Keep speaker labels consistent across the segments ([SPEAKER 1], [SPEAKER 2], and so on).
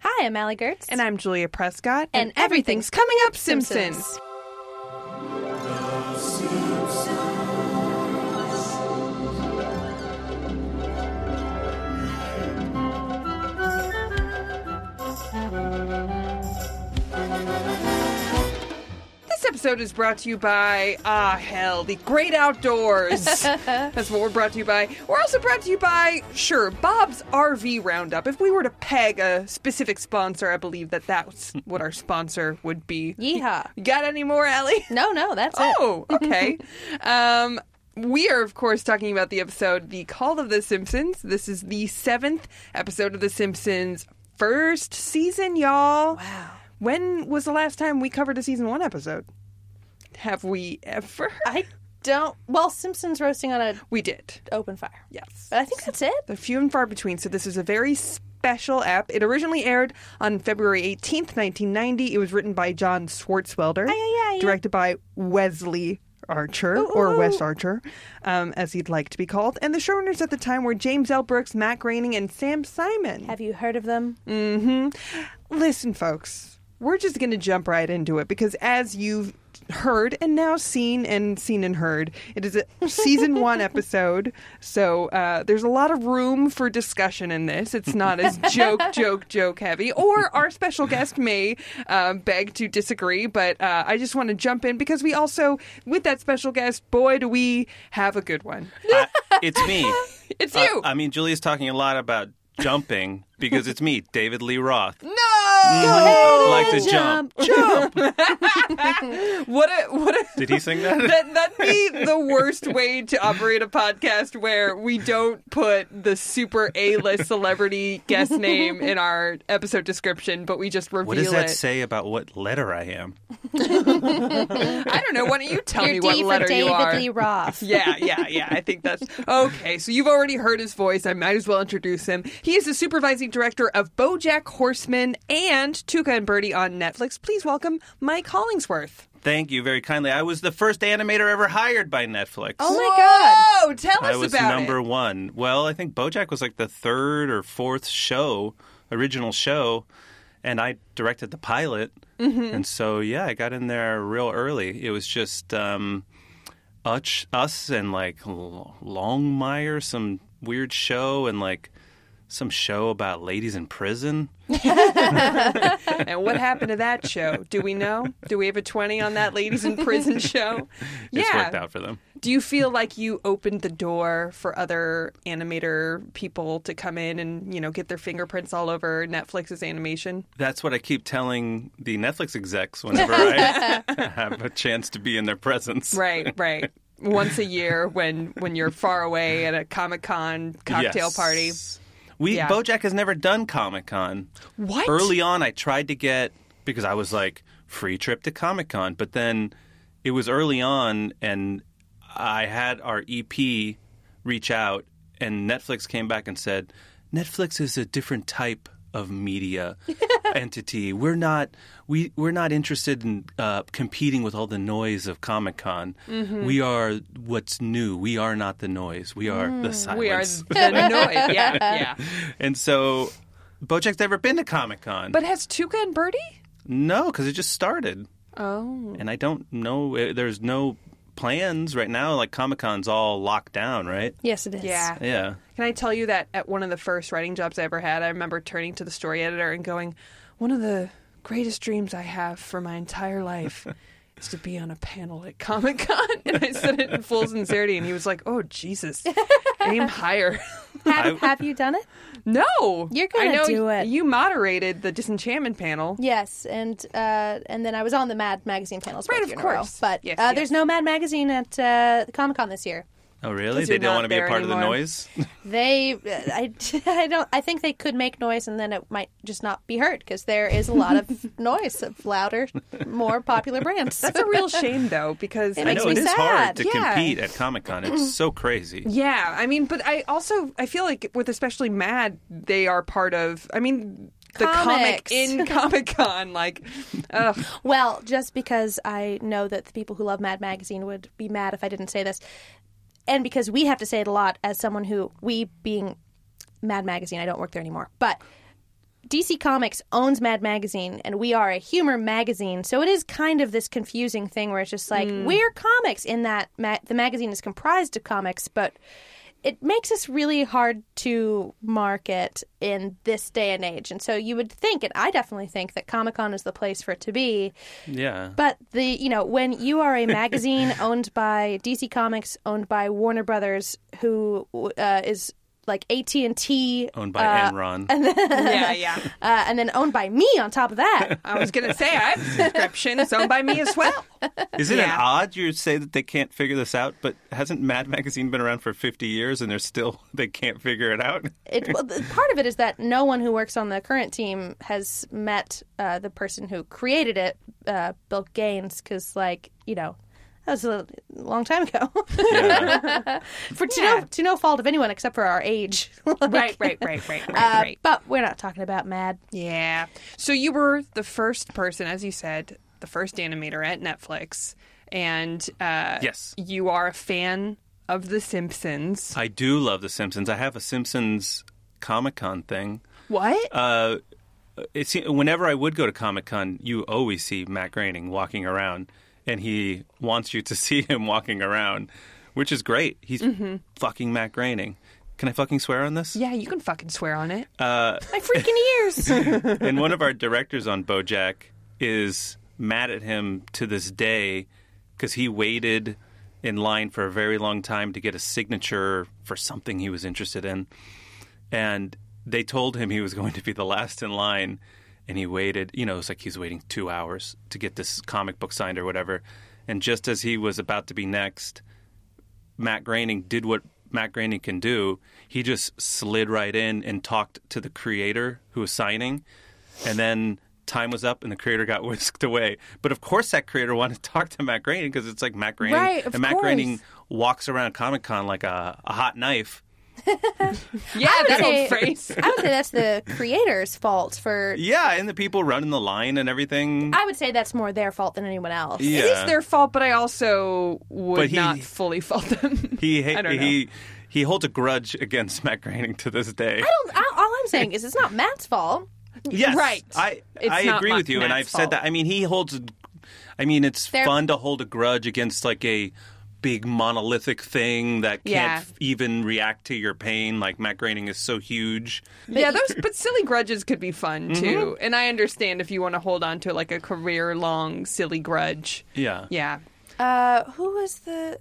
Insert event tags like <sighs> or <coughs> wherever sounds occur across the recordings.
[SPEAKER 1] Hi, I'm Allie Gertz.
[SPEAKER 2] And I'm Julia Prescott.
[SPEAKER 1] And everything's
[SPEAKER 2] coming up,
[SPEAKER 1] Simpsons.
[SPEAKER 2] This episode is brought to you by, ah, hell, the great
[SPEAKER 1] <laughs>
[SPEAKER 2] outdoors. That's what we're brought to you by. We're also brought to you by, sure, Bob's RV Roundup. If we were to peg a specific sponsor, I believe that that's what our sponsor would be.
[SPEAKER 1] Yeehaw.
[SPEAKER 2] You got any more, Ellie?
[SPEAKER 1] No, no, that's it.
[SPEAKER 2] Oh, okay. um, we are, of course, talking about the episode The Call of the Simpsons. This is the seventh episode of The Simpsons first season, y'all.
[SPEAKER 1] Wow.
[SPEAKER 2] When was the last time we covered a season one episode? Have we ever?
[SPEAKER 1] I don't. Well, Simpsons roasting on an
[SPEAKER 2] we did.
[SPEAKER 1] open fire.
[SPEAKER 2] Yes.
[SPEAKER 1] But I think that's it.
[SPEAKER 2] They're few and far between, so this is a very special app. It originally aired on February 18th, 1990. It was written by John Swartzwelder,
[SPEAKER 1] aye, aye.
[SPEAKER 2] directed by Wesley Archer, or Wes Archer, um, as he'd like to be called. And the showrunners at the time were James L. Brooks, Matt Groening, and Sam Simon.
[SPEAKER 1] Have you heard of them?
[SPEAKER 2] Listen, folks, we're just going to jump right into it because as you've heard and now seen and seen and heard, it is a season one episode. So uh, there's a lot of room for discussion in this. It's not as joke, joke, joke heavy. Or our special guest may uh, beg to disagree, but uh, I just want to jump in because we also, with that special guest, boy, do we have a good one.
[SPEAKER 3] I, it's me.
[SPEAKER 2] It's
[SPEAKER 3] Uh,
[SPEAKER 2] you.
[SPEAKER 3] I mean, Julia's talking a lot about jumping because it's me, David Lee Roth.
[SPEAKER 2] no!
[SPEAKER 3] like to jump.
[SPEAKER 2] What a what a
[SPEAKER 3] Did he sing that?
[SPEAKER 2] that that'd be the worst way to operate a podcast where we don't put the super A list celebrity guest name in our episode description, but we just reveal
[SPEAKER 3] What does that
[SPEAKER 2] it.
[SPEAKER 3] say about what letter I am?
[SPEAKER 2] I don't know. Why don't you tell me
[SPEAKER 1] Your
[SPEAKER 2] what
[SPEAKER 1] D for
[SPEAKER 2] letter you are?
[SPEAKER 1] David Lee Roth.
[SPEAKER 2] <laughs> Yeah, yeah, yeah. I think that's okay. So you've already heard his voice. I might as well introduce him. He is the supervising director of BoJack Horseman and Tuca and Birdie on Netflix. Please welcome Mike Hollingsworth.
[SPEAKER 3] Thank you very kindly. I was the first animator ever hired by Netflix.
[SPEAKER 1] Oh my God.
[SPEAKER 2] Whoa! Tell us
[SPEAKER 3] I was
[SPEAKER 2] about
[SPEAKER 3] number
[SPEAKER 2] it.
[SPEAKER 3] one. Well, I think BoJack was like the third or fourth show, original show, and I directed the pilot.
[SPEAKER 2] Mm-hmm.
[SPEAKER 3] And so, yeah, I got in there real early. It was just um, us, us and like L- Longmire, some weird show, and like some show about ladies in prison.
[SPEAKER 2] And what happened to that show? Do we know? Do we have a 20 on that ladies in
[SPEAKER 3] <laughs>
[SPEAKER 2] prison show?
[SPEAKER 3] It's
[SPEAKER 2] yeah.
[SPEAKER 3] worked out for them.
[SPEAKER 2] Do you feel like you opened the door for other animator people to come in and, you know, get their fingerprints all over Netflix's animation?
[SPEAKER 3] That's what I keep telling the Netflix execs
[SPEAKER 2] <laughs>
[SPEAKER 3] whenever I have a chance to be in their presence.
[SPEAKER 2] Right, right. Once a year when when you're far away at a Comic-Con cocktail
[SPEAKER 3] Yes.
[SPEAKER 2] party.
[SPEAKER 3] We
[SPEAKER 2] Yeah.
[SPEAKER 3] BoJack has never done Comic Con.
[SPEAKER 2] What?
[SPEAKER 3] Early on, I tried to get because I was like free trip to Comic Con, but then it was early on, and I had our EP reach out, and Netflix came back and said, "Netflix is a different type
[SPEAKER 2] <laughs>
[SPEAKER 3] of media entity. We're not we we're not interested in uh, competing with all the noise of Comic Con.
[SPEAKER 2] Mm-hmm.
[SPEAKER 3] We are what's new. We are not the noise. We are the silence.
[SPEAKER 2] Mm, We are the noise. Yeah, yeah.
[SPEAKER 3] <laughs> And so, BoJack's never been to Comic Con.
[SPEAKER 2] But has Tuca and Birdie?
[SPEAKER 3] no, because it just started,
[SPEAKER 2] Oh.
[SPEAKER 3] and I don't know. eh, There's no plans right now. Like Comic Con's all locked down, right?
[SPEAKER 1] Yes, it is.
[SPEAKER 2] Yeah.
[SPEAKER 3] Yeah.
[SPEAKER 2] Can I tell you that at one of the first writing jobs I ever had, I remember turning to the story editor and going, One of the greatest dreams I have for my entire life is to be on a panel at Comic Con. <laughs> And I said it in full sincerity, and he was like, Oh, Jesus, aim higher.
[SPEAKER 1] Have, have you done it?
[SPEAKER 2] no.
[SPEAKER 1] You're gonna
[SPEAKER 2] I know
[SPEAKER 1] do it.
[SPEAKER 2] You moderated the Disenchantment panel.
[SPEAKER 1] Yes, and uh, and then I was on the Mad magazine panels.
[SPEAKER 2] Right,
[SPEAKER 1] both
[SPEAKER 2] of
[SPEAKER 1] in a row.
[SPEAKER 2] course.
[SPEAKER 1] But
[SPEAKER 2] Yes,
[SPEAKER 1] uh,
[SPEAKER 2] yes.
[SPEAKER 1] there's no Mad magazine at uh, Comic Con this year.
[SPEAKER 3] Oh, really?
[SPEAKER 2] 'Cause
[SPEAKER 3] They
[SPEAKER 2] you're
[SPEAKER 3] don't
[SPEAKER 2] not
[SPEAKER 3] want to be
[SPEAKER 2] there
[SPEAKER 3] a part of the
[SPEAKER 2] anymore.
[SPEAKER 3] noise.
[SPEAKER 1] They, uh, I, <laughs> I don't. I think they could make noise, and then it might just not be heard because there is a lot <laughs> of noise of louder, more popular brands. <laughs>
[SPEAKER 2] That's a real shame, though, because
[SPEAKER 1] It
[SPEAKER 3] I
[SPEAKER 1] makes
[SPEAKER 3] know
[SPEAKER 1] me
[SPEAKER 3] it is hard
[SPEAKER 1] sad.
[SPEAKER 3] to
[SPEAKER 2] Yeah. Mm.
[SPEAKER 3] compete at Comic Con. It's so crazy.
[SPEAKER 2] Yeah, I mean, but I also I feel like with especially Mad, they are part of. I mean, the comic
[SPEAKER 1] Comics.
[SPEAKER 2] in Comic Con, like, ugh.
[SPEAKER 1] Well, just because I know that the people who love Mad Magazine would be mad if I didn't say this, and because we have to say it a lot as someone who, we being Mad Magazine, I don't work there anymore, but DC Comics owns Mad Magazine, and we are a humor magazine, so it is kind of this confusing thing where it's just like we're comics in that ma- the magazine is comprised of comics, but it makes us really hard to market in this day and age. And so you would think, and I definitely think that Comic Con is the place for it to be.
[SPEAKER 3] Yeah.
[SPEAKER 1] But the you know when you are a magazine owned by DC Comics, owned by Warner Brothers, who uh, is like AT and T,
[SPEAKER 3] Owned by
[SPEAKER 1] uh,
[SPEAKER 3] Enron.
[SPEAKER 4] yeah, yeah.
[SPEAKER 1] uh, and then owned by me on top
[SPEAKER 4] <laughs>
[SPEAKER 1] of that.
[SPEAKER 4] I was gonna say I have a subscription. It's owned by me as
[SPEAKER 1] <laughs>
[SPEAKER 4] well.
[SPEAKER 3] Is it
[SPEAKER 4] yeah.
[SPEAKER 3] an odd you say that they can't figure this out? But hasn't Mad Magazine been around for 50 years and they're still <laughs> they can't figure it out?
[SPEAKER 1] It, well, the- part of it is that no one who works on the current team has met uh, the person who created it, uh, Bill Gaines, because like you know. That was a long time ago,
[SPEAKER 3] Yeah.
[SPEAKER 1] <laughs> for to
[SPEAKER 4] Yeah.
[SPEAKER 1] no to no fault of anyone except for our age. <laughs> Like,
[SPEAKER 4] Right, right, right, right, right,
[SPEAKER 1] uh,
[SPEAKER 4] right.
[SPEAKER 1] But we're not talking about Mad.
[SPEAKER 4] Yeah. So you were the first person, as you said, the first animator at Netflix, and uh,
[SPEAKER 3] Yes.
[SPEAKER 4] you are a fan of The Simpsons.
[SPEAKER 3] I do love The Simpsons. I have a Simpsons Comic Con thing.
[SPEAKER 4] What?
[SPEAKER 3] Uh, it se- whenever I would go to Comic Con, you always see Matt Groening walking around, and he wants you to <laughs> see him walking around, which is great. He's fucking Matt Groening. Can I fucking swear on this?
[SPEAKER 4] yeah, you can fucking swear on it.
[SPEAKER 3] Uh,
[SPEAKER 1] My freaking ears.
[SPEAKER 3] and one of our directors on BoJack is mad at him to this day because he waited in line for a very long time to get a signature for something he was interested in, and they told him he was going to be the last in line, and he waited. You know, it's like he's waiting two hours to get this comic book signed or whatever. And just as he was about to be next, Matt Groening did what Matt Groening can do. He just slid right in and talked to the creator who was signing, and then time was up and the creator got <laughs> whisked away. But of course, that creator wanted to talk to Matt Groening because it's like Matt Groening,
[SPEAKER 1] Right, of
[SPEAKER 3] and Matt
[SPEAKER 1] course.
[SPEAKER 3] Groening walks around Comic Con like a, a hot knife.
[SPEAKER 4] <laughs> Yeah, that
[SPEAKER 1] say-
[SPEAKER 4] old phrase.
[SPEAKER 1] I would say that's the creator's fault for.
[SPEAKER 3] Yeah, and the people running the line and everything.
[SPEAKER 1] I would say that's more their fault than anyone else.
[SPEAKER 3] Yeah.
[SPEAKER 4] It is their fault, but I also would
[SPEAKER 3] But he-
[SPEAKER 4] not fully fault them. <laughs>
[SPEAKER 3] he
[SPEAKER 4] I don't know.
[SPEAKER 3] he he holds a grudge against <laughs> Matt Groening to this day.
[SPEAKER 1] I don't- I- all I'm saying is it's not Matt's fault.
[SPEAKER 3] Yes,
[SPEAKER 4] Right.
[SPEAKER 3] I
[SPEAKER 4] It's
[SPEAKER 3] I
[SPEAKER 4] not
[SPEAKER 3] agree
[SPEAKER 4] Ma-
[SPEAKER 3] with you, and I've
[SPEAKER 4] Matt's
[SPEAKER 3] said that.
[SPEAKER 4] fault.
[SPEAKER 3] I mean, he holds. a- I mean, it's
[SPEAKER 1] They're-
[SPEAKER 3] fun to hold a grudge against like a big monolithic thing that can't
[SPEAKER 4] Yeah.
[SPEAKER 3] f- even react to your pain. Like Matt Groening is so huge.
[SPEAKER 4] yeah, those but silly grudges could be fun
[SPEAKER 3] Mm-hmm.
[SPEAKER 4] too. And I understand if you want to hold on to like a career long silly grudge.
[SPEAKER 3] Yeah.
[SPEAKER 4] Yeah.
[SPEAKER 1] Uh, who was the?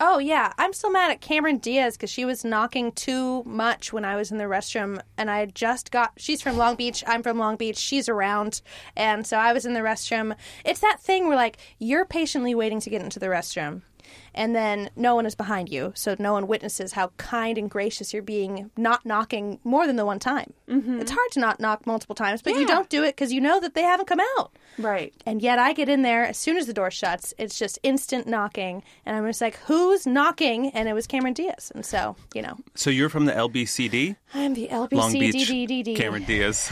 [SPEAKER 1] Oh yeah, I'm still mad at Cameron Diaz because she was knocking too much when I was in the restroom, and I had just got. She's from Long Beach. I'm from Long Beach. She's around, and so I was in the restroom. It's that thing where like you're patiently waiting to get into the restroom. And then no one is behind you, so no one witnesses how kind and gracious you're being, not knocking more than the one time. It's hard to not knock multiple times, but you don't do it because you know that they haven't come out.
[SPEAKER 4] Right.
[SPEAKER 1] And yet I get in there as soon as the door shuts. It's just instant knocking. And I'm just like, who's knocking? And it was Cameron Diaz. And so, you know,
[SPEAKER 3] So you're from the LBCD,
[SPEAKER 1] I'm the
[SPEAKER 3] Long Beach,
[SPEAKER 1] LBCDDDD.
[SPEAKER 4] <laughs>
[SPEAKER 3] Cameron Diaz.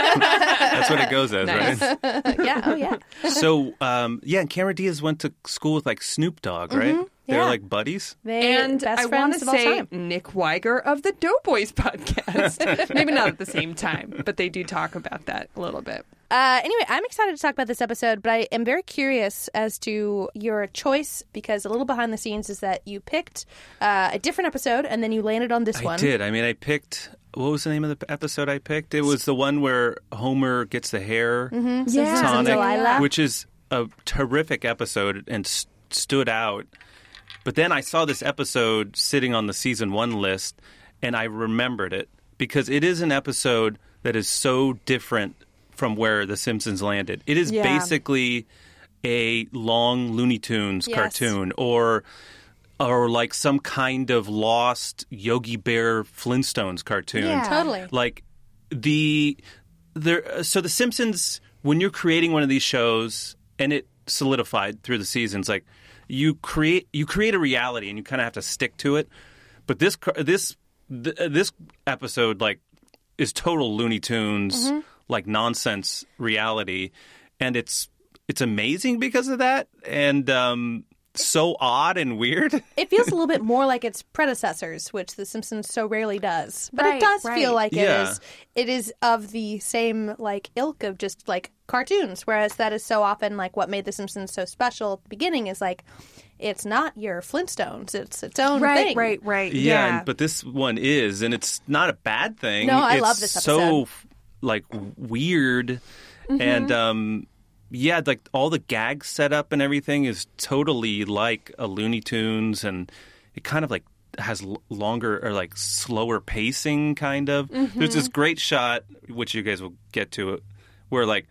[SPEAKER 3] That's what it goes as, right?
[SPEAKER 1] <laughs> yeah, oh yeah.
[SPEAKER 3] So, um, yeah, and Cameron Diaz went to school with like Snoop Dogg, right? They're
[SPEAKER 1] Mm-hmm. yeah.
[SPEAKER 3] like buddies.
[SPEAKER 1] They
[SPEAKER 4] And
[SPEAKER 1] best
[SPEAKER 4] I want
[SPEAKER 1] friends
[SPEAKER 4] to
[SPEAKER 1] of all
[SPEAKER 4] say
[SPEAKER 1] time.
[SPEAKER 4] Nick Weiger of the Doughboys <laughs> podcast. <laughs> Maybe not at the same time, but they do talk about that a little bit.
[SPEAKER 1] Uh, anyway, I'm excited to talk about this episode, but I am very curious as to your choice because a little behind the scenes is that you picked uh, a different episode and then you landed on this
[SPEAKER 3] I
[SPEAKER 1] one.
[SPEAKER 3] did. I mean, I picked. What was the name of the episode I picked? It was the one where Homer gets the hair
[SPEAKER 1] Simpsons and
[SPEAKER 3] tonic,
[SPEAKER 1] Delilah.
[SPEAKER 3] which is a terrific episode and st- stood out. But then I saw this episode sitting on the season one list, and I remembered it because it is an episode that is so different from where The Simpsons landed. It is
[SPEAKER 4] Yeah.
[SPEAKER 3] basically a long Looney Tunes
[SPEAKER 1] Yes.
[SPEAKER 3] cartoon or or like some kind of lost Yogi Bear Flintstones cartoon.
[SPEAKER 4] Yeah.
[SPEAKER 1] Totally.
[SPEAKER 3] Like the there so the Simpsons when you're creating one of these shows and it solidified through the seasons like you create you create a reality and you kind of have to stick to it. But this car- this th- this episode like is total Looney Tunes like nonsense reality and it's it's amazing because of that and um so odd and weird. <laughs>
[SPEAKER 1] It feels a little bit more like its predecessors, which The Simpsons so rarely does. But
[SPEAKER 5] Right,
[SPEAKER 1] it does
[SPEAKER 5] right.
[SPEAKER 1] feel like
[SPEAKER 3] Yeah.
[SPEAKER 1] it is. It is of the same like ilk of just like cartoons, whereas that is so often like what made The Simpsons so special at the beginning is like it's not your Flintstones; it's its own
[SPEAKER 5] Right,
[SPEAKER 1] thing.
[SPEAKER 5] right, right.
[SPEAKER 3] Yeah, and- but this one is, and it's not a bad thing.
[SPEAKER 1] No, I
[SPEAKER 3] It's
[SPEAKER 1] love this
[SPEAKER 3] So
[SPEAKER 1] episode. Mm-hmm.
[SPEAKER 3] f- like weird, and um, yeah, like all the gag setup and everything is totally like a Looney Tunes, and it kind of like has l- longer or like slower pacing. Kind of. There's
[SPEAKER 1] Mm-hmm.
[SPEAKER 3] this great shot which you guys will get to, where like.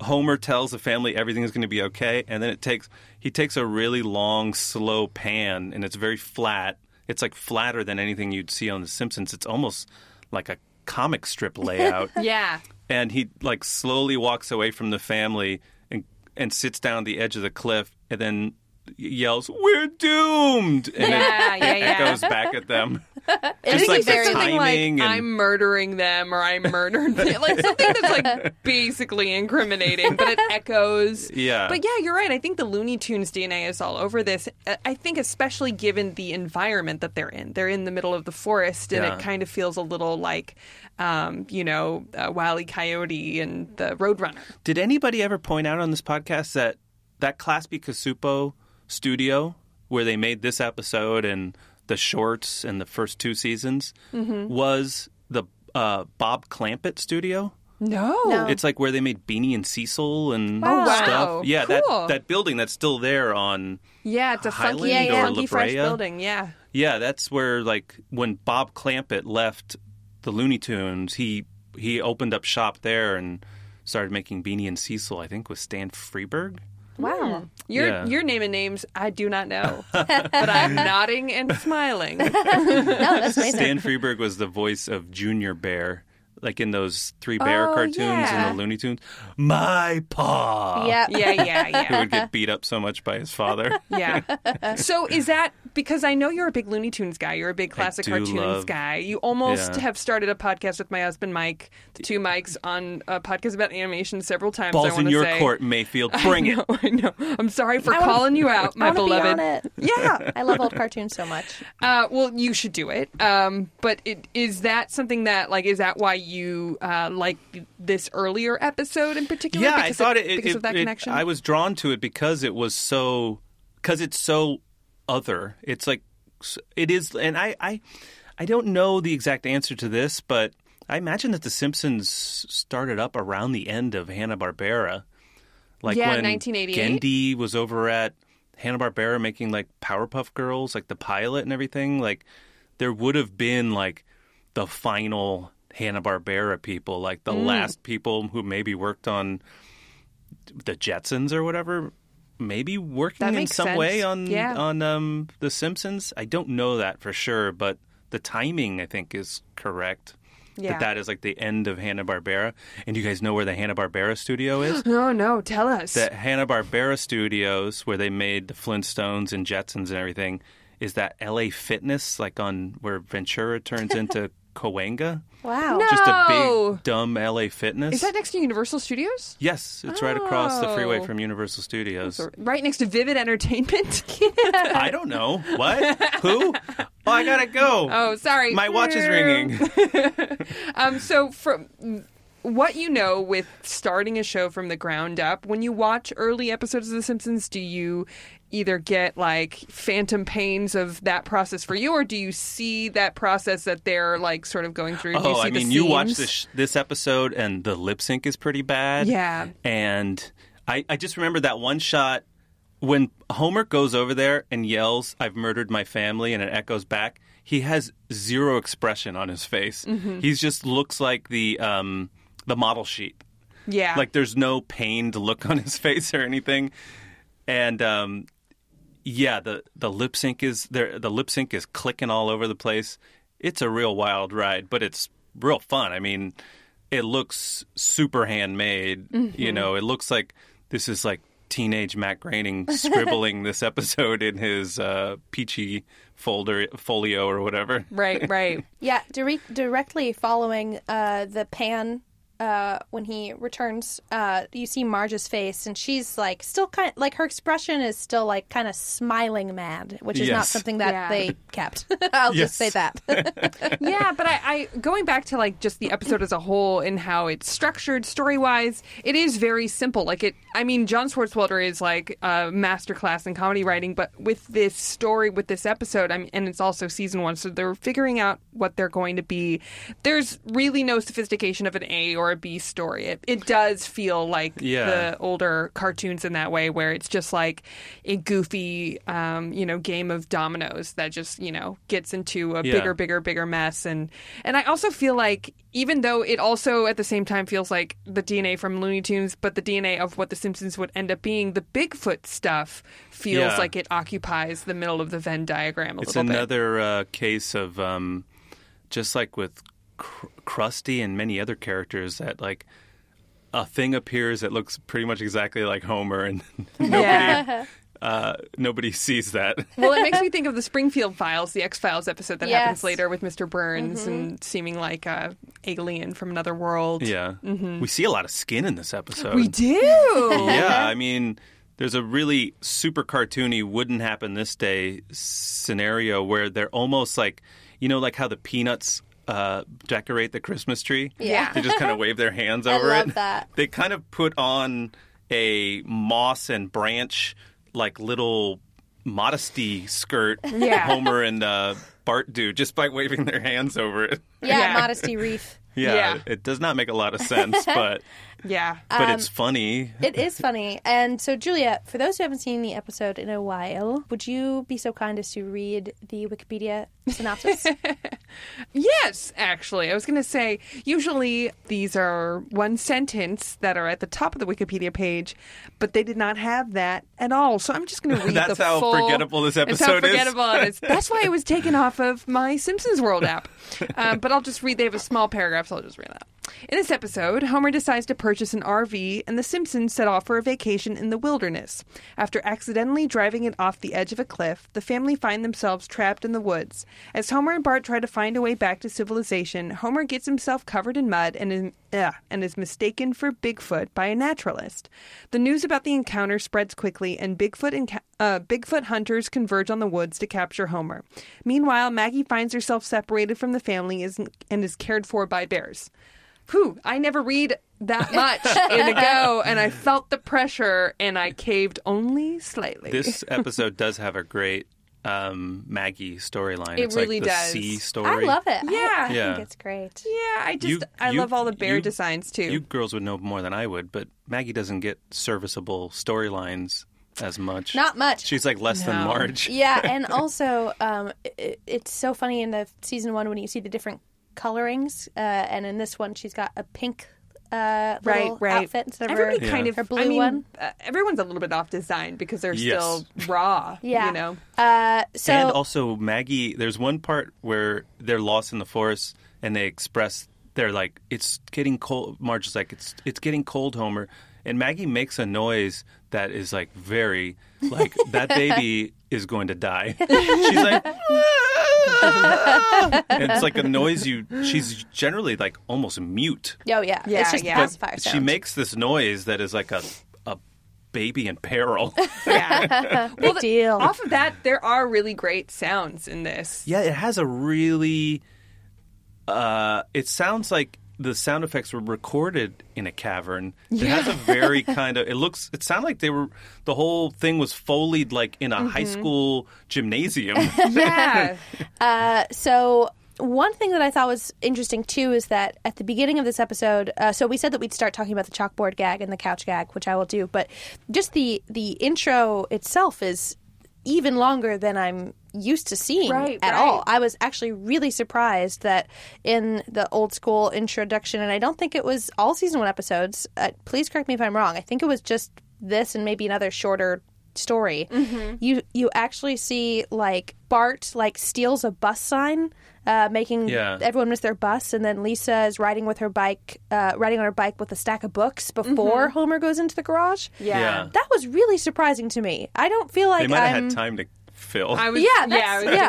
[SPEAKER 3] Homer tells the family everything is going to be okay, and then it takes he takes a really long, slow pan, and it's very flat. It's like flatter than anything you'd see on The Simpsons. It's almost like a comic strip layout,
[SPEAKER 5] yeah.
[SPEAKER 3] and he like slowly walks away from the family and and sits down at the edge of the cliff, and then yells, "We're doomed!" and
[SPEAKER 5] Yeah,
[SPEAKER 2] <laughs>
[SPEAKER 3] it,
[SPEAKER 5] yeah,
[SPEAKER 3] it
[SPEAKER 5] yeah.
[SPEAKER 3] echoes back at them.
[SPEAKER 5] I
[SPEAKER 3] Just
[SPEAKER 5] think
[SPEAKER 3] like
[SPEAKER 5] he said
[SPEAKER 3] the
[SPEAKER 5] something like,
[SPEAKER 3] timing and
[SPEAKER 2] I'm murdering them or I'm murdered them. <laughs> like something that's
[SPEAKER 3] <laughs>
[SPEAKER 2] like basically incriminating, but it echoes.
[SPEAKER 3] Yeah.
[SPEAKER 2] But yeah, you're right. I think the Looney Tunes DNA is all over this. Uh, I think especially given the environment that they're in. They're in the middle of the forest and
[SPEAKER 3] Yeah.
[SPEAKER 2] it kind of feels a little like um, you know, uh, Wile E. Coyote and the Roadrunner.
[SPEAKER 3] Did anybody ever point out on this podcast that that Class B Casupo studio where they made this episode and the shorts and the first two seasons
[SPEAKER 1] Mm-hmm.
[SPEAKER 3] was the uh, Bob Clampett studio?
[SPEAKER 2] No.
[SPEAKER 1] No.
[SPEAKER 3] It's like where they made Beanie and Cecil and
[SPEAKER 1] Oh, wow.
[SPEAKER 3] stuff. Yeah, that
[SPEAKER 2] Cool.
[SPEAKER 3] that building that's still there on
[SPEAKER 2] Yeah, it's a funky,
[SPEAKER 3] Highland
[SPEAKER 1] or
[SPEAKER 2] funky
[SPEAKER 3] La
[SPEAKER 2] fresh
[SPEAKER 3] Brea?
[SPEAKER 2] building. Yeah.
[SPEAKER 3] Yeah, that's where like when Bob Clampett left the Looney Tunes, he he opened up shop there and started making Beanie and Cecil, I think with Stan Freeberg.
[SPEAKER 1] Wow.
[SPEAKER 2] You're
[SPEAKER 3] Yeah.
[SPEAKER 2] you're naming names I do not
[SPEAKER 3] <laughs>
[SPEAKER 2] know, but I'm nodding and smiling.
[SPEAKER 1] No, that's amazing.
[SPEAKER 3] Stan Freeberg was the voice of Junior Bear, like in those three bear
[SPEAKER 2] Oh,
[SPEAKER 3] cartoons
[SPEAKER 2] yeah.
[SPEAKER 3] and the Looney Tunes. My paw.
[SPEAKER 1] yeah.
[SPEAKER 2] Yeah, yeah,
[SPEAKER 3] <laughs> Who
[SPEAKER 2] yeah,
[SPEAKER 3] would get beat up so much by his
[SPEAKER 2] <laughs>
[SPEAKER 3] father. <laughs>
[SPEAKER 2] yeah. So is that because I know you're a big Looney Tunes guy, you're a big classic
[SPEAKER 3] do
[SPEAKER 2] cartoons
[SPEAKER 3] love-
[SPEAKER 2] guy. You almost
[SPEAKER 3] Yeah.
[SPEAKER 2] have started a podcast with my husband Mike, the two mics on a podcast about animation several times. I
[SPEAKER 3] Balls in
[SPEAKER 2] wanna
[SPEAKER 3] your
[SPEAKER 2] say.
[SPEAKER 3] court, Mayfield. Bring it.
[SPEAKER 2] No, <laughs> I know. I'm sorry for
[SPEAKER 1] I wanna-
[SPEAKER 2] calling you out, my
[SPEAKER 1] I want to be
[SPEAKER 2] beloved.
[SPEAKER 1] on it.
[SPEAKER 2] Yeah.
[SPEAKER 1] I love old cartoons so much.
[SPEAKER 2] Uh, well, you should do it. Um, but it, is that something that like is that why you uh, like this earlier episode in particular?
[SPEAKER 3] Yeah,
[SPEAKER 2] because
[SPEAKER 3] I thought
[SPEAKER 2] of,
[SPEAKER 3] it, it
[SPEAKER 2] because
[SPEAKER 3] it-
[SPEAKER 2] of that
[SPEAKER 3] it-
[SPEAKER 2] connection.
[SPEAKER 3] I was drawn to it because it was so because it's so other. It's like it is, and I I I don't know the exact answer to this, but I imagine that The Simpsons started up around the end of Hanna Barbera, like
[SPEAKER 2] Yeah,
[SPEAKER 3] when
[SPEAKER 2] 1988.
[SPEAKER 3] Gendy was over at Hanna Barbera making like Powerpuff Girls, like the pilot and everything. Like there would have been like the final Hanna Barbera people, like
[SPEAKER 2] Mm.
[SPEAKER 3] the last people who maybe worked on the Jetsons or whatever, maybe working
[SPEAKER 2] That
[SPEAKER 3] in
[SPEAKER 2] makes
[SPEAKER 3] some
[SPEAKER 2] sense.
[SPEAKER 3] way on
[SPEAKER 2] Yeah.
[SPEAKER 3] on um, the Simpsons. I don't know that for sure, but the timing I think is correct.
[SPEAKER 2] Yeah.
[SPEAKER 3] That that is like the end of Hanna Barbera, and you guys know where the Hanna Barbera studio
[SPEAKER 2] <laughs>
[SPEAKER 3] is.
[SPEAKER 2] no, no, tell us.
[SPEAKER 3] the Hanna Barbera studios, where they made the Flintstones and Jetsons and everything, is that L.A. Fitness, like on where Ventura turns into
[SPEAKER 2] <laughs>
[SPEAKER 3] Coenga,
[SPEAKER 1] Wow.
[SPEAKER 3] just a
[SPEAKER 2] No.
[SPEAKER 3] big dumb L.A.
[SPEAKER 2] Oh!
[SPEAKER 3] Fitness.
[SPEAKER 2] is that next to Universal Studios?
[SPEAKER 3] Yes, it's right across the freeway
[SPEAKER 2] Oh.
[SPEAKER 3] from Universal Studios.
[SPEAKER 2] Right next to Vivid Entertainment. <laughs>
[SPEAKER 3] I don't know. What? Who? Oh, I gotta go.
[SPEAKER 2] <laughs> oh, sorry.
[SPEAKER 3] My watch
[SPEAKER 2] <laughs>
[SPEAKER 3] is ringing.
[SPEAKER 2] Um, so from what you know with starting a show from the ground up, when you watch early episodes of The Simpsons, do you either get like phantom pains of that process for you, or do you see that process that they're like sort of going through? Do you
[SPEAKER 3] Oh,
[SPEAKER 2] see
[SPEAKER 3] I
[SPEAKER 2] the
[SPEAKER 3] mean, you watch
[SPEAKER 2] seams?
[SPEAKER 3] this sh- this episode, and the lip sync is pretty bad.
[SPEAKER 2] Yeah.
[SPEAKER 3] and I I just remember that one shot when Homer goes over there and yells, "I've murdered my family," and it echoes back. He has zero expression on his face.
[SPEAKER 2] Mm-hmm.
[SPEAKER 3] He just looks like the um, the model sheet.
[SPEAKER 2] Yeah,
[SPEAKER 3] Like there's no pained look on his <laughs> face or anything. And um, yeah, the the lip sync is there. The lip sync is clicking all over the place. It's a real wild ride, but it's real fun. I mean, it looks super handmade. You know, it looks like this is like teenage Matt Groening scribbling this episode in his uh, peachy folder folio or whatever.
[SPEAKER 2] right, right.
[SPEAKER 1] Yeah, dire- directly following uh, the pan uh, when he returns, uh, you see Marge's face, and she's like still kind of like her expression is still like kind of smiling mad, which is not
[SPEAKER 3] Yes.
[SPEAKER 1] something that
[SPEAKER 2] Yeah.
[SPEAKER 1] they kept. <laughs> I'll just say
[SPEAKER 3] Yes. <laughs>
[SPEAKER 1] that.
[SPEAKER 2] yeah, but I, I going back to like just the episode as a whole and how it's structured story wise, it is very simple. Like it, I mean, John Swartzwelder is like a masterclass in comedy writing, but with this story, with this episode, I mean, and it's also season one, so they're figuring out what they're going to be. There's really no sophistication of an A or a B story. It, it does feel like
[SPEAKER 3] Yeah.
[SPEAKER 2] the older cartoons in that way, where it's just like a goofy, um, you know, game of dominoes that just you know gets into a
[SPEAKER 3] Yeah.
[SPEAKER 2] bigger, bigger, bigger mess. And and I also feel like even though it also at the same time feels like the DNA from Looney Tunes, but the DNA of what the Simpsons would end up being, the Bigfoot stuff feels
[SPEAKER 3] Yeah.
[SPEAKER 2] like it occupies the middle of the Venn diagram a
[SPEAKER 3] It's
[SPEAKER 2] little bit.
[SPEAKER 3] another uh, case of um, just like with Cr- Krusty and many other characters that like a thing appears that looks pretty much exactly like Homer, and <laughs>
[SPEAKER 2] Yeah.
[SPEAKER 3] uh, nobody <laughs> sees that.
[SPEAKER 2] <laughs> well, it makes me think of the Springfield Files, the X Files episode that happens
[SPEAKER 1] Yes.
[SPEAKER 2] later with Mr. Burns and seeming like a alien from another world.
[SPEAKER 3] Yeah, we see a lot of skin in this episode.
[SPEAKER 2] Mm-hmm. We do.
[SPEAKER 3] Um,
[SPEAKER 1] Uh-huh.
[SPEAKER 3] yeah, I mean, there's a really super cartoony wouldn't happen this day scenario where they're almost like, you know, like how the peanuts uh, decorate the Christmas tree.
[SPEAKER 1] Yeah.
[SPEAKER 3] they just
[SPEAKER 2] <laughs>
[SPEAKER 3] kind of wave their hands
[SPEAKER 1] I
[SPEAKER 3] over
[SPEAKER 1] love
[SPEAKER 3] it.
[SPEAKER 1] that.
[SPEAKER 3] They kind of put on a moss and branch like little modesty skirt.
[SPEAKER 2] <laughs> Yeah.
[SPEAKER 3] Homer and uh, Bart do just by waving their hands over it. <laughs>
[SPEAKER 1] yeah,
[SPEAKER 2] Yeah.
[SPEAKER 1] modesty reef.
[SPEAKER 3] Yeah,
[SPEAKER 2] Yeah.
[SPEAKER 3] it does not make a lot
[SPEAKER 1] <laughs>
[SPEAKER 3] of sense, but
[SPEAKER 2] <laughs> yeah.
[SPEAKER 3] but it's
[SPEAKER 1] Um,
[SPEAKER 3] funny.
[SPEAKER 1] It is funny. And so, Julia, for those who haven't seen the episode in a while, would you be so kind as to read the Wikipedia
[SPEAKER 3] <laughs>
[SPEAKER 1] synopsis?
[SPEAKER 2] Yes, actually. I was going to say, usually these are one sentence that are at the top of the Wikipedia page, but they did not have that at all. So I'm
[SPEAKER 3] <laughs>
[SPEAKER 2] just going to read
[SPEAKER 3] That's
[SPEAKER 2] the
[SPEAKER 3] how
[SPEAKER 2] full-
[SPEAKER 3] forgettable this
[SPEAKER 2] That's how
[SPEAKER 3] episode is.
[SPEAKER 2] forgettable it is. That's why it was taken off of my Simpsons World app. Um, but I'll just read, they have a small paragraph, so I'll just read that. In this episode, Homer decides to purchase an RV, and the Simpsons set off for a vacation in the wilderness. After accidentally driving it off the edge of a cliff, the family find themselves trapped in the woods. As Homer and Bart try to find a way back to civilization, Homer gets himself covered in mud and is, ugh, and is mistaken for Bigfoot by a naturalist. The news about the encounter spreads quickly, and Bigfoot enca- uh, Bigfoot hunters converge on the woods to capture Homer. Meanwhile, Maggie finds herself separated from the family is- and is cared for by bears. Whew, I never read that much in a go, and I felt the pressure, and I caved only slightly.
[SPEAKER 3] this episode does have a great um, Maggie storyline.
[SPEAKER 2] It
[SPEAKER 3] it's
[SPEAKER 2] really
[SPEAKER 3] like the
[SPEAKER 2] does.
[SPEAKER 3] Sea
[SPEAKER 1] I
[SPEAKER 3] story.
[SPEAKER 1] love it. I-
[SPEAKER 2] Yeah.
[SPEAKER 1] I,
[SPEAKER 3] Yeah.
[SPEAKER 1] think it's great.
[SPEAKER 2] yeah, I just
[SPEAKER 3] You-
[SPEAKER 2] I
[SPEAKER 3] you-
[SPEAKER 2] love all the bear
[SPEAKER 3] you-
[SPEAKER 2] designs too.
[SPEAKER 3] You girls would know more than I would, but Maggie doesn't get serviceable storylines as much.
[SPEAKER 1] Not much.
[SPEAKER 3] She's like less than
[SPEAKER 2] No.
[SPEAKER 3] <laughs> Marge.
[SPEAKER 1] yeah, and also um, it, it's so funny in the season one when you see the different colorings, uh, and in this one she's got a pink uh,
[SPEAKER 2] Right,
[SPEAKER 1] little
[SPEAKER 2] right.
[SPEAKER 1] outfit instead of her,
[SPEAKER 2] Everybody kind of
[SPEAKER 1] her blue
[SPEAKER 2] I mean,
[SPEAKER 1] one.
[SPEAKER 2] Uh, everyone's a little bit off design because they're
[SPEAKER 3] Yes.
[SPEAKER 2] still raw.
[SPEAKER 1] Yeah, <laughs>
[SPEAKER 2] you know.
[SPEAKER 1] Uh, so
[SPEAKER 3] and also Maggie. There's one part where they're lost in the forest and they express they're like it's getting cold. Marge is like it's it's getting cold, Homer, and Maggie makes a noise that is like very
[SPEAKER 1] <laughs>
[SPEAKER 3] like that baby is going to die. <laughs> She's like. "Ah!" and it's like a noise you. She's generally like almost mute.
[SPEAKER 1] oh yeah,
[SPEAKER 2] Yeah,
[SPEAKER 1] it's just
[SPEAKER 2] yeah.
[SPEAKER 1] pacifier
[SPEAKER 3] She
[SPEAKER 1] sound.
[SPEAKER 3] makes this noise that is like a a baby in peril. <laughs>
[SPEAKER 2] Yeah.
[SPEAKER 1] Big deal.
[SPEAKER 2] Off of that, there are really great sounds in this.
[SPEAKER 3] Yeah, it has a really. Uh, it sounds like the sound effects were recorded in a cavern. It has a very kind of. It looks. It sounded like they were. The whole thing was foleyed like in a high school gymnasium.
[SPEAKER 2] <laughs> Yeah.
[SPEAKER 1] Uh, so one thing that I thought was interesting too is that at the beginning of this episode, uh, so we said that we'd start talking about the chalkboard gag and the couch gag, which I will do, but just the the intro itself is even longer than I'm used to seeing
[SPEAKER 2] Right,
[SPEAKER 1] at
[SPEAKER 2] right.
[SPEAKER 1] all. I was actually really surprised that in the old school introduction, and I don't think it was all season one episodes. Uh, please correct me if I'm wrong. I think it was just this and maybe another shorter story.
[SPEAKER 3] Mm-hmm.
[SPEAKER 1] You you actually see like Bart like steals a bus sign, uh, making
[SPEAKER 3] Yeah.
[SPEAKER 1] everyone miss their bus, and then Lisa is riding with her bike, uh, riding on her bike with a stack of books before Homer goes into the garage.
[SPEAKER 2] Yeah.
[SPEAKER 3] Mm-hmm. Yeah.
[SPEAKER 1] That was really surprising to me. I don't feel like
[SPEAKER 3] they might have
[SPEAKER 1] I'm.
[SPEAKER 3] had time to fill.
[SPEAKER 2] I was,
[SPEAKER 1] Yeah,
[SPEAKER 2] yeah, I
[SPEAKER 1] that's-
[SPEAKER 2] was
[SPEAKER 1] yeah.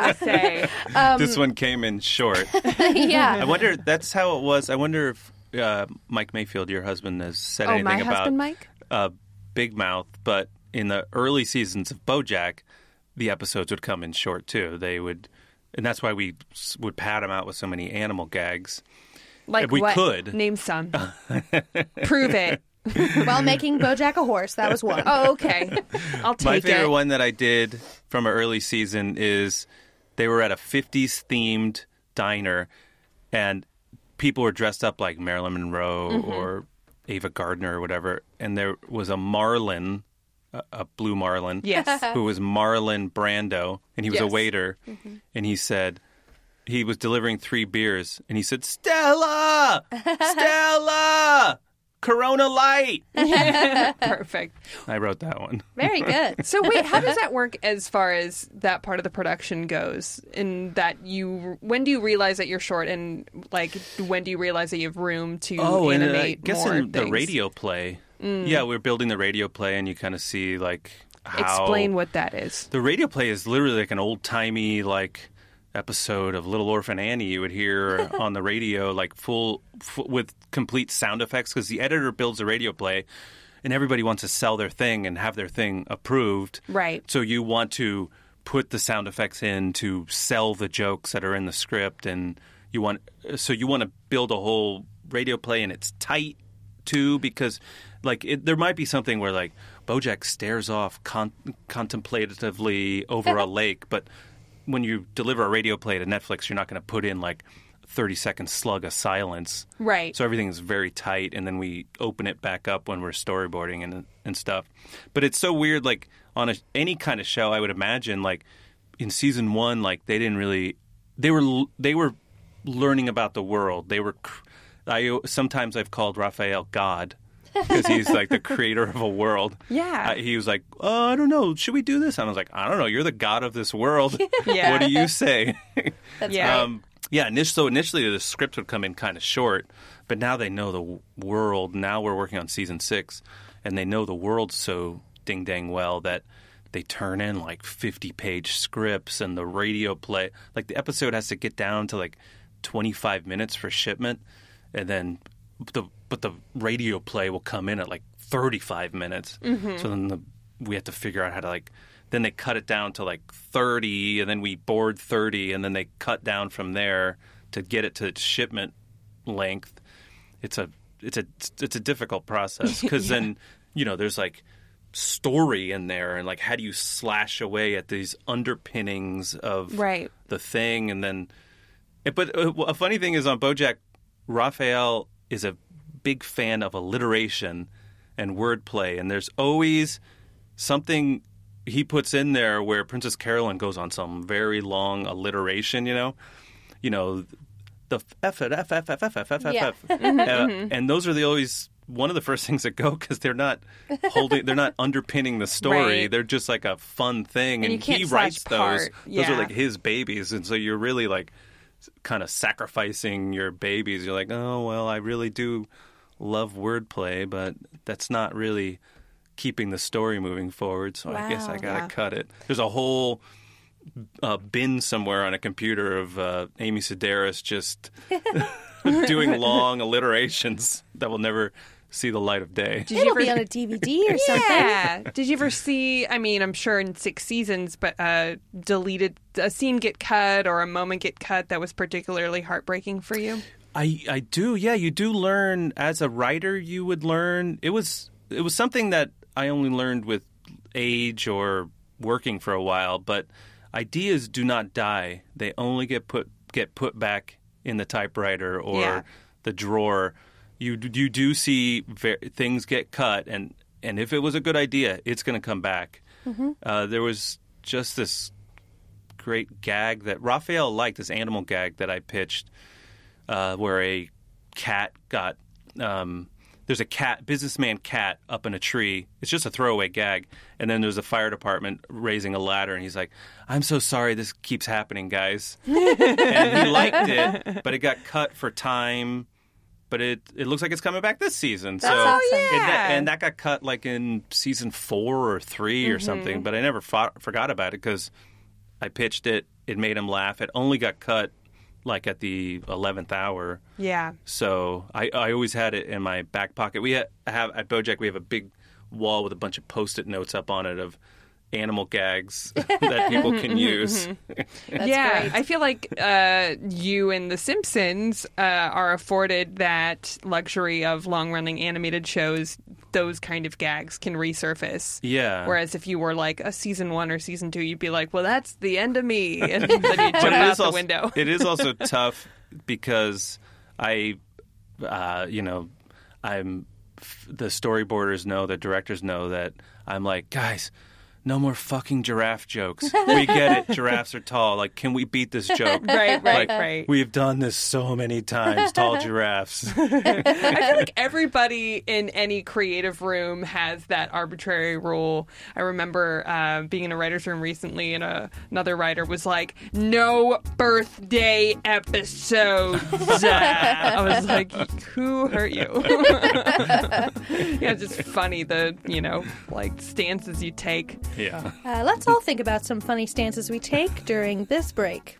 [SPEAKER 1] <laughs>
[SPEAKER 2] gonna say.
[SPEAKER 3] <laughs> this one came in short.
[SPEAKER 1] yeah,
[SPEAKER 3] <laughs> I wonder. That's how it was. I wonder if uh, Mike Mayfield, your husband, has said
[SPEAKER 2] Oh,
[SPEAKER 3] anything
[SPEAKER 2] my
[SPEAKER 3] about
[SPEAKER 2] husband, Mike?
[SPEAKER 3] Uh, Big Mouth, but in the early seasons of BoJack, the episodes would come in short too. They would, and that's why we s- would pad them out with so many animal gags.
[SPEAKER 2] Like
[SPEAKER 3] If we
[SPEAKER 2] what?
[SPEAKER 3] could.
[SPEAKER 2] name
[SPEAKER 3] <laughs>
[SPEAKER 2] some. Prove it.
[SPEAKER 1] While making BoJack a horse, that was one.
[SPEAKER 3] <laughs>
[SPEAKER 2] Oh, okay. I'll take
[SPEAKER 3] My favorite
[SPEAKER 2] it.
[SPEAKER 3] one that I did from an early season is they were at a 50s themed diner and people were dressed up like Marilyn Monroe
[SPEAKER 2] Mm-hmm.
[SPEAKER 3] or Ava Gardner or whatever. And there was a Marlin, a, a blue Marlin,
[SPEAKER 1] <laughs>
[SPEAKER 2] Yes.
[SPEAKER 3] who was Marlon Brando. And he was a
[SPEAKER 2] Uh-huh. Yes. Mm-hmm.
[SPEAKER 3] waiter. And he said, he was delivering three beers and he
[SPEAKER 2] <laughs>
[SPEAKER 3] said, Stella! Stella! Corona Light!
[SPEAKER 2] Perfect.
[SPEAKER 3] I wrote that one.
[SPEAKER 1] Very good.
[SPEAKER 2] So wait, how <laughs> does that work as far as that part of the production goes? In that you, when do you realize that you're short, and like when do you realize that you have room to
[SPEAKER 3] Oh, and uh,
[SPEAKER 2] animate
[SPEAKER 3] I guess
[SPEAKER 2] more
[SPEAKER 3] in the
[SPEAKER 2] things? Mm.
[SPEAKER 3] radio play. Yeah, we're building the radio play, and you kind of see like how
[SPEAKER 2] Explain what that is.
[SPEAKER 3] the radio play is literally like an old timey like episode of Little Orphan Annie you
[SPEAKER 2] <laughs>
[SPEAKER 3] would hear on the radio, like full, full with complete sound effects, because the editor builds a radio play, and everybody wants to sell their thing and have their thing approved.
[SPEAKER 2] Right.
[SPEAKER 3] So you want to put the sound effects in to sell the jokes that are in the script, and you want so you want to build a whole radio play, and it's tight too because like it, there might be something where like BoJack stares off con- contemplatively over a lake, but when you deliver a radio play to Netflix, you're not going to put in like. 30 second slug of silence.
[SPEAKER 2] Right.
[SPEAKER 3] So everything's very tight, and then we open it back up when we're storyboarding and and stuff. But it's so weird. Like on a, any kind of show, I would imagine like in season one, like they didn't really they were l- they were learning about the world. They were. cr- I sometimes I've called Raphael God because he's like the creator of a world.
[SPEAKER 2] <laughs> Yeah.
[SPEAKER 3] I- he was like, oh, I don't know. Should we do this? And I was like, I don't know. You're the God of this world.
[SPEAKER 2] <laughs> Yeah.
[SPEAKER 3] What do you say?
[SPEAKER 1] That's
[SPEAKER 2] Yeah.
[SPEAKER 1] right.
[SPEAKER 3] Um, yeah, init- so initially the script would come in kind of short, but now they know the w- world. Now we're working on season six, and they know the world so ding dang well that they turn in like 50 page scripts and the radio play. Like the episode has to get down to like 25 minutes for shipment, and then the but the radio play will come in at like 35 minutes. So then the, we have to figure out how to like then they cut it down to like 30 and then we board 30 and then they cut down from there to get it to its shipment length it's a it's a it's a difficult process because then you know there's like story in there and like how do you slash away at these underpinnings of
[SPEAKER 2] Right.
[SPEAKER 3] the thing and then but uh, a funny thing is on bojack raphael is a big fan of alliteration and wordplay and there's always something he puts in there where princess carolyn goes on some very long alliteration you know you know the f and f f f f f f f
[SPEAKER 1] Yeah.
[SPEAKER 3] f uh, and those are the always one of the first <laughs> things that go because they're not holding they're not underpinning the story
[SPEAKER 2] Right.
[SPEAKER 3] they're just like a fun
[SPEAKER 2] And
[SPEAKER 3] thing and,
[SPEAKER 2] you can't
[SPEAKER 3] he
[SPEAKER 2] slash
[SPEAKER 3] writes those
[SPEAKER 2] part.
[SPEAKER 3] those
[SPEAKER 2] Yeah.
[SPEAKER 3] are like his babies and so you're really like kind of sacrificing your babies you're like oh well i really do love wordplay but that's not really keeping the story moving forward so i guess
[SPEAKER 1] Wow.
[SPEAKER 3] i gotta cut it there's a whole uh, bin somewhere on a computer of uh, amy
[SPEAKER 2] <laughs>
[SPEAKER 3] sedaris just <laughs> doing long alliterations that will never see the light of day
[SPEAKER 2] Did you
[SPEAKER 1] It'll
[SPEAKER 2] ever-
[SPEAKER 1] be on a DVD or something.
[SPEAKER 2] <laughs> Yeah. Did you ever see? I mean, I'm sure in six seasons, but uh, deleted a scene get cut or a moment get cut that was particularly heartbreaking for you.
[SPEAKER 3] I I do. Yeah, you do learn as a writer. You would learn. It was it was something that I only learned with age or working for a while. But ideas do not die. They only get put get put back in the typewriter or
[SPEAKER 2] Yeah.
[SPEAKER 3] the drawer. You d- you do see ver- things get cut, and and if it was a good idea, it's going to come back. Uh, there was just this great gag that Raphael liked this animal gag that I pitched, uh, where a cat got um, there's a cat businessman cat up in a tree. It's just a throwaway gag, and then there's a fire department raising a ladder, and he's like, "I'm so sorry, this keeps happening, guys." and he liked it, but it got cut for time. But it it looks like it's coming back this season. so
[SPEAKER 1] awesome.
[SPEAKER 3] and, that,
[SPEAKER 2] Oh, Yeah.
[SPEAKER 3] and that got cut like in season four or 3 or something. But I never fought, forgot about it because I pitched it. It made him laugh. It only got cut like at the eleventh hour.
[SPEAKER 4] Yeah.
[SPEAKER 3] So I, I always had it in my back pocket. We ha- have at BoJack we have a big wall with a bunch of post-it notes up on it of animal gags <laughs> that people can use.
[SPEAKER 2] yeah,
[SPEAKER 1] great.
[SPEAKER 2] I feel like uh, you and The Simpsons uh, are afforded that luxury of long-running animated shows. Those kind of gags can resurface.
[SPEAKER 3] Yeah.
[SPEAKER 2] Whereas if you were like a season one or season two, you'd be like, "Well, that's the end of me," and
[SPEAKER 3] <laughs>
[SPEAKER 2] then you jump
[SPEAKER 3] But it
[SPEAKER 2] out
[SPEAKER 3] is
[SPEAKER 2] the
[SPEAKER 3] also- <laughs>
[SPEAKER 2] window.
[SPEAKER 3] it is
[SPEAKER 2] <laughs>
[SPEAKER 3] also tough because I, uh, you know, I'm the storyboarders know, the directors know that I'm like, guys, no more fucking giraffe jokes. We get it. Giraffes are tall. Like, can we beat this joke?
[SPEAKER 2] <laughs> Right, right,
[SPEAKER 3] Like,
[SPEAKER 2] right.
[SPEAKER 3] We've done this so many
[SPEAKER 2] <laughs>
[SPEAKER 3] times. Tall giraffes.
[SPEAKER 2] I feel like everybody in any creative room has that arbitrary rule. I remember uh, being in a writer's room recently, and a, another writer was like, No birthday episodes. <laughs> I was like, Who hurt you? <laughs> yeah, it's just funny the, you know, like stances you take.
[SPEAKER 3] Yeah.
[SPEAKER 1] Uh, let's all think about some funny stances we take during this break.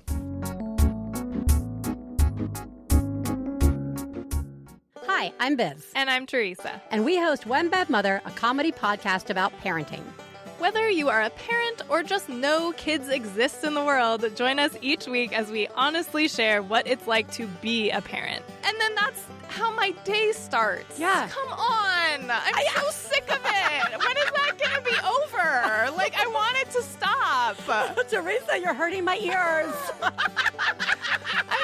[SPEAKER 5] Hi, I'm Biz,
[SPEAKER 6] And I'm Teresa.
[SPEAKER 5] and we host One Bad Mother, a comedy podcast about parenting.
[SPEAKER 6] Whether you are a parent or just know kids exist in the world, join us each week as we honestly share what it's like to be a parent. And then that's how my day starts.
[SPEAKER 5] Yeah.
[SPEAKER 6] Come on. I'm so sick of it. when is that going to be over? Like, I want it to stop. I
[SPEAKER 5] Teresa, you're hurting my ears.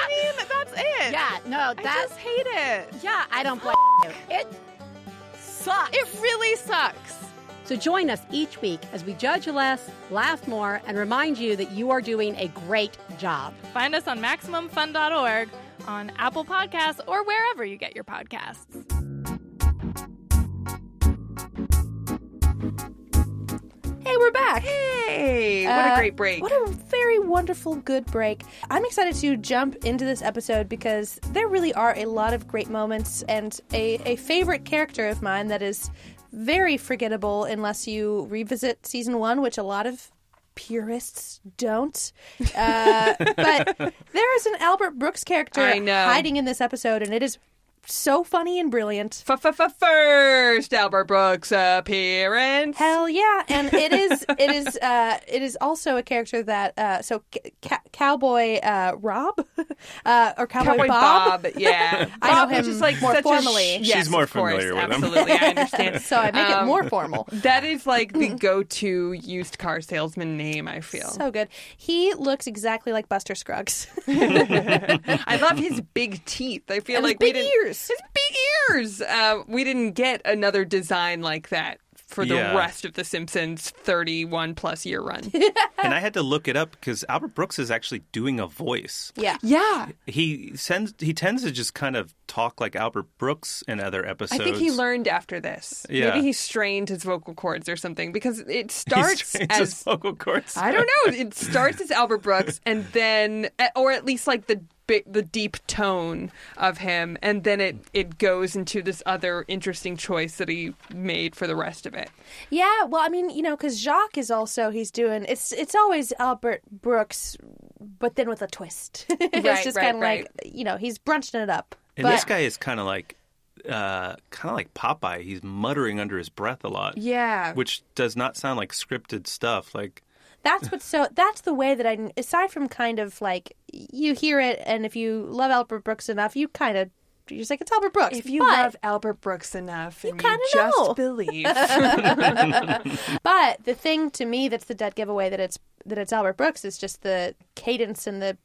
[SPEAKER 6] mean, that's
[SPEAKER 5] <laughs>
[SPEAKER 6] it.
[SPEAKER 5] yeah, no,
[SPEAKER 6] I
[SPEAKER 5] that's
[SPEAKER 6] just hate it.
[SPEAKER 5] yeah. I don't blame you. It sucks.
[SPEAKER 6] It really sucks.
[SPEAKER 5] So join us each week as we judge less, laugh more, and remind you that you are doing a great job.
[SPEAKER 6] Find us on MaximumFun.org, on Apple Podcasts, or wherever you get your podcasts.
[SPEAKER 1] Hey, we're back.
[SPEAKER 2] Hey, what a
[SPEAKER 1] Uh,
[SPEAKER 2] great break.
[SPEAKER 1] What a very wonderful, good break. I'm excited to jump into this episode because there really are a lot of great moments and a, a favorite character of mine that is very forgettable unless you revisit season one, which a lot of purists don't.
[SPEAKER 2] <laughs>
[SPEAKER 1] Uh, but there is an Albert Brooks character
[SPEAKER 2] I know.
[SPEAKER 1] hiding in this episode, and it is so funny and brilliant.
[SPEAKER 2] First Albert Brooks appearance.
[SPEAKER 1] Hell yeah, and it
[SPEAKER 2] <laughs>
[SPEAKER 1] is it is uh, it is also a character that uh, so c- ca- cowboy uh, Rob <laughs> uh, or cowboy,
[SPEAKER 2] Cowboy
[SPEAKER 1] Bob.
[SPEAKER 2] Bob. <laughs> yeah.
[SPEAKER 1] I know
[SPEAKER 2] Bob is
[SPEAKER 1] him
[SPEAKER 2] just like
[SPEAKER 1] more
[SPEAKER 2] such
[SPEAKER 1] formally.
[SPEAKER 2] A
[SPEAKER 1] She's
[SPEAKER 2] yes,
[SPEAKER 3] more
[SPEAKER 2] of course,
[SPEAKER 3] familiar with him.
[SPEAKER 2] Absolutely, I
[SPEAKER 1] <laughs>
[SPEAKER 2] understand.
[SPEAKER 1] So I make it
[SPEAKER 2] Um,
[SPEAKER 1] more
[SPEAKER 2] <laughs>
[SPEAKER 1] formal.
[SPEAKER 2] That is like the go-to used car salesman name. I feel.
[SPEAKER 1] Mm. So good. He looks exactly like Buster Scruggs. <laughs>
[SPEAKER 2] I love his big teeth. I feel
[SPEAKER 1] And his
[SPEAKER 2] like
[SPEAKER 1] big
[SPEAKER 2] we didn't,
[SPEAKER 1] ears.
[SPEAKER 2] His big ears. Uh, we didn't get another design like that for the
[SPEAKER 3] Yeah.
[SPEAKER 2] rest of the Simpsons 31 plus
[SPEAKER 1] <laughs>
[SPEAKER 2] year run.
[SPEAKER 3] And I had to look it up because Albert Brooks is actually doing a voice.
[SPEAKER 1] yeah.
[SPEAKER 2] yeah.
[SPEAKER 3] He sends. He tends to just kind of talk like Albert Brooks in other
[SPEAKER 2] I
[SPEAKER 3] episodes.
[SPEAKER 2] think he learned after this.
[SPEAKER 3] Yeah.
[SPEAKER 2] Maybe he strained his vocal cords or something because it
[SPEAKER 3] He
[SPEAKER 2] starts
[SPEAKER 3] strains
[SPEAKER 2] as
[SPEAKER 3] his vocal cords.
[SPEAKER 2] I don't know. It starts as Albert Brooks, and then, or at least like the bi- the deep tone of him, and then it it goes into this other interesting choice that he made for the rest of it.
[SPEAKER 1] Yeah, well, I mean, you know, because Jacques is also he's doing it's it's always Albert Brooks, but then with a twist. <laughs>
[SPEAKER 2] Right,
[SPEAKER 1] it's just
[SPEAKER 2] right,
[SPEAKER 1] kind of
[SPEAKER 2] right.
[SPEAKER 1] like you know he's brunching it up.
[SPEAKER 3] And
[SPEAKER 1] but
[SPEAKER 3] this guy is kind of like, uh, kind of like Popeye. He's muttering under his breath a lot.
[SPEAKER 2] Yeah.
[SPEAKER 3] Which does not sound like scripted stuff. Like,
[SPEAKER 1] That's what's so. That's the way that I. Aside from kind of like you hear it, and if you love Albert Brooks enough, you kind of you're just like it's Albert Brooks. but,
[SPEAKER 2] Albert Brooks enough, and
[SPEAKER 1] kinda just know.
[SPEAKER 2] believe.
[SPEAKER 1] <laughs> but the thing to me that's the dead giveaway that it's that it's Albert Brooks is just the cadence and the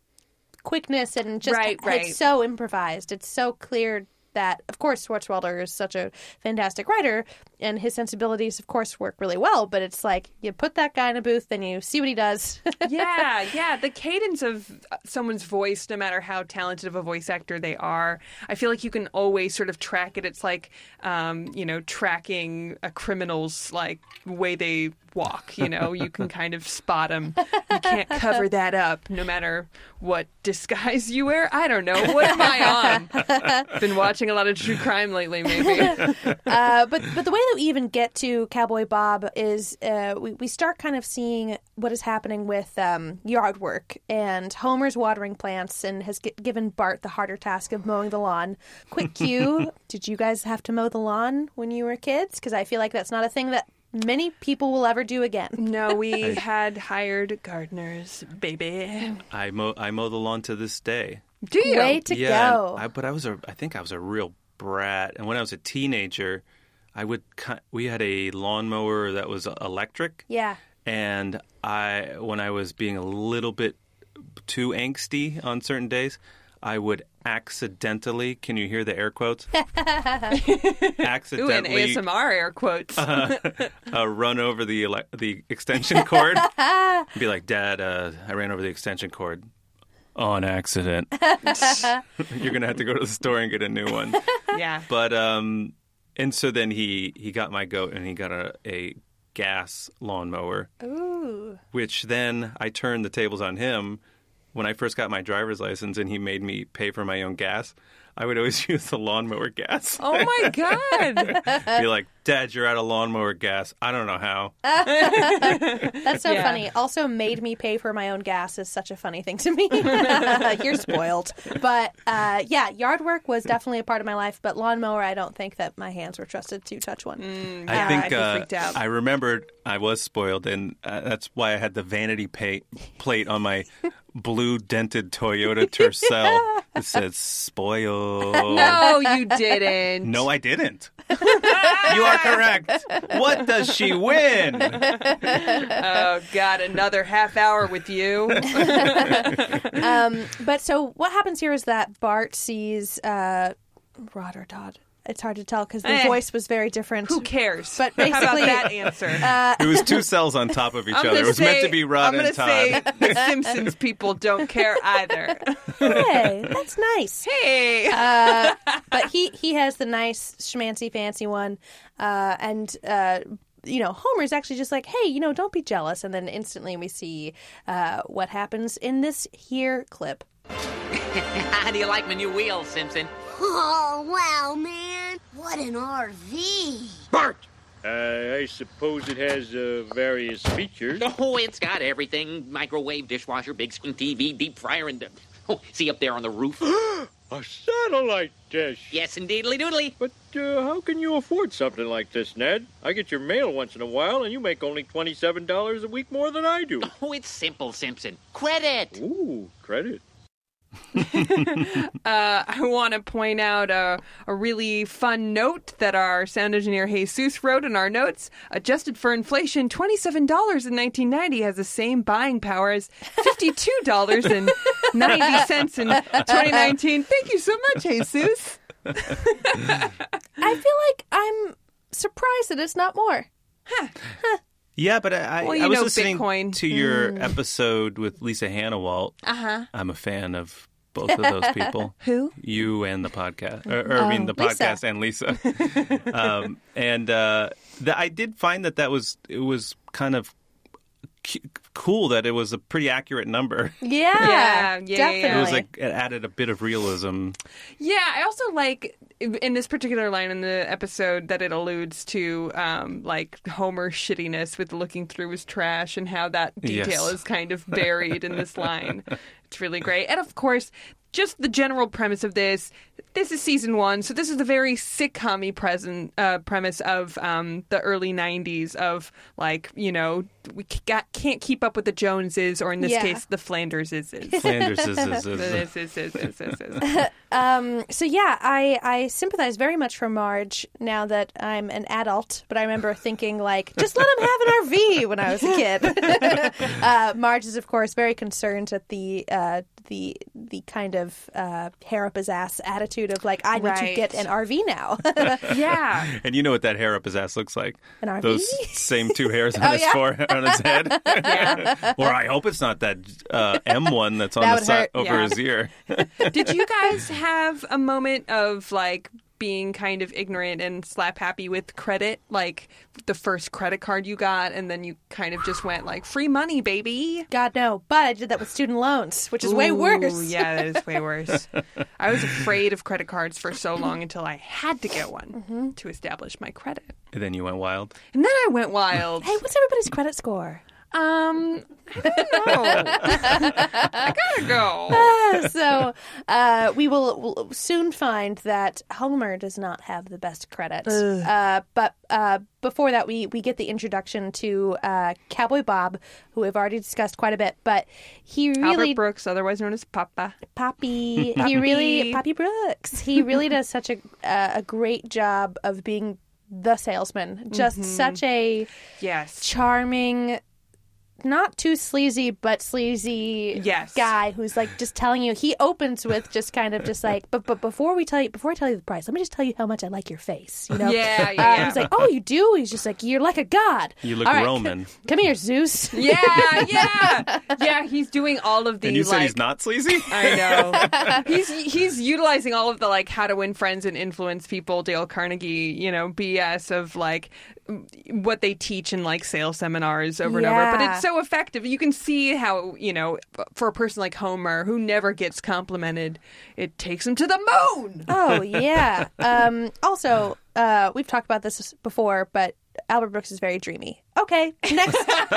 [SPEAKER 1] quickness and just
[SPEAKER 2] Right, right.
[SPEAKER 1] it's so improvised. It's so clear that of course Schwartzwelder is such a fantastic writer and his sensibilities of course work really well, but it's like you put that guy in a booth and you see what he does. <laughs>
[SPEAKER 2] yeah, yeah. The cadence of uh, someone's voice, no matter how talented of a voice actor they are, I feel like you can always sort of track it. It's like, um, you know, tracking a criminal's like way they walk. You know, you can kind of spot them. You can't cover that up, no matter what disguise you wear. I don't know. What am I on? Been watching watching a lot of true crime lately, maybe.
[SPEAKER 1] Uh, but but the way that we even get to Cowboy Bob is uh, we we start kind of seeing what is happening with um, yard work and Homer's watering plants and has gi- given Bart the harder task of mowing the lawn. Quick cue: Did you guys have to mow the lawn when you were kids? Because I feel like that's not a thing that many people will ever do again.
[SPEAKER 2] <laughs> no, we had hired gardeners, baby.
[SPEAKER 3] I mow I mow the lawn to this day.
[SPEAKER 2] Do you?
[SPEAKER 1] Way to
[SPEAKER 3] yeah, and
[SPEAKER 1] go!
[SPEAKER 3] I, but I was a I think I was a real brat, and when I was a teenager, I would ki- we had a lawnmower that was electric.
[SPEAKER 1] yeah.
[SPEAKER 3] and I when I was being a little bit too angsty on certain days, I would accidentally, can you hear the air quotes?
[SPEAKER 2] Ooh, and
[SPEAKER 3] accidentally
[SPEAKER 2] ASMR air quotes.
[SPEAKER 3] uh, run over the ele- the extension cord. Be like, "Dad, uh, I ran over the extension cord." On accident. <laughs> You're gonna have to go to the store and get a new one.
[SPEAKER 2] yeah.
[SPEAKER 3] But um, and so then he he got my goat and he got a, a gas lawnmower.
[SPEAKER 1] Ooh.
[SPEAKER 3] which then I turned the tables on him when I first got my driver's license and he made me pay for my own gas. I would always <laughs> use the lawnmower gas.
[SPEAKER 2] Oh <laughs> my god.
[SPEAKER 3] Be like, Dad, you're out of lawnmower gas. I don't know how.
[SPEAKER 1] That's so
[SPEAKER 2] Yeah.
[SPEAKER 1] funny. Also, made me pay for my own gas is such a funny thing to
[SPEAKER 2] <laughs>
[SPEAKER 1] me. You're spoiled. But uh, yeah, yard work was definitely a part of my life, but lawnmower, I don't think that my hands were trusted to touch one.
[SPEAKER 2] Mm.
[SPEAKER 3] I
[SPEAKER 2] I'd
[SPEAKER 3] think
[SPEAKER 2] be
[SPEAKER 3] uh,
[SPEAKER 2] freaked out.
[SPEAKER 3] I remembered I was spoiled, and uh, that's why I had the vanity pay- plate on my blue dented Toyota Tercel that says spoiled.
[SPEAKER 2] No, you didn't.
[SPEAKER 3] No,
[SPEAKER 2] <laughs>
[SPEAKER 3] I didn't. you are correct. What does she win?
[SPEAKER 2] Oh god, another half hour with you. <laughs>
[SPEAKER 1] Um, but so what happens here is that Bart sees uh, Rod or Todd. It's hard to tell because the
[SPEAKER 2] Eh.
[SPEAKER 1] voice was very different.
[SPEAKER 2] Who cares?
[SPEAKER 1] But
[SPEAKER 2] how about
[SPEAKER 1] basically-
[SPEAKER 2] that answer?
[SPEAKER 3] It was two cells on top of each
[SPEAKER 2] uh, I'm
[SPEAKER 3] other.
[SPEAKER 2] gonna
[SPEAKER 3] It was meant
[SPEAKER 2] say-
[SPEAKER 3] to be Rod
[SPEAKER 2] I'm
[SPEAKER 3] and Todd.
[SPEAKER 2] gonna say the Simpsons people don't care either.
[SPEAKER 1] hey, that's nice.
[SPEAKER 2] <laughs> Hey,
[SPEAKER 1] Uh, <laughs> but he he has the nice schmancy fancy one, uh, and uh, you know Homer's actually just like, hey, you know, don't be jealous. And then instantly we see uh, what happens in this here clip.
[SPEAKER 7] How do you like my new wheels, Simpson?
[SPEAKER 8] Oh, wow, man. What an RV.
[SPEAKER 9] Uh, I suppose it has uh, various features.
[SPEAKER 7] Oh, it's got everything microwave, dishwasher, big screen TV, deep fryer, and. uh, Oh, see up there on the roof?
[SPEAKER 9] A satellite dish.
[SPEAKER 7] yes, indeed, doodly.
[SPEAKER 9] But uh, how can you afford something like this, Ned? I get your mail once in a while, and you make only twenty-seven dollars a week more than I do.
[SPEAKER 7] Oh, it's simple, Simpson. Credit.
[SPEAKER 9] Ooh, credit.
[SPEAKER 2] uh, <laughs> I want to point out a, a really fun note that our sound engineer Jesus wrote in our notes. Adjusted for inflation, twenty-seven dollars in nineteen ninety has the same buying power as fifty-two dollars and ninety cents in twenty nineteen. Thank you so much, Jesus.
[SPEAKER 1] I feel like I'm surprised that it's not more.
[SPEAKER 3] Yeah, but I, I,
[SPEAKER 2] Well,
[SPEAKER 3] I
[SPEAKER 2] you
[SPEAKER 3] was
[SPEAKER 2] know
[SPEAKER 3] listening
[SPEAKER 2] Bitcoin. Hmm.
[SPEAKER 3] to your episode with Lisa Hannawalt. Uh-huh. I'm a fan of both of those people.
[SPEAKER 2] <laughs> Who? Oh,
[SPEAKER 3] You and the podcast. Or, or I mean, the
[SPEAKER 1] Lisa.
[SPEAKER 3] podcast and Lisa.
[SPEAKER 2] <laughs>
[SPEAKER 3] um, and uh, the, I did find that that was, it was kind of c- cool that it was a pretty accurate number.
[SPEAKER 1] Yeah,
[SPEAKER 2] yeah, yeah, yeah. It was
[SPEAKER 1] definitely.
[SPEAKER 3] It was like, it added a bit of realism.
[SPEAKER 2] Yeah, I also like in this particular line in the episode that it alludes to um, like Homer's shittiness with looking through his trash and how that detail
[SPEAKER 3] Yes.
[SPEAKER 2] is kind of buried in this line. It's really great. And of course, just the general premise of this this is season one, so this is the very sitcom present uh, premise of um, the early 90s of like, you know, we c- got, can't keep up with the Joneses or in this
[SPEAKER 1] Yeah.
[SPEAKER 2] case, the Flanderses.
[SPEAKER 3] <laughs>
[SPEAKER 2] <laughs>
[SPEAKER 3] Flanders is, is, is-
[SPEAKER 2] this is, is, is, is, is.
[SPEAKER 1] Um, so yeah, I, I sympathize very much for Marge now that I'm an adult, but I remember thinking like, just let him have an RV when I was a kid. <laughs> uh, Marge is of course very concerned at the uh, the the kind of uh, hair up his ass attitude of like, I need to
[SPEAKER 2] Right.
[SPEAKER 1] get an RV now. <laughs>
[SPEAKER 2] Yeah.
[SPEAKER 3] And you know what that hair up his ass looks like?
[SPEAKER 1] An RV?
[SPEAKER 3] Those same two hairs
[SPEAKER 2] <laughs> Oh,
[SPEAKER 3] on his
[SPEAKER 1] yeah?
[SPEAKER 3] forehead, on his head. <laughs> or I hope it's not that uh, M one that's on
[SPEAKER 1] That
[SPEAKER 3] the
[SPEAKER 1] would
[SPEAKER 3] side
[SPEAKER 1] hurt,
[SPEAKER 3] over
[SPEAKER 2] yeah.
[SPEAKER 3] his ear.
[SPEAKER 2] Did you guys have a moment of like being kind of ignorant and slap happy with credit, like the first credit card you got, and then you kind of just went like free money, baby.
[SPEAKER 1] God no, but I did that with student loans, which is way
[SPEAKER 2] Ooh,
[SPEAKER 1] worse.
[SPEAKER 2] yeah, that is
[SPEAKER 1] <laughs>
[SPEAKER 2] way worse. I was afraid of credit cards for so long until I had to get one
[SPEAKER 1] Mm-hmm.
[SPEAKER 2] to establish my credit.
[SPEAKER 3] And then you went wild.
[SPEAKER 2] And then I went wild.
[SPEAKER 1] Hey, what's everybody's credit score?
[SPEAKER 2] Um, I don't know. I
[SPEAKER 1] <laughs>
[SPEAKER 2] gotta go.
[SPEAKER 1] Uh, <laughs> so uh, we will will soon find that Homer does not have the best credit. Uh, but uh, before that, we, we get the introduction to uh, Cowboy Bob, who we've already discussed quite a bit. But he really
[SPEAKER 2] Albert Brooks, otherwise known as Papa.
[SPEAKER 1] Poppy. He really Poppy Brooks. He really does such a uh, a great job of being the salesman. Just such a
[SPEAKER 2] Yes.
[SPEAKER 1] charming not too sleazy but sleazy
[SPEAKER 2] Yes.
[SPEAKER 1] guy who's like just telling you he opens with just kind of just like but but before we tell you before I tell you the price let me just tell you how much I like your face you know
[SPEAKER 2] Yeah, yeah,
[SPEAKER 1] Uh,
[SPEAKER 2] yeah.
[SPEAKER 1] he's like oh you do he's just like you're like a god
[SPEAKER 3] You look
[SPEAKER 1] All right,
[SPEAKER 3] Roman.
[SPEAKER 1] c- come here
[SPEAKER 2] <laughs>
[SPEAKER 1] Zeus <laughs>
[SPEAKER 2] Yeah, yeah, yeah. He's doing all of the.
[SPEAKER 3] and you
[SPEAKER 2] like,
[SPEAKER 3] said he's
[SPEAKER 2] <laughs>
[SPEAKER 3] not sleazy?
[SPEAKER 2] I know. <laughs> he's he's utilizing all of the like how to win friends and influence people, Dale Carnegie, you know, BS of like what they teach in like sales seminars over and over. But
[SPEAKER 1] Yeah.
[SPEAKER 2] it's so effective. You can see how you know for a person like Homer who never gets complimented, it takes him to the moon.
[SPEAKER 1] Oh yeah. Um, also, uh, we've talked about this before, but Albert Brooks is very dreamy. Okay,
[SPEAKER 2] <laughs>
[SPEAKER 1] next clip. <laughs>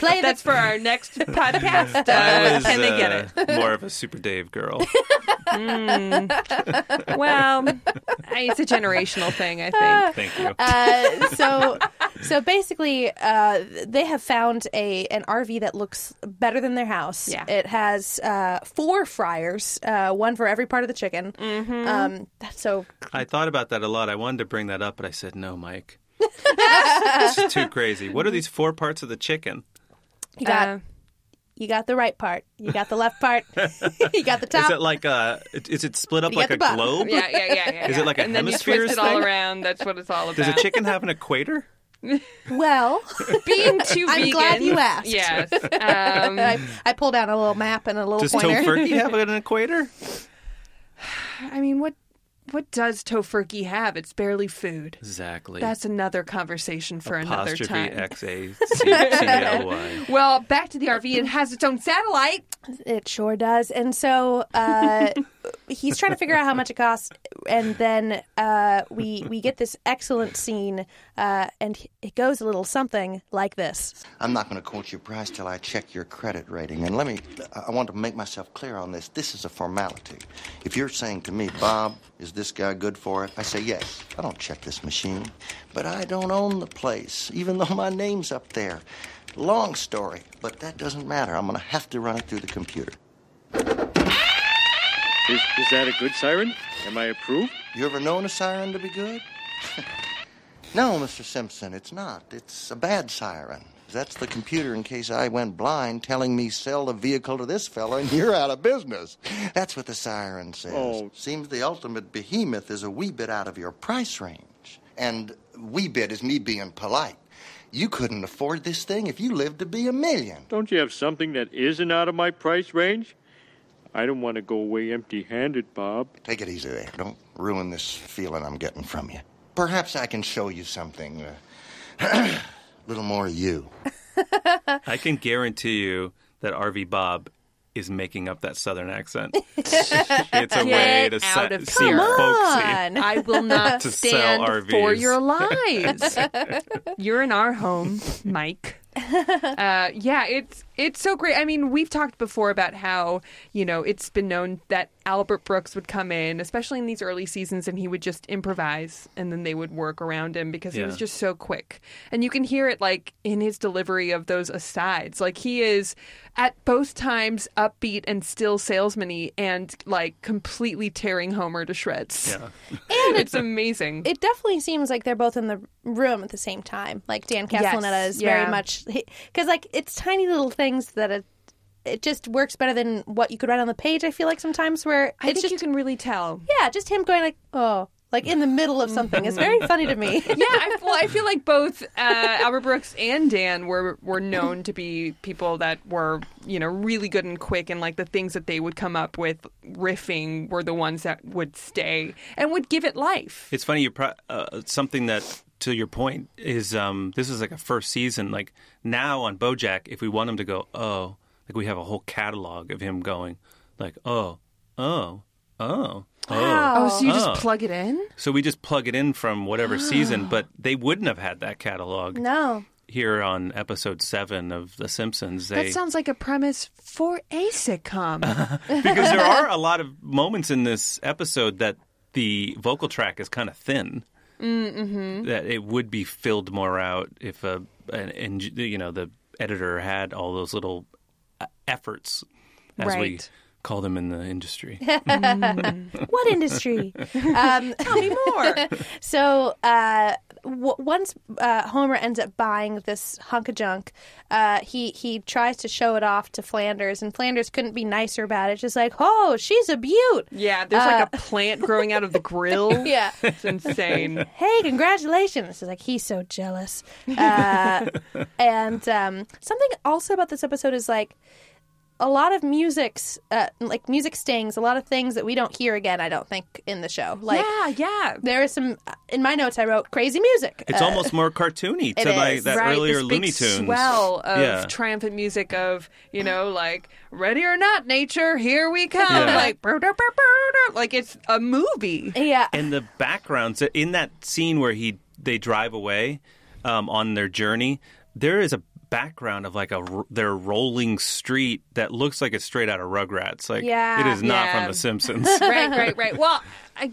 [SPEAKER 1] Play that.
[SPEAKER 2] That's for our next podcast.
[SPEAKER 3] I
[SPEAKER 2] Uh,
[SPEAKER 3] was
[SPEAKER 2] can they get
[SPEAKER 3] uh,
[SPEAKER 2] it?
[SPEAKER 3] more of a Super Dave girl.
[SPEAKER 2] Well, I- it's a generational thing, I
[SPEAKER 3] <laughs>
[SPEAKER 2] think. <laughs>
[SPEAKER 3] Thank you.
[SPEAKER 1] Uh, so, so basically, uh, they have found a an RV that looks better than their house.
[SPEAKER 2] Yeah.
[SPEAKER 1] It has uh, four fryers, uh, one for every part of the chicken.
[SPEAKER 2] Mm-hmm.
[SPEAKER 1] Um, that's so
[SPEAKER 3] I thought about that a lot. I wanted to bring that up, but I said,
[SPEAKER 2] <laughs>
[SPEAKER 3] no, Mike. this is too crazy. What are these four parts of the chicken?
[SPEAKER 1] you got
[SPEAKER 2] Uh,
[SPEAKER 1] you got the right part, you got the left part, <laughs> you got the top.
[SPEAKER 3] Is it like a? Is it split up
[SPEAKER 1] You
[SPEAKER 3] like
[SPEAKER 1] got
[SPEAKER 3] a
[SPEAKER 1] the bottom.
[SPEAKER 3] globe?
[SPEAKER 2] yeah, <laughs> yeah, yeah, yeah.
[SPEAKER 3] Is it like a
[SPEAKER 2] and then you
[SPEAKER 3] hemispheres
[SPEAKER 2] twist it all
[SPEAKER 3] thing?
[SPEAKER 2] around. That's what it's all about.
[SPEAKER 3] Does a chicken have an equator?
[SPEAKER 2] <laughs>
[SPEAKER 1] well,
[SPEAKER 2] being too
[SPEAKER 1] I'm
[SPEAKER 2] vegan.
[SPEAKER 1] glad you asked.
[SPEAKER 2] Yes. Um,
[SPEAKER 1] I, I pull down a little map and a little
[SPEAKER 3] Does
[SPEAKER 1] pointer.
[SPEAKER 3] tofurkey
[SPEAKER 2] <laughs>
[SPEAKER 3] have an equator?
[SPEAKER 2] I mean, what what does tofurkey have? It's barely food.
[SPEAKER 3] Exactly.
[SPEAKER 2] That's another conversation for another
[SPEAKER 3] apostrophe
[SPEAKER 2] time. <laughs>
[SPEAKER 3] x a c t l y.
[SPEAKER 2] well, back to the RV. It has its own satellite.
[SPEAKER 1] It sure does. And so uh, he's trying to figure out how much it costs, and then uh, we we get this excellent scene, uh, and it goes a little something like this.
[SPEAKER 10] I'm not going to quote your price till I check your credit rating. And let me, I- I want to make myself clear on this. This is a formality. If you're saying to me, Bob, is this guy good for it? I say, yes. I don't check this machine. But I don't own the place, even though my name's up there. Long story, but that doesn't matter. I'm going to have to run it through the computer.
[SPEAKER 9] Is, is that a good siren? Am I approved?
[SPEAKER 10] You ever known a siren to be good? <laughs> no, Mr. Simpson, it's not. It's a bad siren. That's the computer in case I went blind telling me sell the vehicle to this fella and you're out of business. That's what the siren says.
[SPEAKER 9] Oh.
[SPEAKER 10] Seems the ultimate behemoth is a wee bit out of your price range. And wee bit is me being polite. You couldn't afford this thing if you lived to be a million.
[SPEAKER 9] Don't you have something that isn't out of my price range? I don't want to go away empty handed, Bob.
[SPEAKER 10] Take it easy there. Don't ruin this feeling I'm getting from you. Perhaps I can show you something. A <clears throat> little more of you.
[SPEAKER 3] I can guarantee you that RV Bob is making up that
[SPEAKER 2] <laughs>
[SPEAKER 3] southern accent. it's a way
[SPEAKER 2] Get
[SPEAKER 3] to
[SPEAKER 2] out
[SPEAKER 3] se-
[SPEAKER 2] of
[SPEAKER 3] seem
[SPEAKER 2] here.
[SPEAKER 3] folksy.
[SPEAKER 1] Fun.
[SPEAKER 2] I will
[SPEAKER 3] <laughs>
[SPEAKER 2] not
[SPEAKER 3] To sell
[SPEAKER 2] stand for
[SPEAKER 3] RVs.
[SPEAKER 2] your lies. <laughs> You're in our home, Mike. Uh, yeah, it's it's so great. I mean, we've talked before about how you know it's been known that Albert Brooks would come in, especially in these early seasons, and he would just improvise, and then they would work around him because he was
[SPEAKER 3] Yeah.
[SPEAKER 2] just so quick. And you can hear it like in his delivery of those asides. Like he is at both times upbeat and still salesman-y, and like completely tearing Homer to shreds.
[SPEAKER 3] Yeah.
[SPEAKER 2] And <laughs> it's amazing.
[SPEAKER 1] It definitely seems like they're both in the room at the same time. Like Dan
[SPEAKER 2] Yes,
[SPEAKER 1] Castellaneta is
[SPEAKER 2] yeah.
[SPEAKER 1] very much because like it's tiny little things that it it just works better than what you could write on the page. I feel like sometimes where
[SPEAKER 2] I
[SPEAKER 1] it's
[SPEAKER 2] think
[SPEAKER 1] just
[SPEAKER 2] you can really tell.
[SPEAKER 1] yeah, just him going like oh like in the middle of something. It's very funny to me.
[SPEAKER 2] yeah, I, well, I feel like both uh, Albert Brooks and Dan were were known to be people that were you know really good and quick, and like the things that they would come up with riffing were the ones that would stay and would give it life.
[SPEAKER 3] It's funny you pro- uh, something that to your point is um, this is like a first season. Like now on BoJack, if we want him to go, oh, like we have a whole catalog of him going, like oh, oh, oh. Oh,
[SPEAKER 2] Oh, so you
[SPEAKER 3] oh.
[SPEAKER 2] just plug it in?
[SPEAKER 3] So we just plug it in from
[SPEAKER 2] <gasps>
[SPEAKER 3] whatever season, but they wouldn't have had that catalog
[SPEAKER 1] No.
[SPEAKER 3] here on episode seven of The Simpsons. They,
[SPEAKER 2] That sounds like a premise for a <laughs> sitcom.
[SPEAKER 3] because there are a lot of moments in this episode that the vocal track is kind of thin. Mm-hmm. That it would be filled more out if a an, en- you know the editor had all those little uh, efforts, as we
[SPEAKER 2] Right.
[SPEAKER 3] call them in the
[SPEAKER 2] <laughs>
[SPEAKER 3] industry.
[SPEAKER 1] What industry? Um, Tell me more. so uh, w- once uh, Homer ends up buying this hunk of junk, uh, he he tries to show it off to Flanders, and Flanders couldn't be nicer about it. Just like, oh, she's a beaut.
[SPEAKER 2] yeah, there's like a plant growing out of <laughs> the grill.
[SPEAKER 1] Yeah.
[SPEAKER 2] It's insane.
[SPEAKER 1] hey, congratulations. It's like, he's so
[SPEAKER 2] <laughs>
[SPEAKER 1] jealous. Uh, and um, something also about this episode is like, a lot of music's uh, like music stings, a lot of things that we don't hear again. I don't think in the show. Like,
[SPEAKER 2] yeah, yeah.
[SPEAKER 1] there is some uh, in my notes. I wrote crazy music.
[SPEAKER 3] It's
[SPEAKER 1] Uh,
[SPEAKER 3] almost more cartoony to
[SPEAKER 1] it
[SPEAKER 3] like
[SPEAKER 1] is,
[SPEAKER 3] that
[SPEAKER 2] right,
[SPEAKER 3] earlier
[SPEAKER 2] this big
[SPEAKER 3] Looney Tunes.
[SPEAKER 2] swell of
[SPEAKER 3] yeah.
[SPEAKER 2] triumphant music of you know like ready or not nature here we come
[SPEAKER 3] Yeah.
[SPEAKER 2] like brr, brr, brr, brr, brr. like it's
[SPEAKER 1] <laughs>
[SPEAKER 2] a movie
[SPEAKER 1] yeah.
[SPEAKER 3] and the backgrounds in that scene where he they drive away um, on their journey there is a background of like a r- their rolling street that looks like it's straight out of rugrats like
[SPEAKER 1] Yeah.
[SPEAKER 3] it is not
[SPEAKER 2] Yeah. <laughs>
[SPEAKER 3] from the simpsons
[SPEAKER 2] right right right well I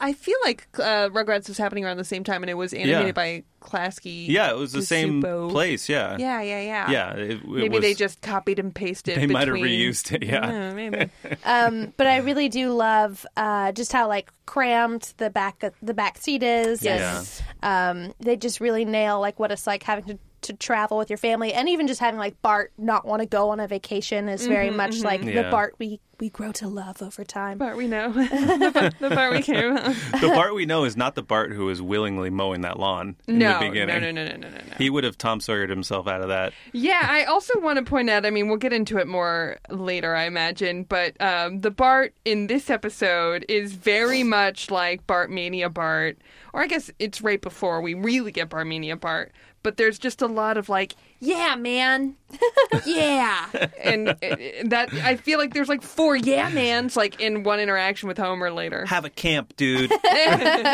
[SPEAKER 2] I feel like uh, Rugrats was happening around the same time and it was animated
[SPEAKER 3] Yeah.
[SPEAKER 2] by Klasky
[SPEAKER 3] yeah it was the same
[SPEAKER 2] Kusubo.
[SPEAKER 3] place yeah
[SPEAKER 2] yeah yeah yeah
[SPEAKER 3] yeah it, it
[SPEAKER 2] maybe
[SPEAKER 3] was,
[SPEAKER 2] they just copied and pasted
[SPEAKER 3] they might have
[SPEAKER 2] between-
[SPEAKER 3] reused it yeah
[SPEAKER 2] Yeah,
[SPEAKER 3] <laughs>
[SPEAKER 2] maybe
[SPEAKER 1] Um, but I really do love uh, just how like crammed the back the back seat is.
[SPEAKER 3] Yes.
[SPEAKER 1] And, um, they just really nail like what it's like having to. To travel with your family, and even just having like Bart not want to go on a vacation is very much like the
[SPEAKER 3] Yeah.
[SPEAKER 1] Bart we we grow to love over time.
[SPEAKER 2] Mm-hmm, but we know <laughs> the, part, the part we care about
[SPEAKER 3] the
[SPEAKER 2] <laughs>
[SPEAKER 3] bart we know is not the bart who was willingly mowing that lawn in
[SPEAKER 2] no,
[SPEAKER 3] the
[SPEAKER 2] no
[SPEAKER 3] beginning
[SPEAKER 2] no no no no no no
[SPEAKER 3] he would have tom sawyered himself out of that
[SPEAKER 2] Yeah, I also want to point out. I mean, we'll get into it more later, I imagine. But um, the Bart in this episode is very much like Bartmania Bart, or I guess it's right before we really get Bartmania Bart. But there's just a lot of like, yeah,
[SPEAKER 1] <laughs>
[SPEAKER 2] man, yeah, and uh, that I feel like there's like four yeah mans like in one interaction with Homer
[SPEAKER 3] <laughs>
[SPEAKER 2] later.
[SPEAKER 3] have a
[SPEAKER 2] <laughs>
[SPEAKER 3] camp dude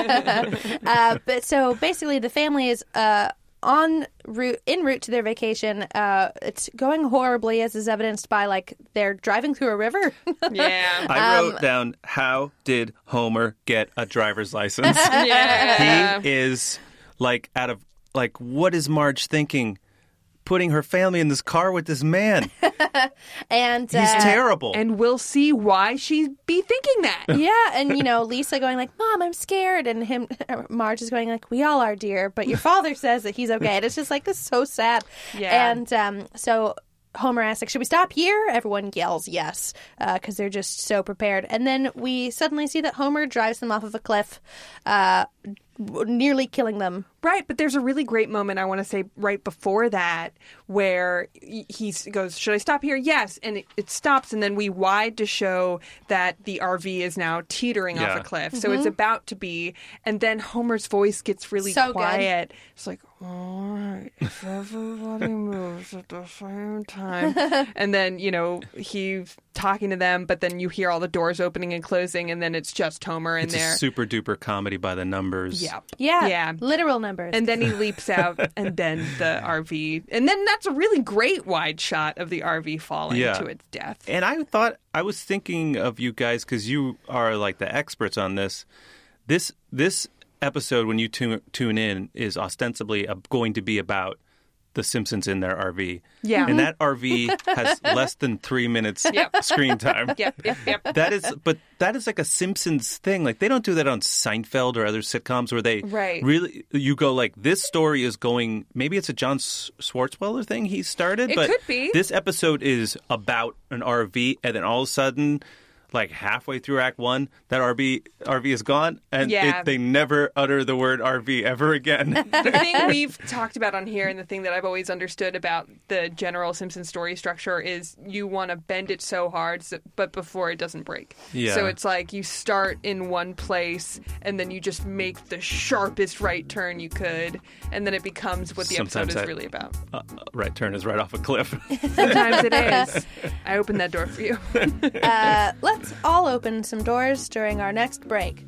[SPEAKER 1] uh, but so basically, the family is uh, on route in route to their vacation. Uh, it's going horribly, as is evidenced by like they're driving through a river. <laughs>
[SPEAKER 2] Yeah,
[SPEAKER 3] I wrote down how did Homer get a driver's license?
[SPEAKER 2] yeah.
[SPEAKER 3] he is like out of like what is Marge thinking? Putting her family in this car with
[SPEAKER 2] <laughs>
[SPEAKER 3] this man.
[SPEAKER 1] and
[SPEAKER 3] He's
[SPEAKER 1] uh,
[SPEAKER 3] terrible.
[SPEAKER 2] And we'll see why she be thinking that.
[SPEAKER 1] yeah, and you know Lisa going like, "Mom, I'm scared," and him <laughs> Marge is going like, "We all are, dear," but your father <laughs> says that he's okay, and it's just like this is so sad.
[SPEAKER 2] Yeah.
[SPEAKER 1] and um, so. Homer asks, like, "Should we stop here?" Everyone yells yes because they're just so prepared. And then we suddenly see that Homer drives them off of a cliff, uh, w- nearly killing them.
[SPEAKER 2] Right, but there's a really great moment I want to say right before that where he he s- goes, "Should I stop here?" Yes, and it, it stops, and then we wide to show that the RV is now teetering off
[SPEAKER 3] Yeah.
[SPEAKER 2] a cliff, so it's about to be, and then Homer's voice gets really
[SPEAKER 1] Mm-hmm. So good.
[SPEAKER 2] quiet. It's like, "All right, if everybody moves at the same
[SPEAKER 1] <laughs>
[SPEAKER 2] time," and then you know he's talking to them, but then you hear all the doors opening and closing, and then it's just Homer in
[SPEAKER 3] it's
[SPEAKER 2] there.
[SPEAKER 3] a super duper comedy by the numbers.
[SPEAKER 2] Yep.
[SPEAKER 1] Yeah,
[SPEAKER 2] Yeah.
[SPEAKER 1] literal numbers.
[SPEAKER 2] And then he
[SPEAKER 3] <laughs>
[SPEAKER 2] leaps out, and then the RV, and then that's a really great wide shot of the RV falling
[SPEAKER 3] Yeah.
[SPEAKER 2] to its death.
[SPEAKER 3] And I thought I was thinking of you guys because you are like the experts on this. This this episode when you tune tune in is ostensibly uh, going to be about the Simpsons in their RV.
[SPEAKER 2] Yeah. Mm-hmm.
[SPEAKER 3] and that RV
[SPEAKER 2] <laughs>
[SPEAKER 3] has less than three minutes
[SPEAKER 2] Yep.
[SPEAKER 3] screen time.
[SPEAKER 2] Yep, yep, yep.
[SPEAKER 3] That is, but that is like a Simpsons thing. Like they don't do that on Seinfeld or other sitcoms where they
[SPEAKER 2] Right.
[SPEAKER 3] really you go like this story is going. Maybe it's a John S- Swartzwelder thing he started,
[SPEAKER 2] It
[SPEAKER 3] but
[SPEAKER 2] could be.
[SPEAKER 3] this episode is about an RV, and then all of a sudden, like halfway through Act One that RV RV is gone, and
[SPEAKER 2] Yeah.
[SPEAKER 3] it, they never utter the word RV
[SPEAKER 2] <laughs>
[SPEAKER 3] ever again.
[SPEAKER 2] the thing we've talked about on here and the thing that I've always understood about the general Simpson story structure is you want to bend it so hard, so, but before it doesn't break.
[SPEAKER 3] Yeah.
[SPEAKER 2] So it's like you start in one place and then you just make the sharpest right turn you could, and then it becomes what the episode
[SPEAKER 3] Sometimes
[SPEAKER 2] is
[SPEAKER 3] that-
[SPEAKER 2] really about.
[SPEAKER 3] Uh, uh, right turn is right off a cliff.
[SPEAKER 2] Sometimes it
[SPEAKER 3] <laughs>
[SPEAKER 2] is. I opened that door for you.
[SPEAKER 1] Uh, let's all open some doors during our next break.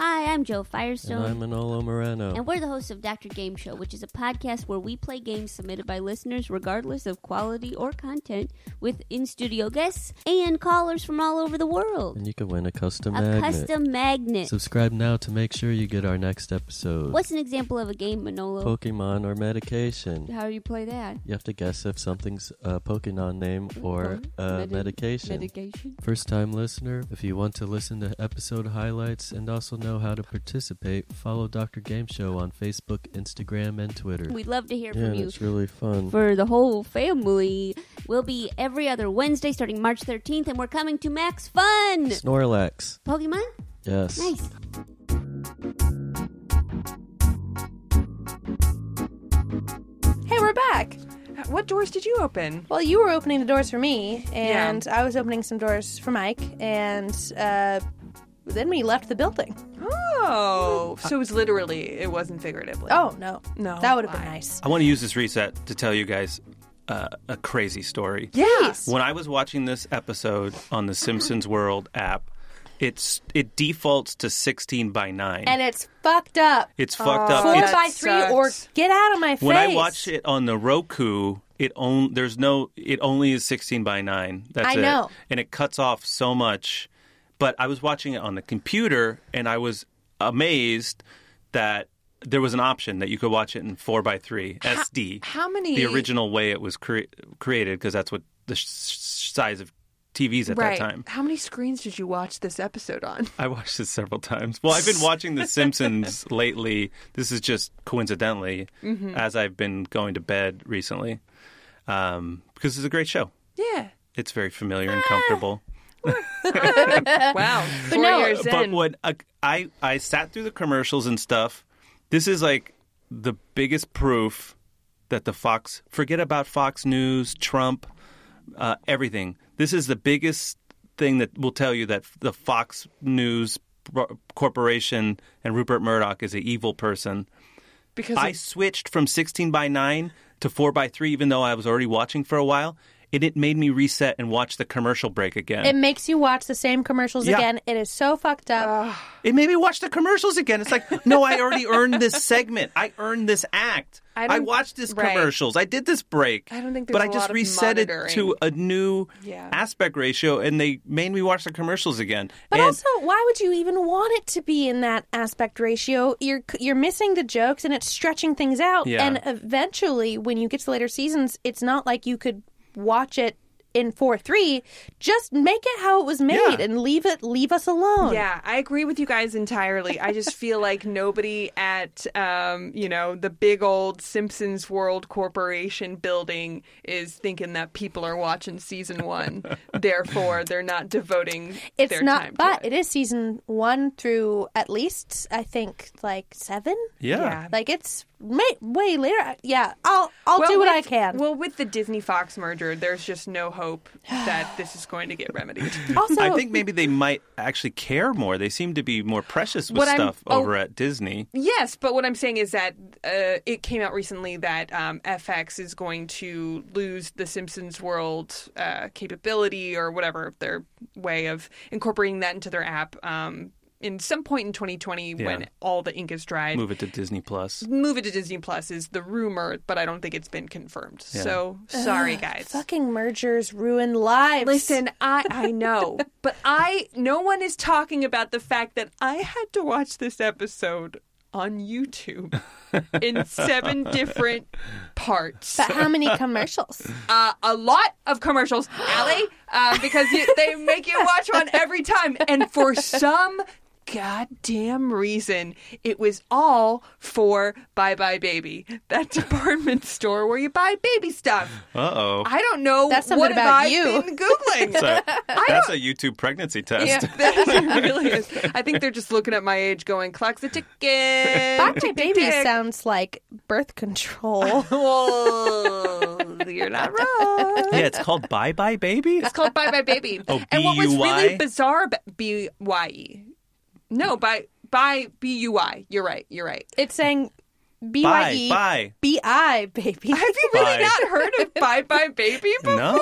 [SPEAKER 11] Hi, I'm Joe Firestone.
[SPEAKER 12] And I'm Manolo Moreno.
[SPEAKER 11] And we're the hosts of Dr. Game Show, which is a podcast where we play games submitted by listeners, regardless of quality or content, with in studio guests and callers from all over the world.
[SPEAKER 12] And you can win a custom
[SPEAKER 11] A
[SPEAKER 12] magnet.
[SPEAKER 11] custom magnet.
[SPEAKER 12] Subscribe now to make sure you get our next episode.
[SPEAKER 11] What's an example of a game, Manolo?
[SPEAKER 12] Pokemon or medication?
[SPEAKER 11] How do you play that?
[SPEAKER 12] You have to guess if something's a Pokemon name or uh,
[SPEAKER 11] Medi-
[SPEAKER 12] medication.
[SPEAKER 11] medication?
[SPEAKER 12] First time listener, if you want to listen to episode highlights and also know how to participate, follow Dr. Game Show on Facebook, Instagram, and Twitter.
[SPEAKER 11] We'd love to hear
[SPEAKER 12] yeah,
[SPEAKER 11] from you.
[SPEAKER 12] It's really fun.
[SPEAKER 11] For the whole family, we'll be every other Wednesday starting March 13th, and we're coming to Max Fun!
[SPEAKER 12] Snorlax.
[SPEAKER 11] Pokemon?
[SPEAKER 12] Yes.
[SPEAKER 11] Nice.
[SPEAKER 1] Hey, we're back.
[SPEAKER 2] What doors did you open?
[SPEAKER 1] Well, you were opening the doors for me, and I was opening some doors for Mike, and uh, then we left the building.
[SPEAKER 2] Oh, so it was literally, it wasn't figuratively.
[SPEAKER 1] Oh, no.
[SPEAKER 2] No.
[SPEAKER 1] That would have been nice.
[SPEAKER 3] I want to use this reset to tell you guys uh, a crazy story.
[SPEAKER 1] Yeah.
[SPEAKER 3] When I was watching this episode on the Simpsons World app, it's it defaults to 16 by 9.
[SPEAKER 1] And Oh. it's fucked up.
[SPEAKER 3] It's fucked up.
[SPEAKER 1] Four
[SPEAKER 3] It's-
[SPEAKER 1] by three, or get out of my face.
[SPEAKER 3] when I watch it on the Roku, it on, there's no it only is 16 by 9. That's
[SPEAKER 1] I
[SPEAKER 3] it.
[SPEAKER 1] know.
[SPEAKER 3] And it cuts off so much. But I was watching it on the computer and I was amazed that there was an option that you could watch it in 4 by 3 SD.
[SPEAKER 2] how many-
[SPEAKER 3] The original way it was cre- created because that's what the sh- size of TVs at
[SPEAKER 2] right.
[SPEAKER 3] that time.
[SPEAKER 2] How many screens did you watch this episode on?
[SPEAKER 3] I watched this several times. Well, I've been watching The Simpsons lately. This is just coincidentally
[SPEAKER 2] Mhm.
[SPEAKER 3] as I've been going to bed recently um, because it's a great show.
[SPEAKER 2] Yeah.
[SPEAKER 3] It's very familiar and comfortable.
[SPEAKER 2] wow. Four years
[SPEAKER 3] but
[SPEAKER 2] in.
[SPEAKER 3] when uh, I I sat through the commercials and stuff, this is like the biggest proof that the Fox forget about Fox News, Trump, uh, everything. This is the biggest thing that will tell you that the Fox News pro- corporation and Rupert Murdoch is an evil person.
[SPEAKER 2] Because
[SPEAKER 3] I
[SPEAKER 2] of-
[SPEAKER 3] switched from 16 by 9 to 4 by 3 even though I was already watching for a while, and it made me reset and watch the commercial break again.
[SPEAKER 1] It makes you watch the same commercials
[SPEAKER 3] Yeah.
[SPEAKER 1] again. It is so fucked up.
[SPEAKER 3] It made me watch the commercials again. It's like, no, I already earned this segment. I earned this act.
[SPEAKER 2] I
[SPEAKER 3] I,
[SPEAKER 2] don't-
[SPEAKER 3] watched this
[SPEAKER 2] right.
[SPEAKER 3] commercials. I did this break.
[SPEAKER 2] I don't think
[SPEAKER 3] but
[SPEAKER 2] there's
[SPEAKER 3] I
[SPEAKER 2] a
[SPEAKER 3] just
[SPEAKER 2] lot of
[SPEAKER 3] reset it to
[SPEAKER 2] monitoring.
[SPEAKER 3] a new
[SPEAKER 2] Yeah.
[SPEAKER 3] aspect ratio, and they made me watch the commercials again.
[SPEAKER 1] But
[SPEAKER 3] and
[SPEAKER 1] also, why would you even want it to be in that aspect ratio? You're you're missing the jokes, and it's stretching things out.
[SPEAKER 3] Yeah.
[SPEAKER 1] And eventually, when you get to later seasons, it's not like you could watch it in four three. Just make it how it was made, and leave it. Leave us alone.
[SPEAKER 2] Yeah, I agree with you guys entirely. I just feel like nobody at um, you know the big old Simpsons World Corporation building is thinking that people are watching season
[SPEAKER 3] <laughs>
[SPEAKER 2] one. Therefore, they're not devoting
[SPEAKER 1] It's
[SPEAKER 2] their
[SPEAKER 1] not,
[SPEAKER 2] time.
[SPEAKER 1] but it is season one through at least I think like seven.
[SPEAKER 2] Yeah. Yeah.
[SPEAKER 1] like it's ma way later. I- Yeah, I'll I'll
[SPEAKER 2] Well,
[SPEAKER 1] do what I
[SPEAKER 2] with-
[SPEAKER 1] can.
[SPEAKER 2] Well, with the Disney Fox merger, there's just
[SPEAKER 1] <sighs>
[SPEAKER 2] no hope that this is going to get remedied.
[SPEAKER 3] I think maybe they might actually care more. They seem to be more precious with
[SPEAKER 2] What I'm-
[SPEAKER 3] stuff
[SPEAKER 2] oh.
[SPEAKER 3] over at Disney.
[SPEAKER 2] Yes, but what I'm saying is that uh, it came out recently that um, FX is going to lose the Simpsons World uh, capability or whatever their way of incorporating that into their app um, in some point in 2020
[SPEAKER 3] Yeah.
[SPEAKER 2] when all the ink is dried.
[SPEAKER 3] Move it to Disney Plus.
[SPEAKER 2] Move it to Disney Plus is the rumor, but I don't think it's been confirmed.
[SPEAKER 3] Yeah.
[SPEAKER 2] So sorry,
[SPEAKER 1] Ugh,
[SPEAKER 2] guys.
[SPEAKER 1] Fucking mergers ruin lives.
[SPEAKER 2] Listen, I I know, but I no one is talking about the fact that I had to watch this episode on YouTube in seven different parts.
[SPEAKER 1] But how <laughs> many commercials?
[SPEAKER 2] Uh, a lot of commercials, Allie, uh, because you, they make you watch one every time, and for some goddamn reason, it was all for Bye Bye Baby, that <laughs> department store where you buy baby stuff.
[SPEAKER 3] Uh oh.
[SPEAKER 2] I don't know
[SPEAKER 1] That's something
[SPEAKER 2] what
[SPEAKER 1] about
[SPEAKER 2] have I
[SPEAKER 1] you.
[SPEAKER 2] been
[SPEAKER 1] <laughs>
[SPEAKER 2] googling.
[SPEAKER 3] That's a,
[SPEAKER 2] <laughs> I
[SPEAKER 3] that's a YouTube pregnancy
[SPEAKER 2] <laughs>
[SPEAKER 3] test.
[SPEAKER 2] it really is. I think they're just looking at my age, going, "Clock's a ticking."
[SPEAKER 1] Bye bye baby sounds like birth
[SPEAKER 2] <laughs>
[SPEAKER 1] control.
[SPEAKER 2] Well, you're not wrong.
[SPEAKER 3] <laughs> Yeah, it's called Bye Bye Baby.
[SPEAKER 2] It's <laughs> called Bye Bye Baby.
[SPEAKER 3] Oh,
[SPEAKER 2] and what was
[SPEAKER 3] B-U-Y?
[SPEAKER 2] really bizarre, B Y E. No, by by B U Y. You're right. You're right.
[SPEAKER 1] It's saying B Y
[SPEAKER 3] Bye,
[SPEAKER 1] E
[SPEAKER 3] bye.
[SPEAKER 1] B I baby.
[SPEAKER 2] Have you really
[SPEAKER 3] Bye.
[SPEAKER 2] not heard of Bye Bye Baby before?
[SPEAKER 3] <laughs> No.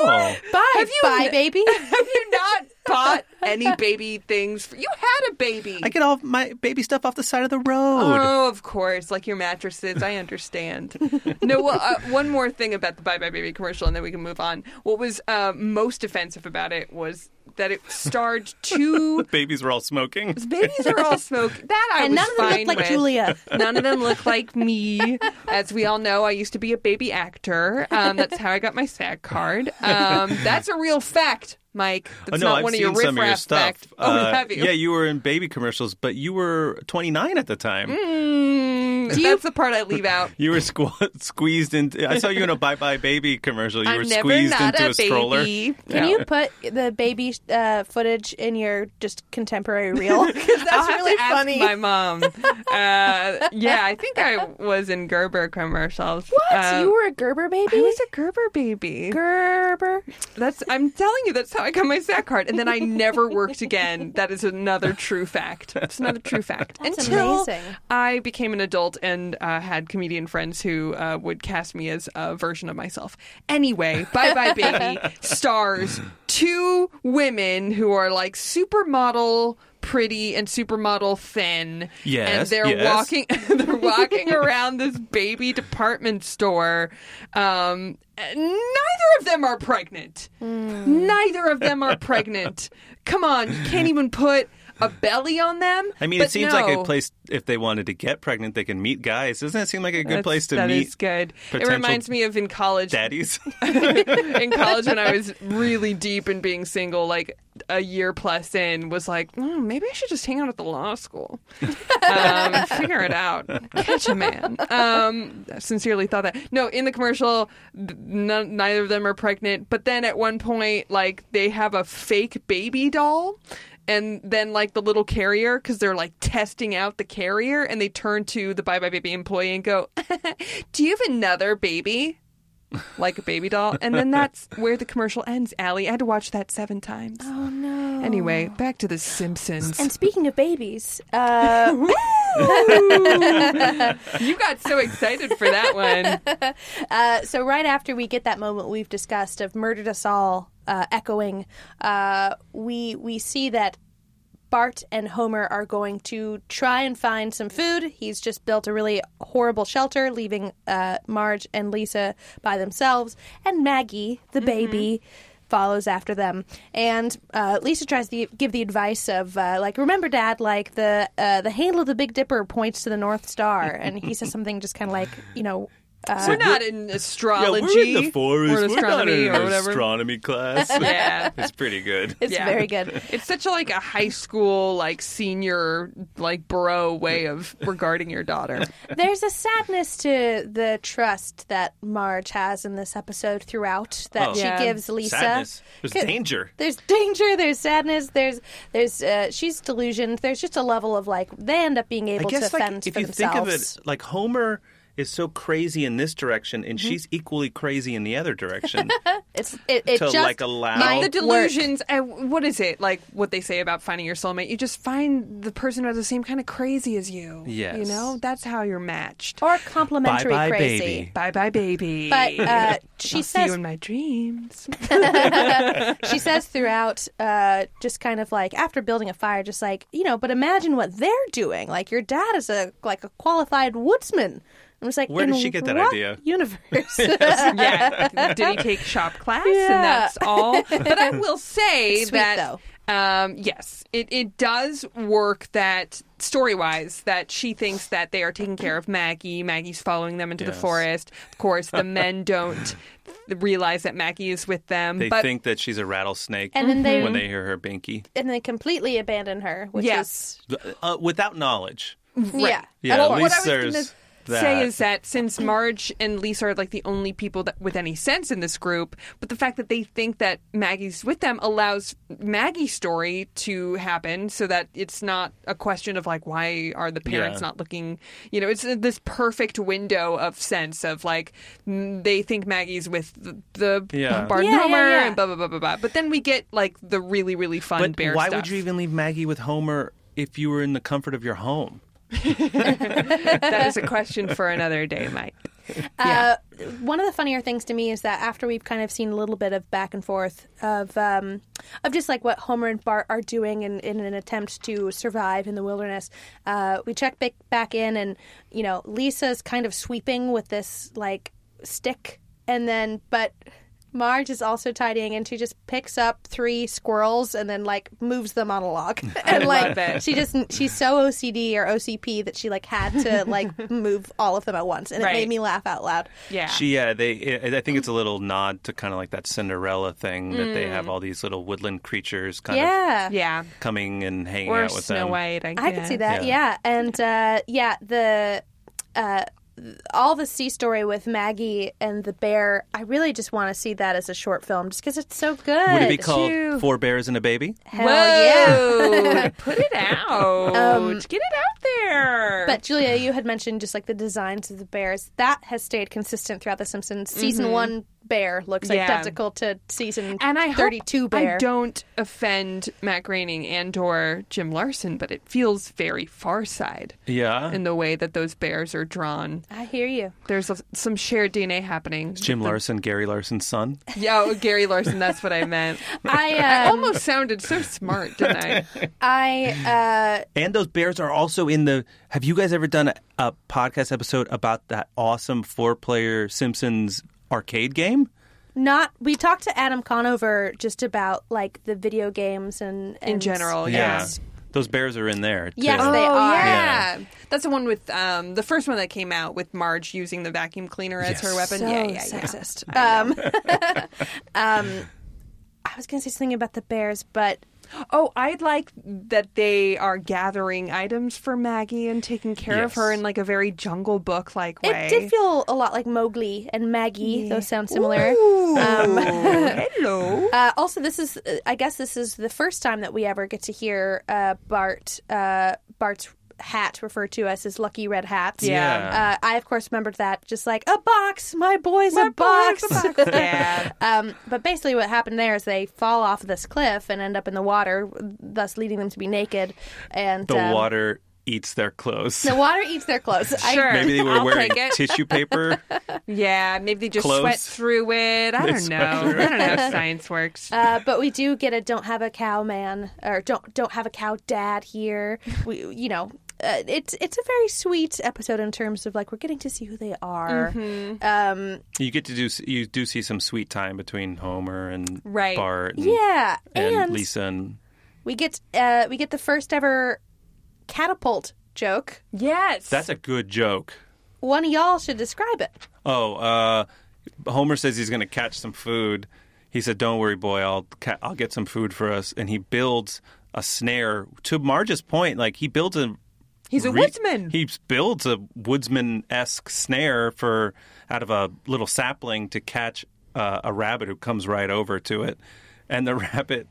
[SPEAKER 1] Bye,
[SPEAKER 2] Have you-
[SPEAKER 1] bye,
[SPEAKER 2] <laughs>
[SPEAKER 1] baby.
[SPEAKER 2] Have you not bought any baby things? For, you had a baby.
[SPEAKER 3] I get all my baby stuff off the side of the road.
[SPEAKER 2] Oh, of course, like your mattresses. I <laughs> understand. no, well, uh, one more thing about the Bye Bye Baby commercial, and then we can move on. What was uh, most offensive about it was that it starred two
[SPEAKER 3] The babies were all smoking.
[SPEAKER 2] <laughs> babies are all smoke. That I
[SPEAKER 1] And
[SPEAKER 2] was
[SPEAKER 1] none of them
[SPEAKER 2] fine
[SPEAKER 1] look like
[SPEAKER 2] with.
[SPEAKER 1] Julia.
[SPEAKER 2] <laughs> None of them look like me. As we all know, I used to be a baby actor. Um, that's how I got my SAG card. Um, that's a real fact, Mike. That's
[SPEAKER 3] oh, no,
[SPEAKER 2] not
[SPEAKER 3] I've
[SPEAKER 2] one of
[SPEAKER 3] seen
[SPEAKER 2] your
[SPEAKER 3] some of your
[SPEAKER 2] riffraff
[SPEAKER 3] stuff.
[SPEAKER 2] facts. oh,
[SPEAKER 3] Uh,
[SPEAKER 2] have you?
[SPEAKER 3] Yeah, you were in baby commercials, but you were 29 at the time.
[SPEAKER 2] <laughs> Mm,
[SPEAKER 1] Do you-
[SPEAKER 2] that's the part I leave out.
[SPEAKER 3] You were squ- squeezed into. I saw you in a Bye Bye Baby commercial. You
[SPEAKER 2] I'm
[SPEAKER 3] were
[SPEAKER 2] never
[SPEAKER 3] squeezed
[SPEAKER 2] not
[SPEAKER 3] into
[SPEAKER 2] a,
[SPEAKER 3] a, stroller.
[SPEAKER 2] baby.
[SPEAKER 1] Can
[SPEAKER 2] No.
[SPEAKER 1] you put the baby uh, footage in your just contemporary
[SPEAKER 2] <laughs>
[SPEAKER 1] reel? 'Cause that's
[SPEAKER 2] I'll have
[SPEAKER 1] really
[SPEAKER 2] to ask
[SPEAKER 1] funny. <laughs>
[SPEAKER 2] my mom. Uh, yeah, I think I was in Gerber commercials.
[SPEAKER 1] What?
[SPEAKER 2] Uh,
[SPEAKER 1] you were a Gerber baby?
[SPEAKER 2] I was a Gerber baby.
[SPEAKER 1] Gerber.
[SPEAKER 2] That's I'm telling you, that's how I got my SAC card. And then I never worked again. That is another true fact. It's another true fact.
[SPEAKER 1] That's
[SPEAKER 2] Until
[SPEAKER 1] amazing.
[SPEAKER 2] I became an adult and uh, had comedian friends who uh, would cast me as a version of myself. Anyway, Bye Bye Baby stars two women who are like supermodel pretty and supermodel thin and
[SPEAKER 3] Yes,
[SPEAKER 2] they're
[SPEAKER 3] yes.
[SPEAKER 2] walking <laughs> they're walking around this baby department store. Um, and neither of them are pregnant. Neither of them are pregnant. Come on, you can't even put a belly on them.
[SPEAKER 3] I mean,
[SPEAKER 2] But
[SPEAKER 3] it seems
[SPEAKER 2] no.
[SPEAKER 3] like a place if they wanted to get pregnant, they can meet guys. Doesn't that seem like a good
[SPEAKER 2] That's-
[SPEAKER 3] place to
[SPEAKER 2] that
[SPEAKER 3] meet
[SPEAKER 2] is good. It
[SPEAKER 3] potential
[SPEAKER 2] reminds me of in college.
[SPEAKER 3] <laughs> daddies?
[SPEAKER 2] <laughs> in college, when I was really deep in being single, like a year plus in, was like, "Hmm, maybe I should just hang out at the law school, um, <laughs> figure it out, catch a man. Um, I sincerely thought that. No, in the commercial, th- none, neither of them are pregnant. But then at one point, like they have a fake baby doll. And then, like the little carrier, because they're like testing out the carrier, and they turn to the Bye Bye Baby employee and go, <laughs> "Do you have another baby?" like a baby doll. And then that's where the commercial ends, Allie. I had to watch that seven times.
[SPEAKER 1] Oh no.
[SPEAKER 2] Anyway, back to The Simpsons.
[SPEAKER 1] And speaking of babies,
[SPEAKER 2] <laughs>
[SPEAKER 1] uh,
[SPEAKER 2] you got so excited for that one.
[SPEAKER 1] uh, so right after we get that moment we've discussed of murdered us all uh, echoing, uh, we we see that Bart and Homer are going to try and find some food. He's just built a really horrible shelter, leaving uh, Marge and Lisa by themselves, and Maggie, the baby. Follows after them, and uh, Lisa tries to give the advice of uh, like, remember, Dad, like the uh, the handle of the Big Dipper points to the North Star, and he says something just kind of like, you know, uh,
[SPEAKER 2] We're not in
[SPEAKER 3] yeah,
[SPEAKER 2] astrology.
[SPEAKER 3] we're in the forest.
[SPEAKER 2] Or
[SPEAKER 3] We're not
[SPEAKER 2] astronomy
[SPEAKER 3] in
[SPEAKER 2] or
[SPEAKER 3] an
[SPEAKER 2] whatever.
[SPEAKER 3] astronomy class.
[SPEAKER 2] <laughs> Yeah.
[SPEAKER 3] it's pretty good.
[SPEAKER 1] it's
[SPEAKER 2] Yeah.
[SPEAKER 1] very good.
[SPEAKER 2] It's such a like a high school like senior like bro way of regarding your <laughs> daughter.
[SPEAKER 1] There's a sadness to the trust that Marge has in this episode throughout that
[SPEAKER 3] Oh.
[SPEAKER 1] she
[SPEAKER 2] Yeah.
[SPEAKER 1] gives Lisa.
[SPEAKER 3] Sadness. There's
[SPEAKER 1] 'Cause
[SPEAKER 3] danger.
[SPEAKER 1] There's danger. There's sadness. There's there's uh, she's delusioned. There's just a level of like they end up being
[SPEAKER 3] I
[SPEAKER 1] able to
[SPEAKER 3] guess
[SPEAKER 1] fend
[SPEAKER 3] like if
[SPEAKER 1] for
[SPEAKER 3] you
[SPEAKER 1] themselves.
[SPEAKER 3] think of it, like Homer is so crazy in this direction, and
[SPEAKER 1] Mm-hmm.
[SPEAKER 3] she's equally crazy in the
[SPEAKER 1] <laughs>
[SPEAKER 3] other direction.
[SPEAKER 1] it's it, it
[SPEAKER 3] to,
[SPEAKER 1] just
[SPEAKER 3] like, allow-
[SPEAKER 1] might
[SPEAKER 2] the
[SPEAKER 1] work.
[SPEAKER 2] delusions and what is it like what they say about finding your soulmate you just find the person who has the same kind of crazy as you you
[SPEAKER 3] Yes.
[SPEAKER 2] know that's how you're matched
[SPEAKER 1] or complimentary
[SPEAKER 3] Bye-bye,
[SPEAKER 1] crazy.
[SPEAKER 3] baby.
[SPEAKER 2] bye bye baby
[SPEAKER 1] But
[SPEAKER 3] <laughs>
[SPEAKER 1] uh, she
[SPEAKER 2] I'll see
[SPEAKER 1] says
[SPEAKER 2] you in my dreams
[SPEAKER 1] she says throughout, uh, just kind of like after building a fire, just like you know. But imagine what they're doing. Like your dad is a like a qualified woodsman. I'm just like,
[SPEAKER 3] Where did
[SPEAKER 1] in
[SPEAKER 3] she get that
[SPEAKER 1] what
[SPEAKER 3] idea?
[SPEAKER 1] Universe.
[SPEAKER 3] <laughs>
[SPEAKER 2] yeah did he take shop class
[SPEAKER 1] Yeah. <laughs>
[SPEAKER 2] and that's all but i will say
[SPEAKER 1] It's sweet,
[SPEAKER 2] that
[SPEAKER 1] though.
[SPEAKER 2] Um, yes, it, it does work that story wise that she thinks that they are taking care of Maggie. Maggie's following them into the
[SPEAKER 3] Yes.
[SPEAKER 2] forest. Of course, the men
[SPEAKER 3] <laughs>
[SPEAKER 2] don't realize that Maggie is with them.
[SPEAKER 3] They
[SPEAKER 2] but
[SPEAKER 3] think that she's a rattlesnake
[SPEAKER 1] And then they-
[SPEAKER 3] when they hear her binky.
[SPEAKER 1] and they completely abandon her, which
[SPEAKER 2] Yes.
[SPEAKER 3] Uh, without knowledge.
[SPEAKER 1] is yeah.
[SPEAKER 3] Yeah,
[SPEAKER 2] Well,
[SPEAKER 3] at
[SPEAKER 2] what I
[SPEAKER 3] least
[SPEAKER 2] was
[SPEAKER 3] there's that.
[SPEAKER 2] say is that since Marge and Lisa are like the only people that, with any sense in this group, but the fact that they think that Maggie's with them allows Maggie's story to happen so that it's not a question of like why are the parents
[SPEAKER 13] Yeah.
[SPEAKER 2] not looking, you know, it's this perfect window of sense of like mm, they think Maggie's with the, the
[SPEAKER 3] Yeah.
[SPEAKER 2] Bard
[SPEAKER 3] Yeah, yeah,
[SPEAKER 2] Homer
[SPEAKER 3] yeah.
[SPEAKER 2] and blah blah blah blah blah. But then we get like the really really fun
[SPEAKER 3] but
[SPEAKER 2] bear
[SPEAKER 3] why
[SPEAKER 2] stuff.
[SPEAKER 3] would
[SPEAKER 2] <laughs>
[SPEAKER 3] you even leave Maggie with Homer if you were in the comfort of your home?
[SPEAKER 2] that is a question for another day, Mike.
[SPEAKER 1] Uh, one of the funnier things to me is that after we've kind of seen a little bit of back and forth of um, of just like what Homer and Bart are doing in, in an attempt to survive in the wilderness, uh, we check back back in and you know Lisa's kind of sweeping with this like stick, and then but. Marge is also tidying, and she just picks up three squirrels and then like moves them on a
[SPEAKER 2] <laughs>
[SPEAKER 1] log. and like
[SPEAKER 2] love it.
[SPEAKER 1] she just she's so OCD or OCP that she like had to
[SPEAKER 2] <laughs>
[SPEAKER 1] like move all of them at once, and
[SPEAKER 2] Right.
[SPEAKER 1] it made me laugh out loud.
[SPEAKER 2] Yeah.
[SPEAKER 3] She, yeah, they. I I think it's a little nod to kind of like that Cinderella thing that they
[SPEAKER 1] Mm.
[SPEAKER 3] have all these little woodland creatures kind
[SPEAKER 1] yeah.
[SPEAKER 2] Yeah.
[SPEAKER 3] of coming and hanging
[SPEAKER 2] Or
[SPEAKER 3] out with
[SPEAKER 2] Snow
[SPEAKER 3] them.
[SPEAKER 2] White, I
[SPEAKER 1] I can see that. Yeah. And uh, yeah, the uh, th- all the sea story with Maggie and the bear. I really just want to see that as a short film, just because it's so good.
[SPEAKER 3] Would it be called Four Bears and a Baby?
[SPEAKER 1] Hell yeah!
[SPEAKER 2] Put it out.
[SPEAKER 1] Um,
[SPEAKER 2] Get it out there.
[SPEAKER 1] <laughs> But Julia, you had mentioned just like the designs of the bears. That has stayed consistent throughout The Simpsons. Season
[SPEAKER 2] Mhm.
[SPEAKER 1] one bear looks
[SPEAKER 2] Yeah.
[SPEAKER 1] identical to season
[SPEAKER 2] and I hope
[SPEAKER 1] 32 bear.
[SPEAKER 2] I don't offend Matt Groening and or Jim Larson, but it feels very Far Side
[SPEAKER 3] Yeah.
[SPEAKER 2] in the way that those bears are drawn.
[SPEAKER 1] I hear you.
[SPEAKER 2] There's a, some shared DNA happening.
[SPEAKER 3] It's Jim Larson, Gary Larson's son.
[SPEAKER 2] Yeah, oh, Gary Larson. That's what I <laughs> meant.
[SPEAKER 1] I,
[SPEAKER 2] <laughs> I uh,
[SPEAKER 1] um,
[SPEAKER 2] almost sounded so smart, didn't I?
[SPEAKER 1] <laughs> I uh,
[SPEAKER 3] And those bears are also in the. Have you guys ever done a, a podcast episode about that awesome four-player Simpsons arcade game?
[SPEAKER 1] Not we talked to Adam Conover just about like the video games and, and
[SPEAKER 3] Those bears are in there. Too.
[SPEAKER 1] Yes, they
[SPEAKER 2] Oh,
[SPEAKER 1] are.
[SPEAKER 2] <laughs> Yeah. that's the one with um, the first one that came out with Marge using the vacuum cleaner as her weapon.
[SPEAKER 1] So
[SPEAKER 2] yeah, yeah, yeah.
[SPEAKER 1] sexist. Um, <laughs> um, I was going to say something about the bears, but
[SPEAKER 2] Oh, I'd like that they are gathering items for Maggie and taking care of
[SPEAKER 1] Yes.
[SPEAKER 2] her in like a very jungle book like way.
[SPEAKER 1] it did
[SPEAKER 2] <laughs>
[SPEAKER 1] feel a lot like Mowgli and Maggie. Those sound similar.
[SPEAKER 3] Oh.
[SPEAKER 1] Um,
[SPEAKER 2] hello.
[SPEAKER 1] Uh, also, this is uh, I guess this is the first time that we ever get to hear uh, Bart uh, Bart's hat referred to as his lucky red hats.
[SPEAKER 2] Yeah.
[SPEAKER 1] Uh, I of course remembered that just like a box, my boy's a box.
[SPEAKER 2] <laughs> yeah.
[SPEAKER 1] Um, but basically, what happened there is they fall off this cliff and end up in the water, thus leading them to be naked. And
[SPEAKER 3] The
[SPEAKER 1] um,
[SPEAKER 3] water eats their clothes.
[SPEAKER 1] The water eats their
[SPEAKER 3] <laughs>
[SPEAKER 1] clothes. I,
[SPEAKER 3] Maybe they were
[SPEAKER 2] I'll
[SPEAKER 3] wearing
[SPEAKER 2] take it. <laughs>
[SPEAKER 3] tissue paper.
[SPEAKER 2] yeah, maybe they just sweat
[SPEAKER 3] Clothes.
[SPEAKER 2] through it. I
[SPEAKER 3] They
[SPEAKER 2] don't know.
[SPEAKER 3] sweat
[SPEAKER 2] I
[SPEAKER 3] through it.
[SPEAKER 2] don't
[SPEAKER 3] <laughs>
[SPEAKER 2] know how science works.
[SPEAKER 1] Uh, but we do get a "Don't have a cow, man" or "Don't don't have a cow, dad" here. We, you know, uh, it's it's a very sweet episode in terms of like we're getting to see who they are.
[SPEAKER 3] Mm-hmm.
[SPEAKER 1] Um,
[SPEAKER 3] You get to do you do see some sweet time between Homer and
[SPEAKER 1] Right.
[SPEAKER 3] Bart, and,
[SPEAKER 1] Yeah,
[SPEAKER 3] and,
[SPEAKER 1] and-
[SPEAKER 3] Lisa and
[SPEAKER 1] we get uh, we get the first ever catapult joke.
[SPEAKER 2] Yes,
[SPEAKER 3] that's a good joke.
[SPEAKER 1] one of y'all should describe it.
[SPEAKER 3] Oh, uh, Homer says he's going to catch some food. He said, "Don't worry, boy. I'll ca- I'll get some food for us." And he builds a snare. To Marge's point, like he builds a
[SPEAKER 2] He's a
[SPEAKER 3] re-
[SPEAKER 2] woodsman.
[SPEAKER 3] He builds a woodsman esque snare for out of a little sapling to catch uh, a rabbit who comes right over to it, and the <laughs> rabbit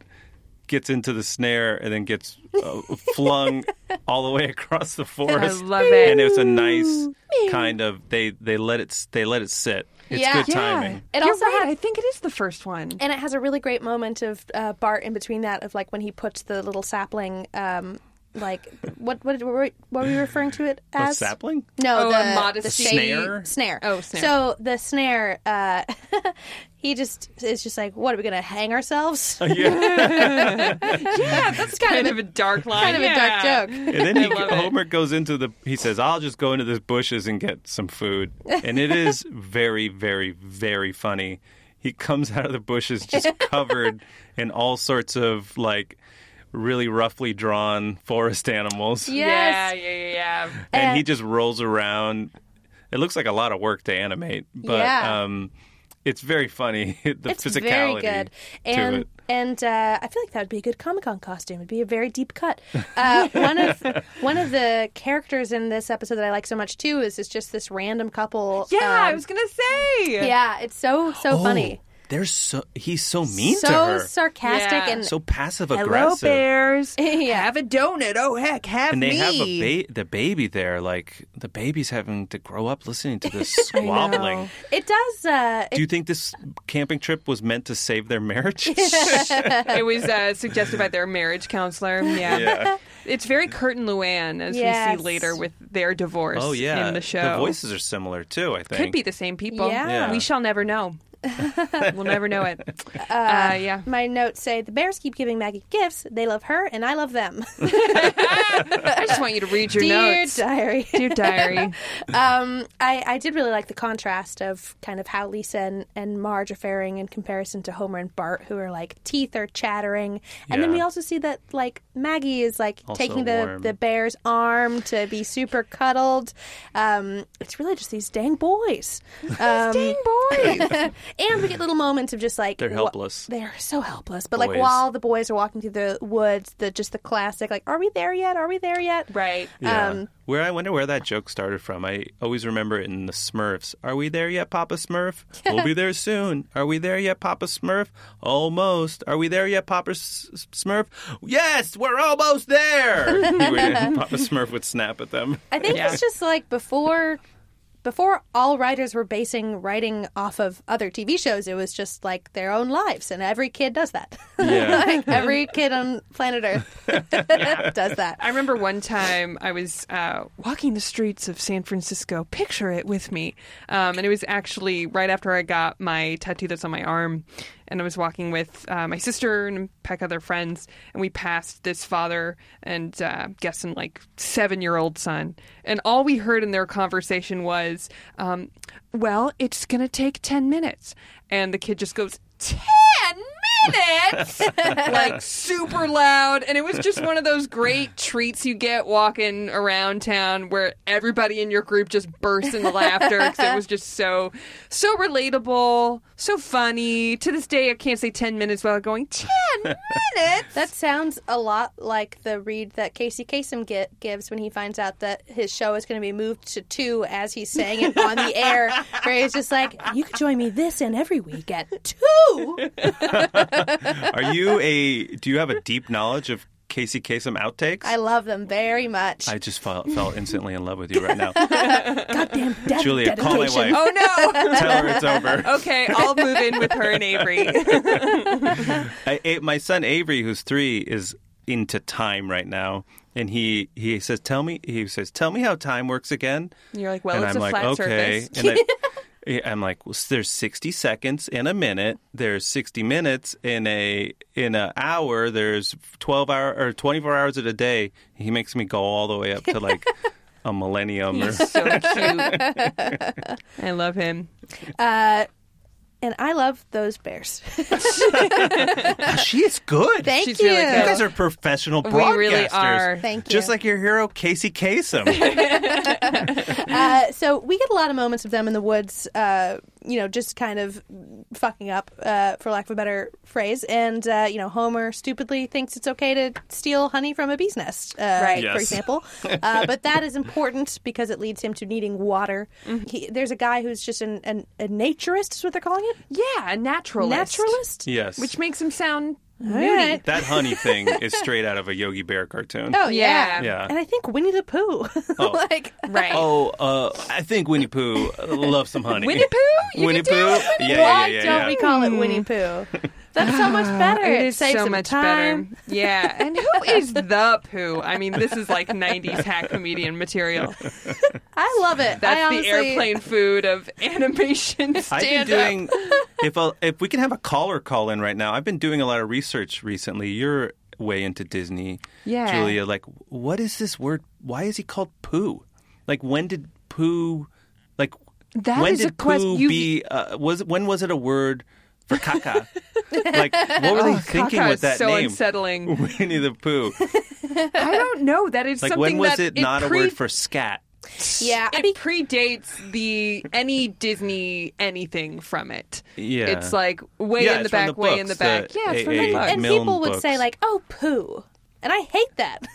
[SPEAKER 3] gets into the snare and then gets uh, flung
[SPEAKER 2] <laughs>
[SPEAKER 3] all the way across the forest.
[SPEAKER 2] love it.
[SPEAKER 3] And it was a nice kind of they they let it s- they let it sit. It's good timing.
[SPEAKER 1] It
[SPEAKER 2] You're
[SPEAKER 1] also
[SPEAKER 2] right.
[SPEAKER 1] had-
[SPEAKER 2] I think it is the first one.
[SPEAKER 1] And it has a really great moment of uh, Bart in between that of like when he puts the little sapling, um, like <laughs> what what, what, were we, what were we referring to it
[SPEAKER 3] A
[SPEAKER 1] as?
[SPEAKER 2] <laughs>
[SPEAKER 3] sapling? <laughs>
[SPEAKER 1] No,
[SPEAKER 2] Oh,
[SPEAKER 1] the,
[SPEAKER 2] a modesty-
[SPEAKER 1] the shady-
[SPEAKER 2] Snare?
[SPEAKER 1] Snare.
[SPEAKER 2] Oh, snare.
[SPEAKER 1] So the snare, uh, <laughs> he just is just like, what are we gonna hang
[SPEAKER 2] <laughs>
[SPEAKER 1] ourselves?
[SPEAKER 2] yeah. that's kind, of, a dark line.
[SPEAKER 1] kind of a dark
[SPEAKER 2] yeah.
[SPEAKER 1] joke. <laughs>
[SPEAKER 3] And then he,
[SPEAKER 2] I love it.
[SPEAKER 3] Homer goes into the. He says, "I'll just go into the bushes and get some food." And
[SPEAKER 2] <laughs>
[SPEAKER 3] it is very, very, very
[SPEAKER 2] <laughs>
[SPEAKER 3] funny. He comes out of the bushes just covered in all sorts of like really roughly drawn forest animals.
[SPEAKER 2] Yeah, yeah, yeah, yeah.
[SPEAKER 3] and he just rolls around. It looks like a lot of work to animate, but
[SPEAKER 1] Yeah.
[SPEAKER 3] um, it's very funny. <laughs> the
[SPEAKER 1] it's very
[SPEAKER 3] physicality
[SPEAKER 1] good,
[SPEAKER 3] to
[SPEAKER 1] and
[SPEAKER 3] it.
[SPEAKER 1] and uh, I feel like that would be a good Comic Con costume. It'd be a very deep cut.
[SPEAKER 2] <laughs>
[SPEAKER 1] Uh, one of one of the characters in this episode that I like so much too is is just this random couple.
[SPEAKER 2] Yeah, I
[SPEAKER 1] um,
[SPEAKER 2] was gonna say.
[SPEAKER 1] Yeah, it's so so
[SPEAKER 3] Oh,
[SPEAKER 1] funny.
[SPEAKER 3] They're so he's so mean
[SPEAKER 1] so
[SPEAKER 3] to her.
[SPEAKER 1] sarcastic and
[SPEAKER 3] so passive aggressive.
[SPEAKER 1] bears. <laughs> yeah. Have
[SPEAKER 4] a donut. Oh heck, have
[SPEAKER 3] and they
[SPEAKER 4] me.
[SPEAKER 3] have a ba- the baby there. Like the baby's having to grow up listening
[SPEAKER 1] <laughs>
[SPEAKER 3] to this squabbling.
[SPEAKER 1] It does. Uh,
[SPEAKER 3] Do you think this camping trip was meant to save
[SPEAKER 1] <laughs>
[SPEAKER 3] their marriage?
[SPEAKER 2] it was uh, suggested by their marriage
[SPEAKER 3] <laughs>
[SPEAKER 2] counselor. Yeah.
[SPEAKER 3] Yeah.
[SPEAKER 2] It's very Kurt and Luann, as we
[SPEAKER 1] Yes.
[SPEAKER 2] see later with their divorce
[SPEAKER 3] oh yeah,
[SPEAKER 2] in the show.
[SPEAKER 3] voices are similar too. I think
[SPEAKER 2] Could be the same people.
[SPEAKER 1] Yeah. Yeah.
[SPEAKER 2] We shall
[SPEAKER 1] <laughs>
[SPEAKER 2] never know. we'll never know it.
[SPEAKER 1] uh,
[SPEAKER 2] yeah.
[SPEAKER 1] My notes say the bears keep giving Maggie gifts. They love her, and I love them.
[SPEAKER 2] I just want you to read your
[SPEAKER 1] <laughs> Dear
[SPEAKER 2] notes.
[SPEAKER 1] diary. <laughs>
[SPEAKER 2] Dear diary.
[SPEAKER 1] um, I, I did really like the contrast of kind of how Lisa and, and Marge are faring in comparison to Homer and Bart, who are like teeth are chattering. And then
[SPEAKER 3] Yeah.
[SPEAKER 1] we also see that like Maggie is like
[SPEAKER 3] Also
[SPEAKER 1] taking the,
[SPEAKER 3] warm.
[SPEAKER 1] the bear's arm to be super cuddled. Um, it's really just these dang <laughs> boys. Um, dang boys. <laughs> and we get little moments of just like
[SPEAKER 3] They're
[SPEAKER 1] wha-
[SPEAKER 3] helpless.
[SPEAKER 1] they're so helpless. But like
[SPEAKER 3] Boys.
[SPEAKER 1] while the boys are walking through the woods, the just the classic like, are we there yet? Are we there yet?
[SPEAKER 2] Right.
[SPEAKER 3] Yeah.
[SPEAKER 1] Um,
[SPEAKER 3] where I wonder where that joke started from. I always remember it in the Smurfs. Are we there yet, Papa Smurf?
[SPEAKER 1] <laughs>
[SPEAKER 3] We'll be there soon. Are we there yet, Papa Smurf? Almost. Are we there yet, Papa S- S- Smurf? Yes, we're
[SPEAKER 1] <laughs>
[SPEAKER 3] almost there. He would- <laughs> Papa Smurf would snap at them.
[SPEAKER 1] I think it's just like before before all writers were basing writing off of other TV shows, it was just like their own lives and every kid does that. <laughs>
[SPEAKER 2] Yeah. <laughs>
[SPEAKER 1] Like, every kid on planet Earth <laughs> does that.
[SPEAKER 2] I remember one time I was uh, walking the streets of San Francisco. Picture it with me, um, and it was actually right after I got my tattoo that's on my arm, and I was walking with uh, my sister and a pack other friends, and we passed this father and uh, guessing like seven year old son, and all we heard in their conversation was, um, "Well, it's gonna take ten minutes," and the kid just goes. 10 minutes
[SPEAKER 3] <laughs>
[SPEAKER 2] like super loud and it was just one of those great treats you get walking around town where everybody in your group just bursts into laughter because it was just so so relatable so funny to this day i can't say 10 minutes without going 10 <laughs> minutes
[SPEAKER 1] That sounds a lot like the read that Casey Kasem get, gives when he finds out that his show is going to be moved to two as he's saying it on the
[SPEAKER 2] <laughs>
[SPEAKER 1] air, where he's just like, "You could join me this and every week at two.
[SPEAKER 2] <laughs>
[SPEAKER 3] Are you a? Do you have a deep knowledge of Casey Kasem outtakes?
[SPEAKER 1] I love them very much.
[SPEAKER 3] I just fell, fell instantly in love with
[SPEAKER 1] <laughs>
[SPEAKER 3] you right now.
[SPEAKER 1] Goddamn, death
[SPEAKER 3] Julia, call my
[SPEAKER 1] dedication.
[SPEAKER 3] wife.
[SPEAKER 2] oh
[SPEAKER 3] <laughs>
[SPEAKER 2] no
[SPEAKER 3] Tell her
[SPEAKER 1] <laughs>
[SPEAKER 3] it's over.
[SPEAKER 2] okay i'll move in with her and avery
[SPEAKER 3] I, A- my son Avery, who's three, is into time right now, and he he says, "Tell me," he says, "Tell me how time works again."
[SPEAKER 2] And you're like, well,
[SPEAKER 3] and
[SPEAKER 2] it's
[SPEAKER 3] I'm
[SPEAKER 2] a
[SPEAKER 3] like,
[SPEAKER 2] flat
[SPEAKER 3] okay,
[SPEAKER 2] surface. <laughs>
[SPEAKER 3] and I, I'm like, well, there's 60 seconds in a minute. There's 60 minutes in a in an hour. There's 12 hour or 24 hours in a day. He makes me go all the way up
[SPEAKER 2] <laughs>
[SPEAKER 3] to like a millennium. Or,
[SPEAKER 2] He's so cute
[SPEAKER 3] <laughs>
[SPEAKER 2] i love him
[SPEAKER 1] Uh, and I love those bears. <laughs>
[SPEAKER 3] <laughs> Ah, she is good.
[SPEAKER 1] Thank
[SPEAKER 2] She's
[SPEAKER 1] you.
[SPEAKER 2] really
[SPEAKER 3] You guys are professional
[SPEAKER 2] We
[SPEAKER 3] broadcasters.
[SPEAKER 2] really are.
[SPEAKER 1] Thank you.
[SPEAKER 3] Just like your hero,
[SPEAKER 2] <laughs>
[SPEAKER 3] Casey Kasem.
[SPEAKER 1] uh, so we get a lot of moments of them in the woods, uh, you know, just kind of fucking up, uh, for lack of a better phrase. And uh, you know, Homer stupidly thinks it's okay to steal honey from a bee's nest, uh,
[SPEAKER 2] Right.
[SPEAKER 1] For
[SPEAKER 3] Yes.
[SPEAKER 1] example,
[SPEAKER 3] <laughs>
[SPEAKER 1] uh, but that is important because it leads him to needing water. He, there's a guy who's just an, an, a naturist, is what they're calling it.
[SPEAKER 2] yeah a naturalist
[SPEAKER 1] Naturalist.
[SPEAKER 3] yes.
[SPEAKER 2] which makes him sound
[SPEAKER 1] All
[SPEAKER 2] Moody.
[SPEAKER 1] right.
[SPEAKER 3] <laughs> That honey thing is straight out of a Yogi Bear cartoon.
[SPEAKER 1] Oh yeah.
[SPEAKER 2] Yeah.
[SPEAKER 3] Yeah.
[SPEAKER 1] And I think Winnie the Pooh. <laughs>
[SPEAKER 3] Oh.
[SPEAKER 1] like
[SPEAKER 2] right
[SPEAKER 3] Oh, uh, I think Winnie Pooh uh, loves some honey.
[SPEAKER 2] Winnie Pooh? You
[SPEAKER 3] Winnie
[SPEAKER 2] can do
[SPEAKER 3] Pooh?
[SPEAKER 2] it with
[SPEAKER 3] Yeah,
[SPEAKER 2] Winnie
[SPEAKER 3] yeah,
[SPEAKER 1] Why
[SPEAKER 3] yeah,
[SPEAKER 1] don't
[SPEAKER 3] yeah.
[SPEAKER 1] we call it Winnie Pooh? That's so
[SPEAKER 2] <gasps>
[SPEAKER 1] much better.
[SPEAKER 2] It
[SPEAKER 1] It,
[SPEAKER 2] is
[SPEAKER 1] saves
[SPEAKER 2] so
[SPEAKER 1] some
[SPEAKER 2] much
[SPEAKER 1] time.
[SPEAKER 2] better. Yeah. And who
[SPEAKER 3] <laughs>
[SPEAKER 2] is the poo? I mean, this is like 90s hack comedian material.
[SPEAKER 1] I love it.
[SPEAKER 2] That's
[SPEAKER 1] I
[SPEAKER 2] the
[SPEAKER 1] honestly,
[SPEAKER 2] airplane food of
[SPEAKER 3] <laughs>
[SPEAKER 2] animation
[SPEAKER 3] I've been
[SPEAKER 2] stand up.
[SPEAKER 3] doing.
[SPEAKER 2] <laughs>
[SPEAKER 3] If i if we can have a caller call in right now, I've been doing a lot of research recently. You're way into Disney,
[SPEAKER 2] Yeah.
[SPEAKER 3] Julia. Like, what is this word? Why is he called Pooh? Like, when did Pooh? Like,
[SPEAKER 2] That
[SPEAKER 3] when
[SPEAKER 2] is a
[SPEAKER 3] did
[SPEAKER 2] quest-
[SPEAKER 3] Pooh
[SPEAKER 2] you-
[SPEAKER 3] be? Uh, was when was it a word
[SPEAKER 2] <laughs>
[SPEAKER 3] for caca. like, what were they
[SPEAKER 2] Oh,
[SPEAKER 3] thinking
[SPEAKER 2] caca
[SPEAKER 3] with
[SPEAKER 2] is
[SPEAKER 3] that
[SPEAKER 2] so
[SPEAKER 3] name? <laughs>
[SPEAKER 2] unsettling.
[SPEAKER 3] Winnie the Pooh.
[SPEAKER 2] I don't know that it's
[SPEAKER 3] Like,
[SPEAKER 2] something
[SPEAKER 3] when was
[SPEAKER 2] that
[SPEAKER 3] it not a
[SPEAKER 2] pre-
[SPEAKER 3] word for scat?
[SPEAKER 1] Yeah,
[SPEAKER 2] it predates the any Disney anything from it.
[SPEAKER 3] Yeah.
[SPEAKER 2] it's like way
[SPEAKER 3] Yeah,
[SPEAKER 2] in the
[SPEAKER 3] it's from
[SPEAKER 2] back,
[SPEAKER 3] the
[SPEAKER 2] way in
[SPEAKER 3] books,
[SPEAKER 2] the back.
[SPEAKER 3] the <laughs>
[SPEAKER 2] yeah, it's from
[SPEAKER 3] A.A.
[SPEAKER 2] the book.
[SPEAKER 1] and
[SPEAKER 3] Milne
[SPEAKER 1] people would
[SPEAKER 3] books.
[SPEAKER 1] say like, "Oh, poo," and I hate that.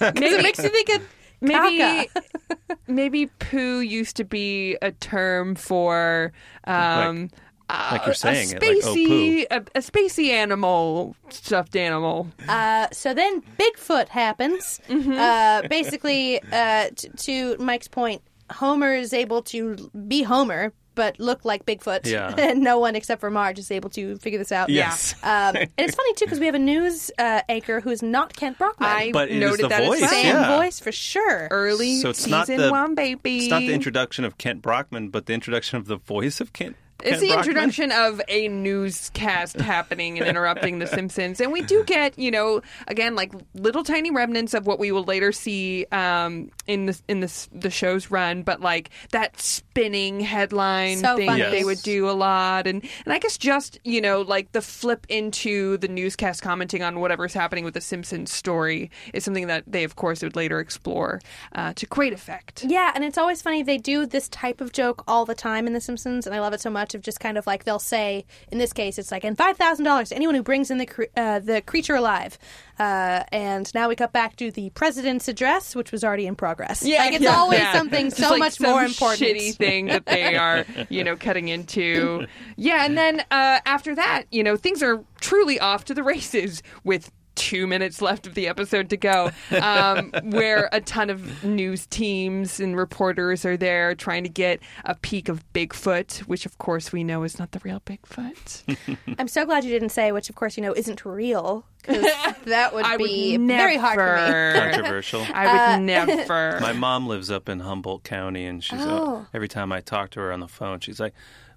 [SPEAKER 2] Maybe
[SPEAKER 1] it makes you think of
[SPEAKER 2] <laughs> maybe <laughs>
[SPEAKER 3] <laughs>
[SPEAKER 2] maybe poo used to be a term for um
[SPEAKER 3] Like- like
[SPEAKER 2] uh,
[SPEAKER 3] you're saying
[SPEAKER 2] a
[SPEAKER 3] it, like, oh,
[SPEAKER 2] spacey a, a spacey animal stuffed animal
[SPEAKER 1] Uh, so then Bigfoot happens.
[SPEAKER 2] Mm-hmm.
[SPEAKER 1] Uh, basically, uh, t- to Mike's point, Homer is able to be Homer. But look like Bigfoot,
[SPEAKER 3] Yeah.
[SPEAKER 1] <laughs> and no one except for Marge is able to figure this out.
[SPEAKER 3] Yes.
[SPEAKER 1] um, and it's funny too because we have a news uh, anchor who's not Kent Brockman.
[SPEAKER 2] I
[SPEAKER 3] But it is noted the that as voice, well.
[SPEAKER 1] Same
[SPEAKER 3] yeah.
[SPEAKER 1] voice for sure.
[SPEAKER 2] early
[SPEAKER 3] So it's
[SPEAKER 2] season
[SPEAKER 3] not the-
[SPEAKER 2] one baby
[SPEAKER 3] It's not the introduction of Kent Brockman, but the introduction of the voice of Kent.
[SPEAKER 2] It's
[SPEAKER 3] Kent
[SPEAKER 2] the
[SPEAKER 3] Brockman.
[SPEAKER 2] introduction of a newscast happening and interrupting The Simpsons. And we do get, you know, again, like little tiny remnants of what we will later see um, in the, in the, s- the show's run, but like that spinning headline
[SPEAKER 1] So
[SPEAKER 2] thing
[SPEAKER 1] funny.
[SPEAKER 2] that they
[SPEAKER 1] Yes.
[SPEAKER 2] would do a lot. And, and I guess just, you know, like the flip into the newscast commenting on whatever's happening with The Simpsons story is something that they, of course, would later explore uh, to great effect.
[SPEAKER 1] Yeah, and it's always funny. They do this type of joke all the time in The Simpsons, and I love it so much. Of just kind of like they'll say, in this case, it's like, "And five thousand dollars to anyone who brings in the cre- uh, the creature alive." Uh, and now we cut back to the president's address, which was already in progress. like it's always
[SPEAKER 2] yeah.
[SPEAKER 1] something
[SPEAKER 2] Just
[SPEAKER 1] so
[SPEAKER 2] like
[SPEAKER 1] much
[SPEAKER 2] some
[SPEAKER 1] more important.
[SPEAKER 2] Shitty thing that they are, you know, cutting into. Yeah, and then uh, after that, you know, things are truly off to the races with. Two minutes left of the episode to go, um, where a ton of news teams and reporters are there trying to get a peek of Bigfoot, which of course we know is not the real
[SPEAKER 1] <laughs>
[SPEAKER 2] Bigfoot.
[SPEAKER 1] I'm so glad you didn't say, which of course you know isn't real,
[SPEAKER 2] <laughs>
[SPEAKER 1] because that would
[SPEAKER 2] I would
[SPEAKER 1] be
[SPEAKER 2] never,
[SPEAKER 1] very hard for me. <laughs>
[SPEAKER 3] <laughs>
[SPEAKER 1] Uh,
[SPEAKER 3] Controversial.
[SPEAKER 2] I would never.
[SPEAKER 3] My mom lives up in Humboldt County, and she's uh,
[SPEAKER 1] Oh.
[SPEAKER 3] every time I talk to her on the phone, she's like,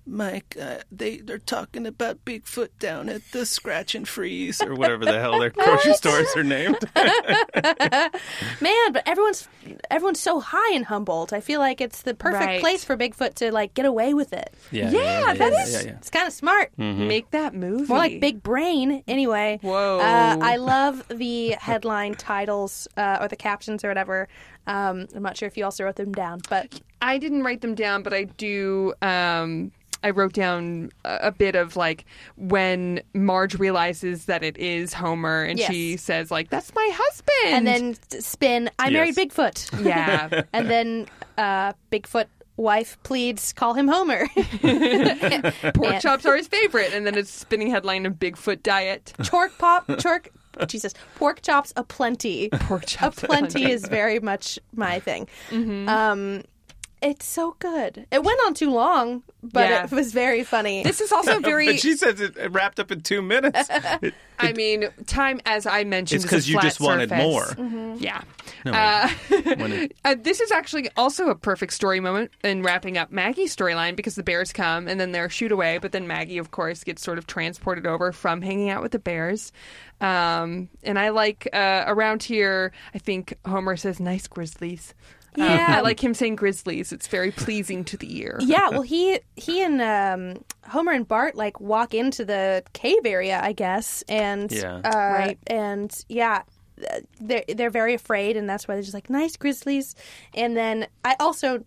[SPEAKER 3] "Mike, uh, they they're talking about Bigfoot down at the Scratch and Freeze or whatever
[SPEAKER 2] <laughs>
[SPEAKER 3] the hell their grocery stores are named."
[SPEAKER 1] Man, but everyone's everyone's so high in Humboldt. I feel like it's the perfect
[SPEAKER 2] Right.
[SPEAKER 1] place for Bigfoot to like get away with it.
[SPEAKER 3] Yeah,
[SPEAKER 2] Yeah, that is-
[SPEAKER 1] It's kind of smart.
[SPEAKER 2] Make that movie.
[SPEAKER 1] More like Big Brain. Anyway,
[SPEAKER 2] Whoa.
[SPEAKER 1] Uh, I love the headline titles uh, or the captions or whatever. Um, I'm not sure if you also wrote them down, but
[SPEAKER 2] I didn't write them down, but I do. Um, I wrote down a a bit of like when Marge realizes that it is Homer, and
[SPEAKER 1] Yes.
[SPEAKER 2] she says like, "That's my husband,"
[SPEAKER 1] and then t- spin. I married
[SPEAKER 3] Yes.
[SPEAKER 1] Bigfoot,
[SPEAKER 2] <laughs> yeah,
[SPEAKER 1] and then uh, Bigfoot wife pleads call him
[SPEAKER 2] <laughs>
[SPEAKER 1] Homer. <laughs>
[SPEAKER 2] pork
[SPEAKER 1] And-
[SPEAKER 2] chops are his favorite, and then it's spinning headline of Bigfoot
[SPEAKER 3] <laughs>
[SPEAKER 2] diet.
[SPEAKER 1] Chork pop chork. Jesus, pork chops aplenty.
[SPEAKER 2] <laughs> Pork
[SPEAKER 1] A
[SPEAKER 2] chops, Mm-hmm.
[SPEAKER 1] plenty is very much my thing. Um, it's so good. It went on too long, but
[SPEAKER 2] Yeah.
[SPEAKER 1] it was very funny.
[SPEAKER 2] This is also very.
[SPEAKER 3] <laughs> But she says it it wrapped up in two minutes. It-
[SPEAKER 2] I mean, time as I mentioned,
[SPEAKER 3] It's
[SPEAKER 2] is a
[SPEAKER 3] 'cause you
[SPEAKER 2] flat
[SPEAKER 3] just wanted
[SPEAKER 2] surface.
[SPEAKER 3] more.
[SPEAKER 1] Mm-hmm.
[SPEAKER 2] Yeah.
[SPEAKER 3] No,
[SPEAKER 2] Uh,
[SPEAKER 3] when
[SPEAKER 2] <laughs>
[SPEAKER 3] it-
[SPEAKER 2] Uh, this is actually also a perfect story moment in wrapping up Maggie's storyline because the bears come and then they're shoot away, but then Maggie, of course, gets sort of transported over from hanging out with the bears. Um, and I like uh, around here, I think Homer says, nice grizzlies. Um,
[SPEAKER 1] Yeah.
[SPEAKER 2] <laughs> I like him saying grizzlies. It's very pleasing to the ear.
[SPEAKER 1] yeah, well, he he and um, Homer and Bart like walk into the cave area, I guess, and
[SPEAKER 3] Yeah.
[SPEAKER 1] uh,
[SPEAKER 2] Right.
[SPEAKER 1] and yeah, th- they're they're very afraid, and that's why they're just like nice grizzlies. And then I also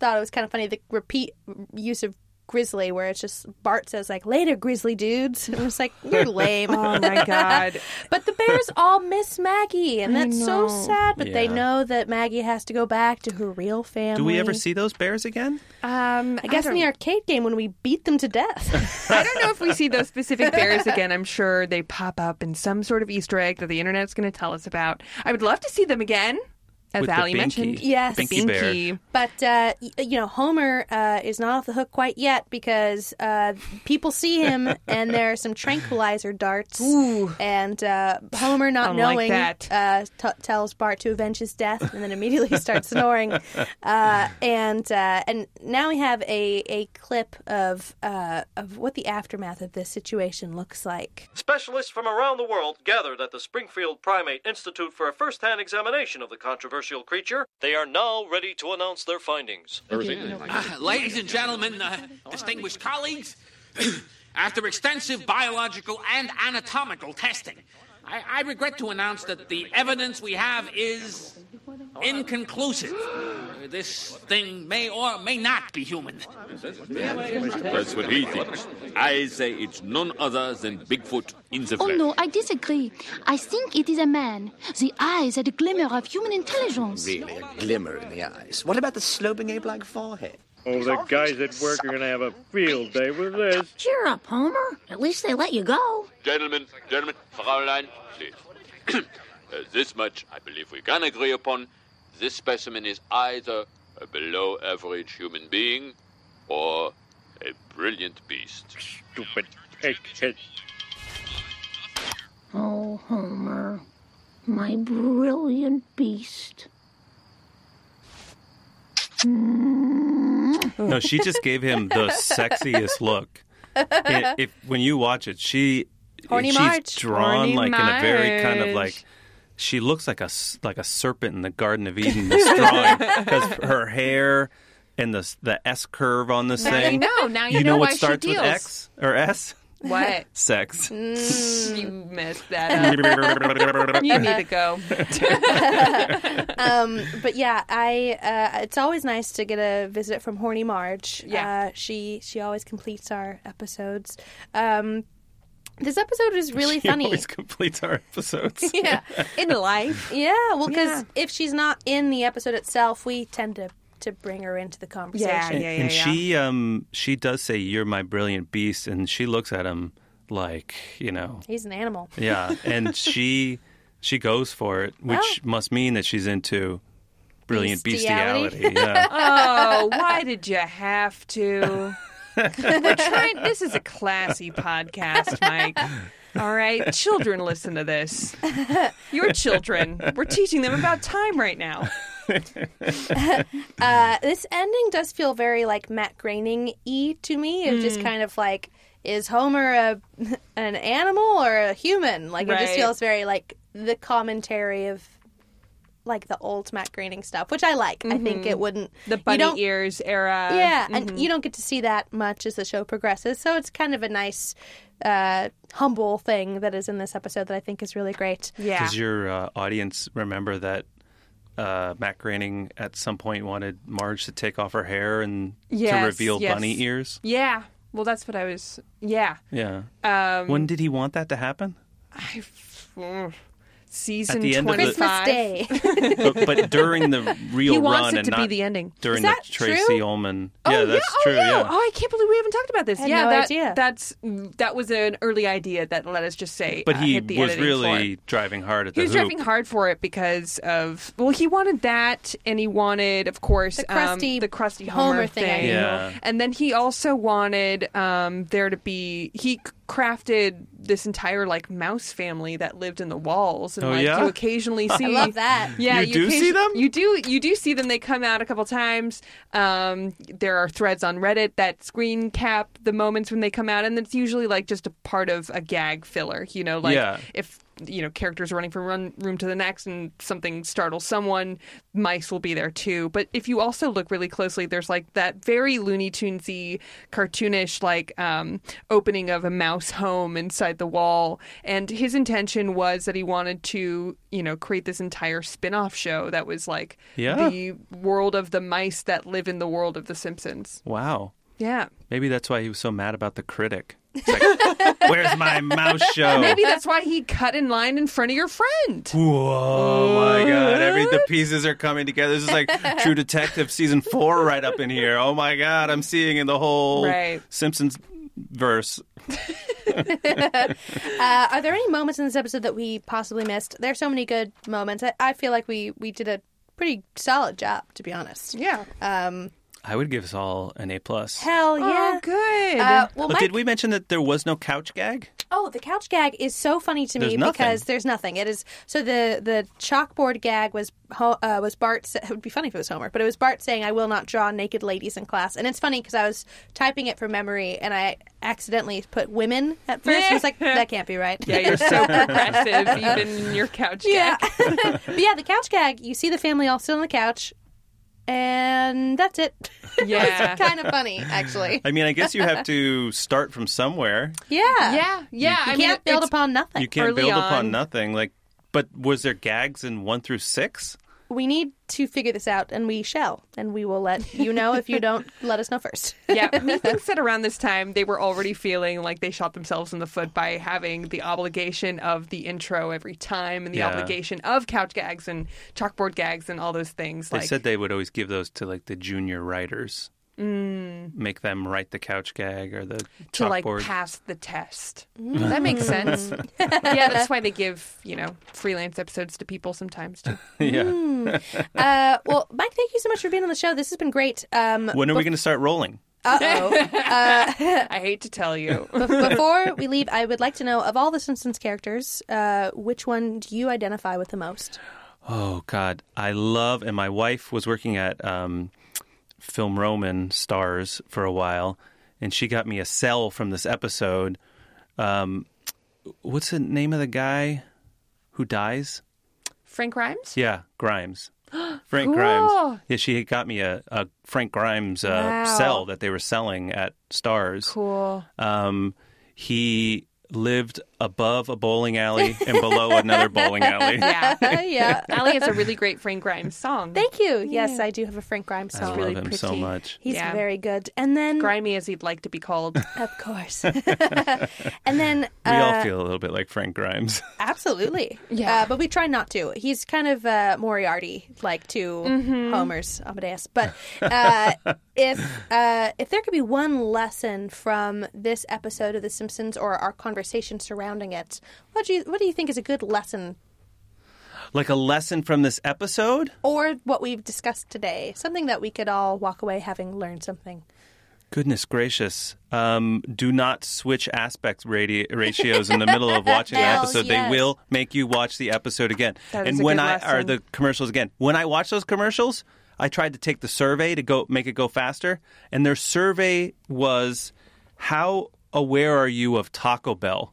[SPEAKER 1] thought it was kind of funny the repeat use of grizzly, where it's just Bart says like later grizzly dudes, and it's like
[SPEAKER 3] <laughs>
[SPEAKER 1] you're lame.
[SPEAKER 2] Oh my
[SPEAKER 1] <laughs>
[SPEAKER 2] God.
[SPEAKER 1] But the bears all miss Maggie, and that's so
[SPEAKER 2] know.
[SPEAKER 1] sad. But they
[SPEAKER 3] Yeah.
[SPEAKER 1] know that Maggie has to go back to her real family.
[SPEAKER 3] Do we ever see those bears again?
[SPEAKER 2] Um,
[SPEAKER 1] I guess in
[SPEAKER 2] don't-
[SPEAKER 1] the arcade game when we beat them to death. <laughs>
[SPEAKER 2] I don't know if we see those specific bears again. I'm sure they pop up in some sort of Easter egg that the internet's going to tell us about. I would love to see them again, as
[SPEAKER 3] With the
[SPEAKER 2] Allie
[SPEAKER 3] binky.
[SPEAKER 2] mentioned.
[SPEAKER 1] Yes.
[SPEAKER 3] Binky bear.
[SPEAKER 2] Binky.
[SPEAKER 1] but uh, y- you know, Homer uh, is not off the hook quite yet because uh, people see <laughs> him, and there are some tranquilizer darts.
[SPEAKER 2] Ooh.
[SPEAKER 1] And uh, Homer, not
[SPEAKER 2] Don't like
[SPEAKER 1] knowing,
[SPEAKER 2] that.
[SPEAKER 1] Uh, t- tells Bart to avenge his death, and then immediately <laughs> starts snoring. Uh, and uh, and now we have a, a clip of uh, of what the aftermath of this situation looks like.
[SPEAKER 13] Specialists from around the world gathered at the Springfield Primate Institute for a first hand examination of the controversial creature. They are now ready to announce their findings.
[SPEAKER 7] Uh, ladies and gentlemen, uh, distinguished colleagues, <coughs> After extensive biological and anatomical testing, I, I regret to announce that the evidence we have is inconclusive. This thing may or may not be human.
[SPEAKER 14] That's what he thinks. I say it's none other than Bigfoot in the
[SPEAKER 15] Oh
[SPEAKER 14] flesh.
[SPEAKER 15] no, I disagree. I think it is a man. The eyes had a glimmer of human intelligence.
[SPEAKER 16] Really, a glimmer in the eyes. What about the sloping ape-like forehead?
[SPEAKER 9] Oh, the guys at work are going to have a field day with this.
[SPEAKER 16] Cheer up, Homer. At least they let you go.
[SPEAKER 14] Gentlemen, gentlemen, Fräulein, please. <coughs> Uh, this much I believe we can agree upon. This specimen is either a below average human being or a brilliant beast. Stupid egghead.
[SPEAKER 15] Oh, Homer, my brilliant beast.
[SPEAKER 3] No, she just gave him the sexiest look. I- if when you watch it, she
[SPEAKER 1] Horny
[SPEAKER 3] she's
[SPEAKER 1] Marge.
[SPEAKER 3] drawn
[SPEAKER 1] Horny
[SPEAKER 3] like in a very kind
[SPEAKER 1] Marge.
[SPEAKER 3] of like she looks like a s- like a serpent in the Garden of Eden. This drawing because her hair and the s- the S curve on this
[SPEAKER 17] Now you
[SPEAKER 3] thing.
[SPEAKER 17] know. Now you
[SPEAKER 3] you
[SPEAKER 17] know
[SPEAKER 3] know
[SPEAKER 17] why
[SPEAKER 3] what
[SPEAKER 17] she
[SPEAKER 3] starts with
[SPEAKER 17] deals.
[SPEAKER 3] X or S.
[SPEAKER 1] <laughs>
[SPEAKER 2] What?
[SPEAKER 3] Sex. <laughs>
[SPEAKER 1] Mm.
[SPEAKER 2] <laughs> you messed that up. you need to <laughs> go.
[SPEAKER 1] um, but yeah, I uh, it's always nice to get a visit from Horny Marge. Yeah, uh, she she always completes our episodes. Um, this episode is really
[SPEAKER 3] <laughs> She
[SPEAKER 1] funny.
[SPEAKER 3] always completes our
[SPEAKER 2] <laughs>
[SPEAKER 3] episodes.
[SPEAKER 1] yeah, in life. Yeah, well, because if she's not in the episode itself, we tend to to bring her into the conversation.
[SPEAKER 3] and, and she um she does say you're my brilliant beast and she looks at him like you know
[SPEAKER 1] He's an animal.
[SPEAKER 3] yeah
[SPEAKER 2] <laughs>
[SPEAKER 3] and she she goes for it
[SPEAKER 2] Oh.
[SPEAKER 3] which must mean that she's into brilliant bestiality,
[SPEAKER 2] <laughs>
[SPEAKER 3] yeah
[SPEAKER 2] oh, why did you have to? <laughs> We're trying. This is a classy podcast, Mike. All right, children, listen to
[SPEAKER 1] <laughs>
[SPEAKER 2] this. Your children. We're teaching them about time right now.
[SPEAKER 1] uh, this ending does feel very like Matt Groening y to me. It's just
[SPEAKER 2] Hmm.
[SPEAKER 6] Mm.
[SPEAKER 1] kind of like, is Homer a <laughs> an animal or a human? Like it just
[SPEAKER 6] Right.
[SPEAKER 1] feels very like the commentary of like the old Matt Groening stuff, which I like. I think
[SPEAKER 2] Mhm.
[SPEAKER 1] it wouldn't
[SPEAKER 2] The
[SPEAKER 1] you
[SPEAKER 2] bunny
[SPEAKER 1] don't-
[SPEAKER 2] ears era.
[SPEAKER 1] yeah, and
[SPEAKER 2] Mhm.
[SPEAKER 1] you don't get to see that much as the show progresses, so it's kind of a nice, uh, humble thing that is in this episode that I think is really great.
[SPEAKER 3] does your uh, audience remember that uh, Matt Groening at some point wanted Marge to take off her hair and to
[SPEAKER 2] Yes,
[SPEAKER 3] reveal
[SPEAKER 2] yes.
[SPEAKER 3] bunny ears.
[SPEAKER 2] Yeah. Well, that's what I was. Yeah.
[SPEAKER 3] Yeah.
[SPEAKER 2] Um,
[SPEAKER 3] when did he want that
[SPEAKER 2] <laughs>
[SPEAKER 3] to happen?
[SPEAKER 2] Mm. Season
[SPEAKER 3] At the end of the-
[SPEAKER 2] 25.
[SPEAKER 3] Christmas but, but during the real
[SPEAKER 2] He wants
[SPEAKER 3] run
[SPEAKER 2] it
[SPEAKER 3] and
[SPEAKER 2] to be
[SPEAKER 3] not
[SPEAKER 2] the ending.
[SPEAKER 3] during
[SPEAKER 2] Is that
[SPEAKER 3] the Tracy
[SPEAKER 2] true?
[SPEAKER 3] Ullman.
[SPEAKER 2] Oh,
[SPEAKER 3] yeah, that's
[SPEAKER 2] oh,
[SPEAKER 3] true.
[SPEAKER 2] no.
[SPEAKER 3] Yeah.
[SPEAKER 2] Oh, I can't believe we haven't talked about this.
[SPEAKER 1] Had
[SPEAKER 2] yeah,
[SPEAKER 1] no
[SPEAKER 2] that,
[SPEAKER 1] idea.
[SPEAKER 2] that's mm, that was an early idea that let us just say.
[SPEAKER 3] but
[SPEAKER 2] uh,
[SPEAKER 3] he
[SPEAKER 2] hit the
[SPEAKER 3] was
[SPEAKER 2] editing floor.
[SPEAKER 3] really driving hard at
[SPEAKER 2] He
[SPEAKER 3] the
[SPEAKER 2] was
[SPEAKER 3] hoop.
[SPEAKER 2] driving hard for it because of well, he wanted that, and he wanted, of course,
[SPEAKER 1] The
[SPEAKER 2] um,
[SPEAKER 1] crusty
[SPEAKER 2] the crusty Homer,
[SPEAKER 1] Homer thing, I
[SPEAKER 2] thing.
[SPEAKER 1] Yeah.
[SPEAKER 2] And then he also wanted um, there to be he c- crafted this entire like mouse family that lived in the walls, and
[SPEAKER 1] Oh,
[SPEAKER 2] like
[SPEAKER 1] yeah?
[SPEAKER 2] you
[SPEAKER 1] <laughs>
[SPEAKER 2] occasionally
[SPEAKER 1] I
[SPEAKER 2] see.
[SPEAKER 1] love that.
[SPEAKER 2] Yeah,
[SPEAKER 1] You do see
[SPEAKER 2] occasion- them. You do. You do see them. They come out a couple times. Um, there are threads on Reddit that screen cap the moments when they come out, and it's usually like just a part of a gag filler. You know, like
[SPEAKER 17] Yeah.
[SPEAKER 2] if you know characters are running from one room to the next and something startles someone mice will be there too but if you also look really closely there's like that very looney tunesy cartoonish like um, opening of a mouse home inside the wall and his intention was that he wanted to you know create this entire spin-off show that was like
[SPEAKER 3] Yeah.
[SPEAKER 2] the world of the mice that live in the world of the simpsons
[SPEAKER 3] Wow.
[SPEAKER 2] yeah
[SPEAKER 3] Maybe that's why he was so mad about the critic. It's
[SPEAKER 2] <laughs>
[SPEAKER 3] like, Where's my mouse show?
[SPEAKER 2] maybe that's why he cut in line in front of your friend
[SPEAKER 3] Whoa, my God. Every the pieces are coming together. This is like True Detective season four right up in here. Oh my God, I'm seeing in the whole
[SPEAKER 1] Right.
[SPEAKER 3] Simpsons verse.
[SPEAKER 1] uh, are there any moments in this episode that we possibly missed? There's so many good moments. I, I feel like we we did a pretty solid job, to be honest.
[SPEAKER 2] Yeah.
[SPEAKER 1] Um.
[SPEAKER 3] I would give us all an A plus.
[SPEAKER 1] Hell yeah.
[SPEAKER 2] Oh, good.
[SPEAKER 1] Oh, Uh, well,
[SPEAKER 3] but
[SPEAKER 1] Mike.
[SPEAKER 3] did we mention that there was no couch gag?
[SPEAKER 1] Oh, the couch gag is so funny to
[SPEAKER 3] There's
[SPEAKER 1] me
[SPEAKER 3] nothing.
[SPEAKER 1] because there's nothing. It is so the the chalkboard gag was Ho- uh, was Bart. sa- It would be funny if it was Homer, but it was Bart saying, "I will not draw naked ladies in class." And it's funny because I was typing it from memory and I accidentally put women at first. I was <laughs> like, "That can't be right."
[SPEAKER 2] yeah
[SPEAKER 1] <laughs>
[SPEAKER 2] you're so progressive even in your couch
[SPEAKER 1] Yeah. but yeah, the couch gag, you see the family all still on the couch. And that's <laughs> it.
[SPEAKER 2] Yeah.
[SPEAKER 1] it's kind of funny, actually.
[SPEAKER 3] I mean, I guess you have to start from somewhere.
[SPEAKER 1] Yeah.
[SPEAKER 2] Yeah. Yeah.
[SPEAKER 1] You
[SPEAKER 2] I mean,
[SPEAKER 1] can't build
[SPEAKER 2] it's-
[SPEAKER 1] upon nothing.
[SPEAKER 3] You can't build upon nothing. Like, but was there gags in one through six?
[SPEAKER 1] We need to figure this out, and we shall. And we will let you know if you don't <laughs> let us know first. <laughs>
[SPEAKER 2] yeah, me thinks that around this time they were already feeling like they shot themselves in the foot by having the obligation of the intro every time and the
[SPEAKER 3] Yeah.
[SPEAKER 2] obligation of couch gags and chalkboard gags and all those things.
[SPEAKER 3] They
[SPEAKER 2] like,
[SPEAKER 3] said they would always give those to like the junior writers,
[SPEAKER 2] Mm.
[SPEAKER 3] make them write the couch gag or the
[SPEAKER 2] to like
[SPEAKER 3] chalkboard.
[SPEAKER 2] pass the test.
[SPEAKER 1] Mm-hmm.
[SPEAKER 3] Mm.
[SPEAKER 2] That makes sense. yeah, that's why they give you know freelance episodes to people
[SPEAKER 1] <laughs>
[SPEAKER 2] sometimes too.
[SPEAKER 3] <laughs> yeah.
[SPEAKER 2] Mm.
[SPEAKER 1] Uh, well, Mike, thank you so much for being on the show. This has been great. Um,
[SPEAKER 3] when are we going to start rolling?
[SPEAKER 1] <laughs> Uh-oh. Uh,
[SPEAKER 2] I hate to tell
[SPEAKER 3] <laughs>
[SPEAKER 2] you.
[SPEAKER 1] be- before we leave, I would like to know of all the Simpsons characters, uh, which one do you identify with the most?
[SPEAKER 3] Oh God, I love. And my wife was working at um, Film Roman Stars for a while, and she got me a cell from this episode. Um, what's the name of the guy who dies?
[SPEAKER 2] Frank Grimes.
[SPEAKER 3] Yeah,
[SPEAKER 2] <gasps>
[SPEAKER 3] Grimes. Frank
[SPEAKER 2] Cool.
[SPEAKER 3] Grimes. Yeah, she had got me a, a Frank Grimes uh,
[SPEAKER 2] Wow.
[SPEAKER 3] cell that they were selling at Stars.
[SPEAKER 2] Cool.
[SPEAKER 3] Um, he lived above a bowling alley and below another bowling alley.
[SPEAKER 2] <laughs> Yeah,
[SPEAKER 1] Oh, yeah.
[SPEAKER 2] Allie has a really great Frank Grimes song.
[SPEAKER 1] Thank you. Yes, I do have a Frank Grimes
[SPEAKER 3] I
[SPEAKER 1] song.
[SPEAKER 3] love him so much.
[SPEAKER 1] He's
[SPEAKER 2] Yeah.
[SPEAKER 1] very good. And then,
[SPEAKER 2] Grimy as he'd like to be
[SPEAKER 3] <laughs>
[SPEAKER 2] called.
[SPEAKER 1] of course. and then,
[SPEAKER 3] We all
[SPEAKER 1] uh,
[SPEAKER 3] feel a little bit like Frank Grimes. <laughs>
[SPEAKER 1] Absolutely.
[SPEAKER 2] Yeah.
[SPEAKER 1] Uh, but we try not to. He's kind of uh, Moriarty, like to
[SPEAKER 2] Mhm.
[SPEAKER 1] Homer's Amadeus. But uh, if uh, if there could be one lesson from this episode of The Simpsons or our conversation surrounding it, what do you what do you think is a good lesson
[SPEAKER 3] like a lesson from this episode
[SPEAKER 1] or what we've discussed today? Something that we could all walk away having learned something.
[SPEAKER 3] goodness gracious um, do not switch aspect radi- ratios in the middle
[SPEAKER 2] <laughs>
[SPEAKER 3] of watching the
[SPEAKER 1] Hell
[SPEAKER 3] episode
[SPEAKER 1] yes.
[SPEAKER 3] they will make you watch the episode again
[SPEAKER 2] That
[SPEAKER 3] and
[SPEAKER 2] is a
[SPEAKER 3] when
[SPEAKER 2] good
[SPEAKER 3] i
[SPEAKER 2] lesson.
[SPEAKER 3] are the commercials again when i watch those commercials i tried to take the survey to go make it go faster and their survey was how aware are you of
[SPEAKER 2] <laughs>
[SPEAKER 3] taco bell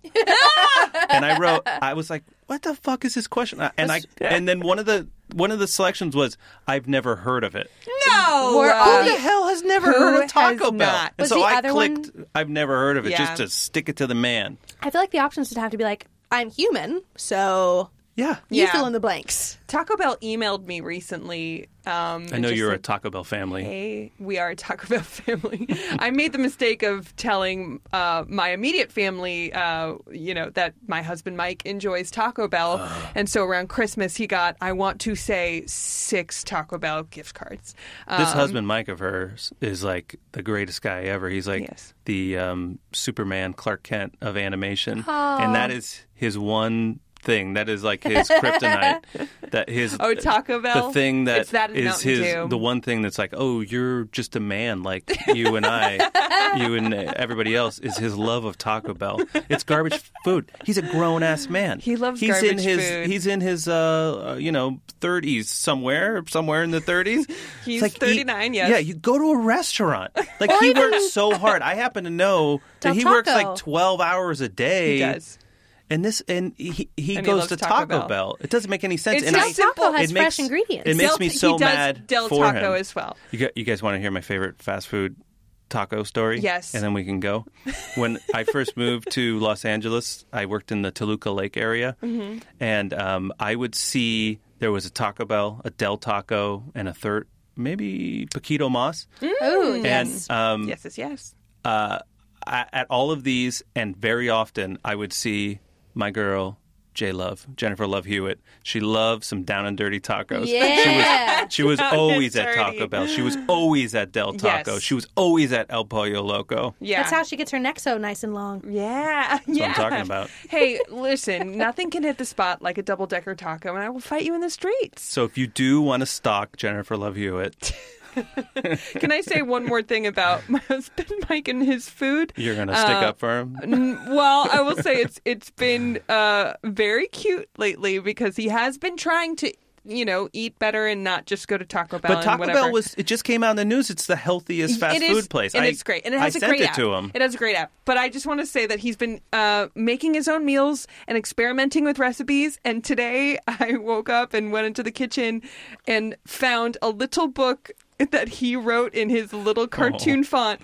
[SPEAKER 3] and i wrote i was like what the fuck is this question Uh, and i and then one of the one of the selections was i've never heard of it
[SPEAKER 2] No, Uh,
[SPEAKER 1] We're all
[SPEAKER 3] who the hell has never heard of Taco Bell? And
[SPEAKER 1] Was
[SPEAKER 3] so
[SPEAKER 1] the
[SPEAKER 3] I
[SPEAKER 1] other
[SPEAKER 3] clicked. I've never heard of it.
[SPEAKER 1] Yeah.
[SPEAKER 3] Just to stick it to the man.
[SPEAKER 1] I feel like the options would have to be like, I'm human, so
[SPEAKER 3] yeah,
[SPEAKER 1] you
[SPEAKER 2] Yeah.
[SPEAKER 1] fill in the blanks.
[SPEAKER 2] Taco Bell emailed me recently. Um,
[SPEAKER 3] I know
[SPEAKER 2] just
[SPEAKER 3] you're
[SPEAKER 2] said,
[SPEAKER 3] a Taco Bell family.
[SPEAKER 2] Hey, we are a Taco Bell <laughs> family. I made the mistake of telling uh, my immediate family, uh, you know, that my husband Mike enjoys Taco Bell,
[SPEAKER 3] Ah.
[SPEAKER 2] and so around Christmas he got, I want to say, six Taco Bell gift cards.
[SPEAKER 3] This
[SPEAKER 2] Um,
[SPEAKER 3] husband Mike of hers is like the greatest guy ever. He's like the um, Superman Clark Kent of animation,
[SPEAKER 2] Aw.
[SPEAKER 3] and that is his one thing. That is like
[SPEAKER 2] <laughs>
[SPEAKER 3] his kryptonite. that his
[SPEAKER 2] Oh, Taco Bell?
[SPEAKER 3] The thing that
[SPEAKER 2] It's that and
[SPEAKER 3] is
[SPEAKER 2] Mountain
[SPEAKER 3] his
[SPEAKER 2] Dew.
[SPEAKER 3] the one thing that's like, oh, you're just a
[SPEAKER 2] <laughs>
[SPEAKER 3] man like you and I, you and everybody else is his love of Taco Bell. It's garbage food. He's a grown ass man. He
[SPEAKER 2] loves
[SPEAKER 3] he's in
[SPEAKER 2] garbage
[SPEAKER 3] his,
[SPEAKER 2] food.
[SPEAKER 3] He's in his uh, uh, you know 30s somewhere, somewhere in the 30s.
[SPEAKER 2] <laughs> He's
[SPEAKER 3] It's like, eat-
[SPEAKER 2] 39, yes.
[SPEAKER 3] Yeah, you go to a
[SPEAKER 2] <laughs>
[SPEAKER 3] restaurant. Like he works so hard. I happen to know that
[SPEAKER 2] Del
[SPEAKER 3] he works
[SPEAKER 2] Taco.
[SPEAKER 3] like twelve hours a day.
[SPEAKER 2] He does.
[SPEAKER 3] And this, and he, he
[SPEAKER 2] And he
[SPEAKER 3] goes
[SPEAKER 2] loves
[SPEAKER 3] to
[SPEAKER 2] Taco
[SPEAKER 3] Taco
[SPEAKER 2] Bell.
[SPEAKER 3] Bell. It doesn't make any sense.
[SPEAKER 2] It's
[SPEAKER 3] and
[SPEAKER 2] so
[SPEAKER 3] I-
[SPEAKER 2] simple.
[SPEAKER 3] it
[SPEAKER 2] Has
[SPEAKER 3] makes,
[SPEAKER 2] fresh ingredients.
[SPEAKER 3] It makes
[SPEAKER 2] Del-
[SPEAKER 3] me
[SPEAKER 2] he
[SPEAKER 3] so
[SPEAKER 2] does
[SPEAKER 3] mad
[SPEAKER 2] Del
[SPEAKER 3] for
[SPEAKER 2] Taco
[SPEAKER 3] him.
[SPEAKER 2] as well.
[SPEAKER 3] You, gu- you guys want to hear my favorite fast food taco story?
[SPEAKER 2] Yes.
[SPEAKER 3] And then we can go. When I first moved to Los Angeles, I worked in the Toluca Lake area,
[SPEAKER 2] Mhm.
[SPEAKER 3] and um, I would see there was a Taco Bell, a Del Taco, and a third, maybe Paquito Mas.
[SPEAKER 2] Ooh,
[SPEAKER 3] and,
[SPEAKER 2] yes.
[SPEAKER 3] Um,
[SPEAKER 2] yes, yes, yes.
[SPEAKER 3] uh, I- at all of these, and very often, I would see my girl. J Love, Jennifer Love Hewitt. She loved some down and dirty tacos.
[SPEAKER 2] Yeah.
[SPEAKER 3] She was, she
[SPEAKER 2] <laughs>
[SPEAKER 3] was
[SPEAKER 2] Down and
[SPEAKER 3] always at
[SPEAKER 2] dirty.
[SPEAKER 3] Taco Bell. She was always at Del Taco.
[SPEAKER 2] Yes.
[SPEAKER 3] She was always at El Pollo Loco.
[SPEAKER 1] That's how she gets her neck so nice and long.
[SPEAKER 2] Yeah. <laughs>
[SPEAKER 3] That's what I'm talking about.
[SPEAKER 2] hey, listen, nothing can hit the spot like a double decker taco, and I will fight you in the streets.
[SPEAKER 3] So if you do want to stalk Jennifer Love Hewitt,
[SPEAKER 2] Can I say one more thing about <laughs> my husband Mike and his food?
[SPEAKER 3] you're going to stick
[SPEAKER 2] <laughs> Uh,
[SPEAKER 3] up for him.
[SPEAKER 2] n- well, I will say it's it's been uh, very cute lately because he has been trying to you know eat better and not just go to Taco Bell.
[SPEAKER 3] But
[SPEAKER 2] and
[SPEAKER 3] Taco
[SPEAKER 2] whatever.
[SPEAKER 3] Bell was, it just came out in the news. It's the healthiest fast
[SPEAKER 2] It is-
[SPEAKER 3] food place.
[SPEAKER 2] and
[SPEAKER 3] I-
[SPEAKER 2] it's great. And it has a
[SPEAKER 3] I sent
[SPEAKER 2] great
[SPEAKER 3] it
[SPEAKER 2] app.
[SPEAKER 3] to him.
[SPEAKER 2] It has a great app. But I just want to say that he's been uh, making his own meals and experimenting with recipes. And <laughs> today I woke up and went into the kitchen and found a little book that he wrote in his
[SPEAKER 3] Oh.
[SPEAKER 2] little
[SPEAKER 4] cartoon
[SPEAKER 2] font.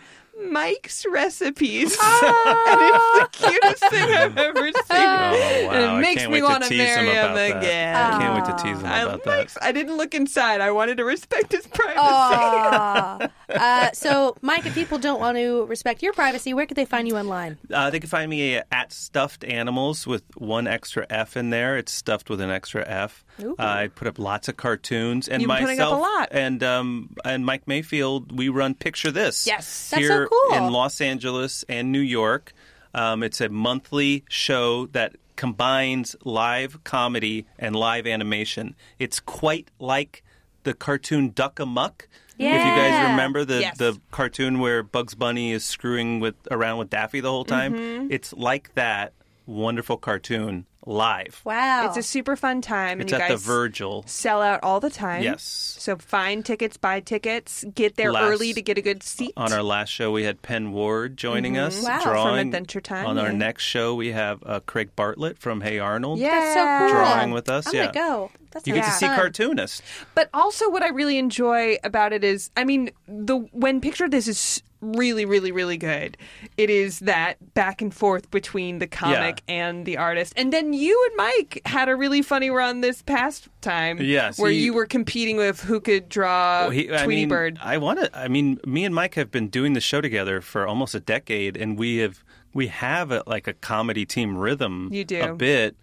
[SPEAKER 2] Mike's
[SPEAKER 3] <laughs>
[SPEAKER 2] recipes, and it's the cutest thing I've ever seen.
[SPEAKER 3] Oh, wow.
[SPEAKER 2] And <laughs>
[SPEAKER 3] I
[SPEAKER 2] it makes
[SPEAKER 3] can't
[SPEAKER 2] me
[SPEAKER 3] wait
[SPEAKER 2] want
[SPEAKER 3] to
[SPEAKER 2] to
[SPEAKER 3] tease him
[SPEAKER 2] marry him
[SPEAKER 3] about that.
[SPEAKER 2] again.
[SPEAKER 3] I can't wait to tease him
[SPEAKER 2] I
[SPEAKER 3] about that.
[SPEAKER 2] Mike's. I didn't look inside. I wanted to respect his privacy.
[SPEAKER 1] Oh. Aw. <laughs> uh, so, Mike, if people don't want to respect your privacy, where could they find you online?
[SPEAKER 3] Uh, they can find me at Stuffed Animals with one extra F in there. It's stuffed with an extra F.
[SPEAKER 1] Ooh.
[SPEAKER 3] I put up lots of cartoons and
[SPEAKER 2] You've been
[SPEAKER 3] myself
[SPEAKER 2] putting up a lot.
[SPEAKER 3] and um, and Mike Mayfield. We run Picture This.
[SPEAKER 2] Yes. That's so
[SPEAKER 3] here
[SPEAKER 2] cool.
[SPEAKER 3] in Los Angeles and New York. Um, it's a monthly show that combines live comedy and live animation. It's quite like the cartoon Duck a Muck. If you
[SPEAKER 17] Yeah.
[SPEAKER 3] guys remember the,
[SPEAKER 17] Yes.
[SPEAKER 3] the cartoon where Bugs Bunny is screwing with around with Daffy the whole time.
[SPEAKER 2] Mhm.
[SPEAKER 3] It's like that wonderful cartoon live.
[SPEAKER 2] Wow, it's a super fun time.
[SPEAKER 3] It's
[SPEAKER 2] and you
[SPEAKER 3] at
[SPEAKER 2] guys
[SPEAKER 3] the Virgil.
[SPEAKER 2] Sell out all the time.
[SPEAKER 3] Yes.
[SPEAKER 2] So find tickets, buy tickets, get there
[SPEAKER 3] Last-
[SPEAKER 2] early to get a good seat.
[SPEAKER 3] On our last show, we had Penn Ward joining
[SPEAKER 2] Mhm.
[SPEAKER 3] us,
[SPEAKER 2] Wow. From
[SPEAKER 3] drawing.
[SPEAKER 2] Adventure Time,
[SPEAKER 3] On our
[SPEAKER 2] yeah.
[SPEAKER 3] next show, we have uh, Craig Bartlett from Hey Arnold.
[SPEAKER 2] Yeah. That's so cool.
[SPEAKER 3] Drawing with us.
[SPEAKER 2] I'm
[SPEAKER 3] yeah,
[SPEAKER 2] gonna go. That
[SPEAKER 3] you get to
[SPEAKER 2] sounds
[SPEAKER 3] see
[SPEAKER 2] fun.
[SPEAKER 3] cartoonists.
[SPEAKER 2] But also, what I really enjoy about it is, I mean, the when Picture This is really, really, really good. It is that back and forth between the comic and the artist, and then you and Mike had a really funny run this past time.
[SPEAKER 3] Yes,
[SPEAKER 2] where
[SPEAKER 3] he-
[SPEAKER 2] you were competing with who could draw
[SPEAKER 3] Well, he-
[SPEAKER 2] Tweety
[SPEAKER 3] I mean,
[SPEAKER 2] Bird.
[SPEAKER 3] I want to. I mean, me and Mike have been doing the show together for almost a decade, and we have we have a, like a comedy team rhythm.
[SPEAKER 2] You do.
[SPEAKER 3] a bit,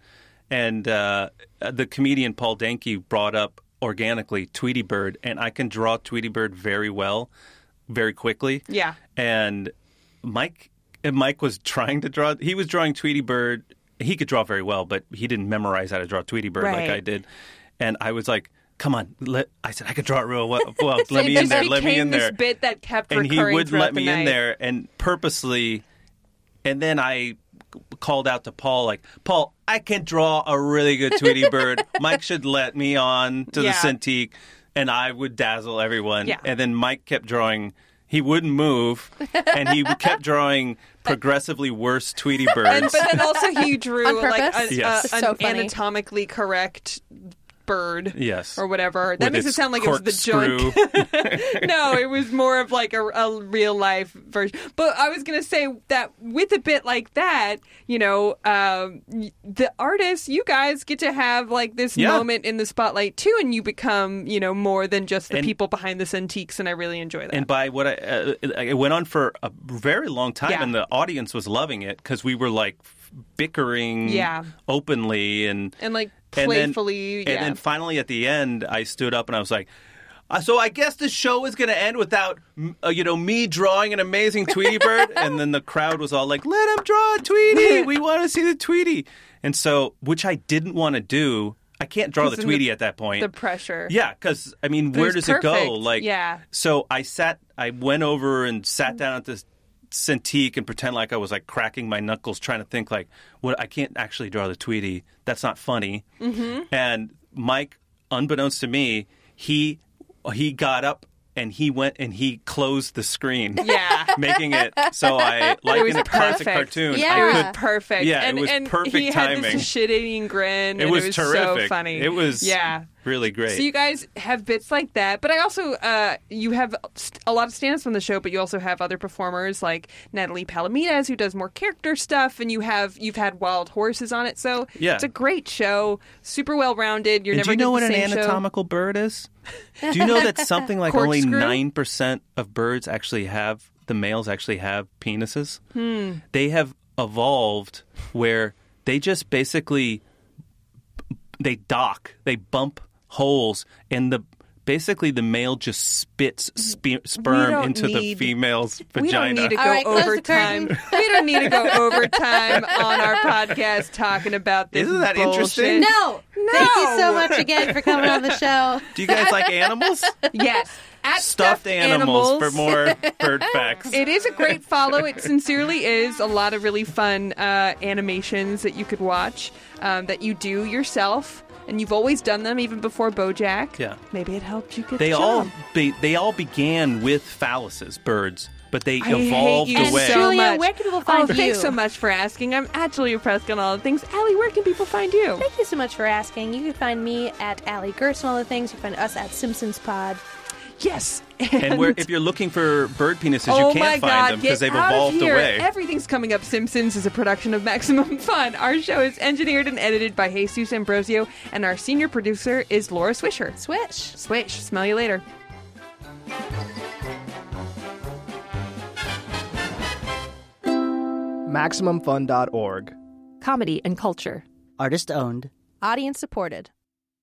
[SPEAKER 3] and uh, the comedian Paul Danke brought up organically Tweety Bird, and I can draw Tweety Bird very well, very quickly.
[SPEAKER 2] Yeah.
[SPEAKER 3] and Mike and Mike was <laughs> trying to draw. He was drawing Tweety Bird. He could draw very well, but he didn't memorize how to draw Tweety Bird like
[SPEAKER 2] Right.
[SPEAKER 3] I did. And I was like, "Come on!" Let, I said, "I could draw it real
[SPEAKER 2] <laughs>
[SPEAKER 3] well. well let me
[SPEAKER 2] It
[SPEAKER 3] in there.
[SPEAKER 2] just
[SPEAKER 3] Let me
[SPEAKER 2] became
[SPEAKER 3] in there."
[SPEAKER 2] This bit that kept
[SPEAKER 3] and he
[SPEAKER 2] recurring
[SPEAKER 3] would
[SPEAKER 2] throughout
[SPEAKER 3] let me
[SPEAKER 2] the
[SPEAKER 3] in
[SPEAKER 2] night.
[SPEAKER 3] there, and purposely. And then I called out to Paul, like, "Paul, I can draw a really
[SPEAKER 2] <laughs>
[SPEAKER 3] good Tweety Bird. Mike should let me on to
[SPEAKER 2] Yeah.
[SPEAKER 3] the Cintiq, and I would dazzle everyone."
[SPEAKER 2] Yeah.
[SPEAKER 3] And then Mike kept drawing. He wouldn't move, and he
[SPEAKER 2] <laughs>
[SPEAKER 3] kept drawing progressively worse Tweety Birds.
[SPEAKER 2] And, but then also he drew
[SPEAKER 1] On
[SPEAKER 2] like
[SPEAKER 1] purpose?
[SPEAKER 2] a,
[SPEAKER 3] Yes.
[SPEAKER 2] a- an
[SPEAKER 1] So funny.
[SPEAKER 2] anatomically correct bird.
[SPEAKER 3] Yes.
[SPEAKER 2] Or whatever. That
[SPEAKER 3] With
[SPEAKER 2] makes it
[SPEAKER 3] its
[SPEAKER 2] sound like it was the joke. <laughs>
[SPEAKER 3] corkscrew.
[SPEAKER 2] no, it was more of like a, a real life version. But I was going to say that with a bit like that, you know, um, y- the artists, you guys get to have like this
[SPEAKER 3] Yeah.
[SPEAKER 2] moment in the spotlight too, and you become, you know, more than just the
[SPEAKER 3] And-
[SPEAKER 2] people behind this antiques, and I really enjoy that.
[SPEAKER 3] And by what I, uh, it went on for a very long time,
[SPEAKER 2] Yeah.
[SPEAKER 3] and the audience was loving it because we were like bickering
[SPEAKER 2] Yeah.
[SPEAKER 3] openly and
[SPEAKER 2] And, like,
[SPEAKER 3] and then-
[SPEAKER 2] playfully,
[SPEAKER 3] And then,
[SPEAKER 2] yeah.
[SPEAKER 3] finally at the end, I stood up and I was like. "Uh, So I guess the show is going to end without, m- uh, you know, me drawing
[SPEAKER 2] <laughs>
[SPEAKER 3] an amazing Tweety Bird, and then the crowd was all like, "Let him draw a
[SPEAKER 2] <laughs>
[SPEAKER 3] Tweety! We want to see the Tweety!" And so, which I didn't want to do. I can't draw the
[SPEAKER 2] 'Cause then
[SPEAKER 3] Tweety at that point.
[SPEAKER 2] The pressure.
[SPEAKER 3] Yeah, because I mean,
[SPEAKER 2] But
[SPEAKER 3] where
[SPEAKER 2] it's
[SPEAKER 3] does it
[SPEAKER 2] perfect.
[SPEAKER 3] go? Like,
[SPEAKER 2] Yeah.
[SPEAKER 3] So I sat, I went over and sat down at this Cintiq and pretend like I was like cracking my knuckles, trying to think like, what? I can't actually draw the Tweety. That's not funny.
[SPEAKER 17] Mhm.
[SPEAKER 2] Mm-hmm.
[SPEAKER 3] And Mike, unbeknownst to me, he he got up. And he went and he closed the screen.
[SPEAKER 2] Yeah.
[SPEAKER 3] <laughs> Making it so I,
[SPEAKER 2] <laughs>
[SPEAKER 3] like
[SPEAKER 2] it was
[SPEAKER 3] in a classic
[SPEAKER 2] perfect.
[SPEAKER 3] cartoon, I
[SPEAKER 2] it was
[SPEAKER 3] could-
[SPEAKER 2] perfect.
[SPEAKER 3] Yeah,
[SPEAKER 2] and,
[SPEAKER 3] it was
[SPEAKER 2] and
[SPEAKER 3] perfect
[SPEAKER 2] he
[SPEAKER 3] timing.
[SPEAKER 2] had this shit-eating grin.
[SPEAKER 3] it
[SPEAKER 2] and
[SPEAKER 3] was
[SPEAKER 2] it was
[SPEAKER 3] terrific.
[SPEAKER 2] So funny.
[SPEAKER 3] It was
[SPEAKER 2] yeah.
[SPEAKER 3] really great.
[SPEAKER 2] So you guys have bits like that, but I also uh, you have st- a lot of stand-ups on the show, but you also have other performers like Natalie Palomides who does more character stuff, and you have you've had Wild Horses on it. So
[SPEAKER 3] Yeah.
[SPEAKER 2] it's a great show, super well-rounded. You're never
[SPEAKER 3] And do you know what
[SPEAKER 2] gonna
[SPEAKER 3] an
[SPEAKER 2] get the same show.
[SPEAKER 3] anatomical bird is? Do you know that something
[SPEAKER 2] <laughs>
[SPEAKER 3] like only
[SPEAKER 2] Corkscrew?
[SPEAKER 3] nine percent of birds actually have the males actually have penises?
[SPEAKER 17] Hmm.
[SPEAKER 3] They have evolved where they just basically they dock, they bump holes, and the basically the male just spits spe- sperm
[SPEAKER 2] don't
[SPEAKER 3] into the
[SPEAKER 2] need-
[SPEAKER 3] female's
[SPEAKER 2] We don't
[SPEAKER 3] vagina.
[SPEAKER 2] need to go overtime. we don't need to go overtime on our podcast talking about this.
[SPEAKER 3] Isn't that interesting?
[SPEAKER 2] bullshit.
[SPEAKER 1] No. Thank you so much again for coming
[SPEAKER 3] <laughs>
[SPEAKER 1] on the show.
[SPEAKER 3] Do you
[SPEAKER 2] <laughs>
[SPEAKER 3] guys like animals?
[SPEAKER 2] Yes. At
[SPEAKER 3] Stuffed animals, for
[SPEAKER 2] <laughs>
[SPEAKER 3] more bird facts.
[SPEAKER 2] It is a great follow. It sincerely is a lot of really fun uh, animations that you could watch um, that you do yourself, and you've always done them even before BoJack.
[SPEAKER 3] Yeah.
[SPEAKER 2] Maybe it helped you get
[SPEAKER 3] They
[SPEAKER 2] the
[SPEAKER 3] all
[SPEAKER 2] job.
[SPEAKER 3] they, they all began with phalluses, birds, but they
[SPEAKER 2] I
[SPEAKER 3] evolved
[SPEAKER 2] hate you
[SPEAKER 3] away.
[SPEAKER 2] so much.
[SPEAKER 1] find
[SPEAKER 2] oh, Thanks
[SPEAKER 1] you?
[SPEAKER 2] so much for asking. I'm actually impressed on all the things. Allie, where can people find you?
[SPEAKER 1] Thank you so much for asking. You can find me at Allie Gerst on all the things. You can find us at Simpsons Pod.
[SPEAKER 2] Yes.
[SPEAKER 3] And where if you're looking for bird penises,
[SPEAKER 2] oh
[SPEAKER 3] you can't
[SPEAKER 2] my
[SPEAKER 3] find
[SPEAKER 2] God,
[SPEAKER 3] them because
[SPEAKER 2] get
[SPEAKER 3] they've
[SPEAKER 2] out of
[SPEAKER 3] evolved
[SPEAKER 2] here.
[SPEAKER 3] away.
[SPEAKER 2] Everything's coming up. Simpsons is a production of Maximum <laughs> Fun. Our show is engineered and edited by Jesus Ambrosio, and our senior producer is Laura Swisher.
[SPEAKER 1] Swish.
[SPEAKER 2] Swish. Smell you later.
[SPEAKER 17] MaximumFun.org.
[SPEAKER 1] Comedy and culture.
[SPEAKER 17] Artist owned.
[SPEAKER 1] Audience supported.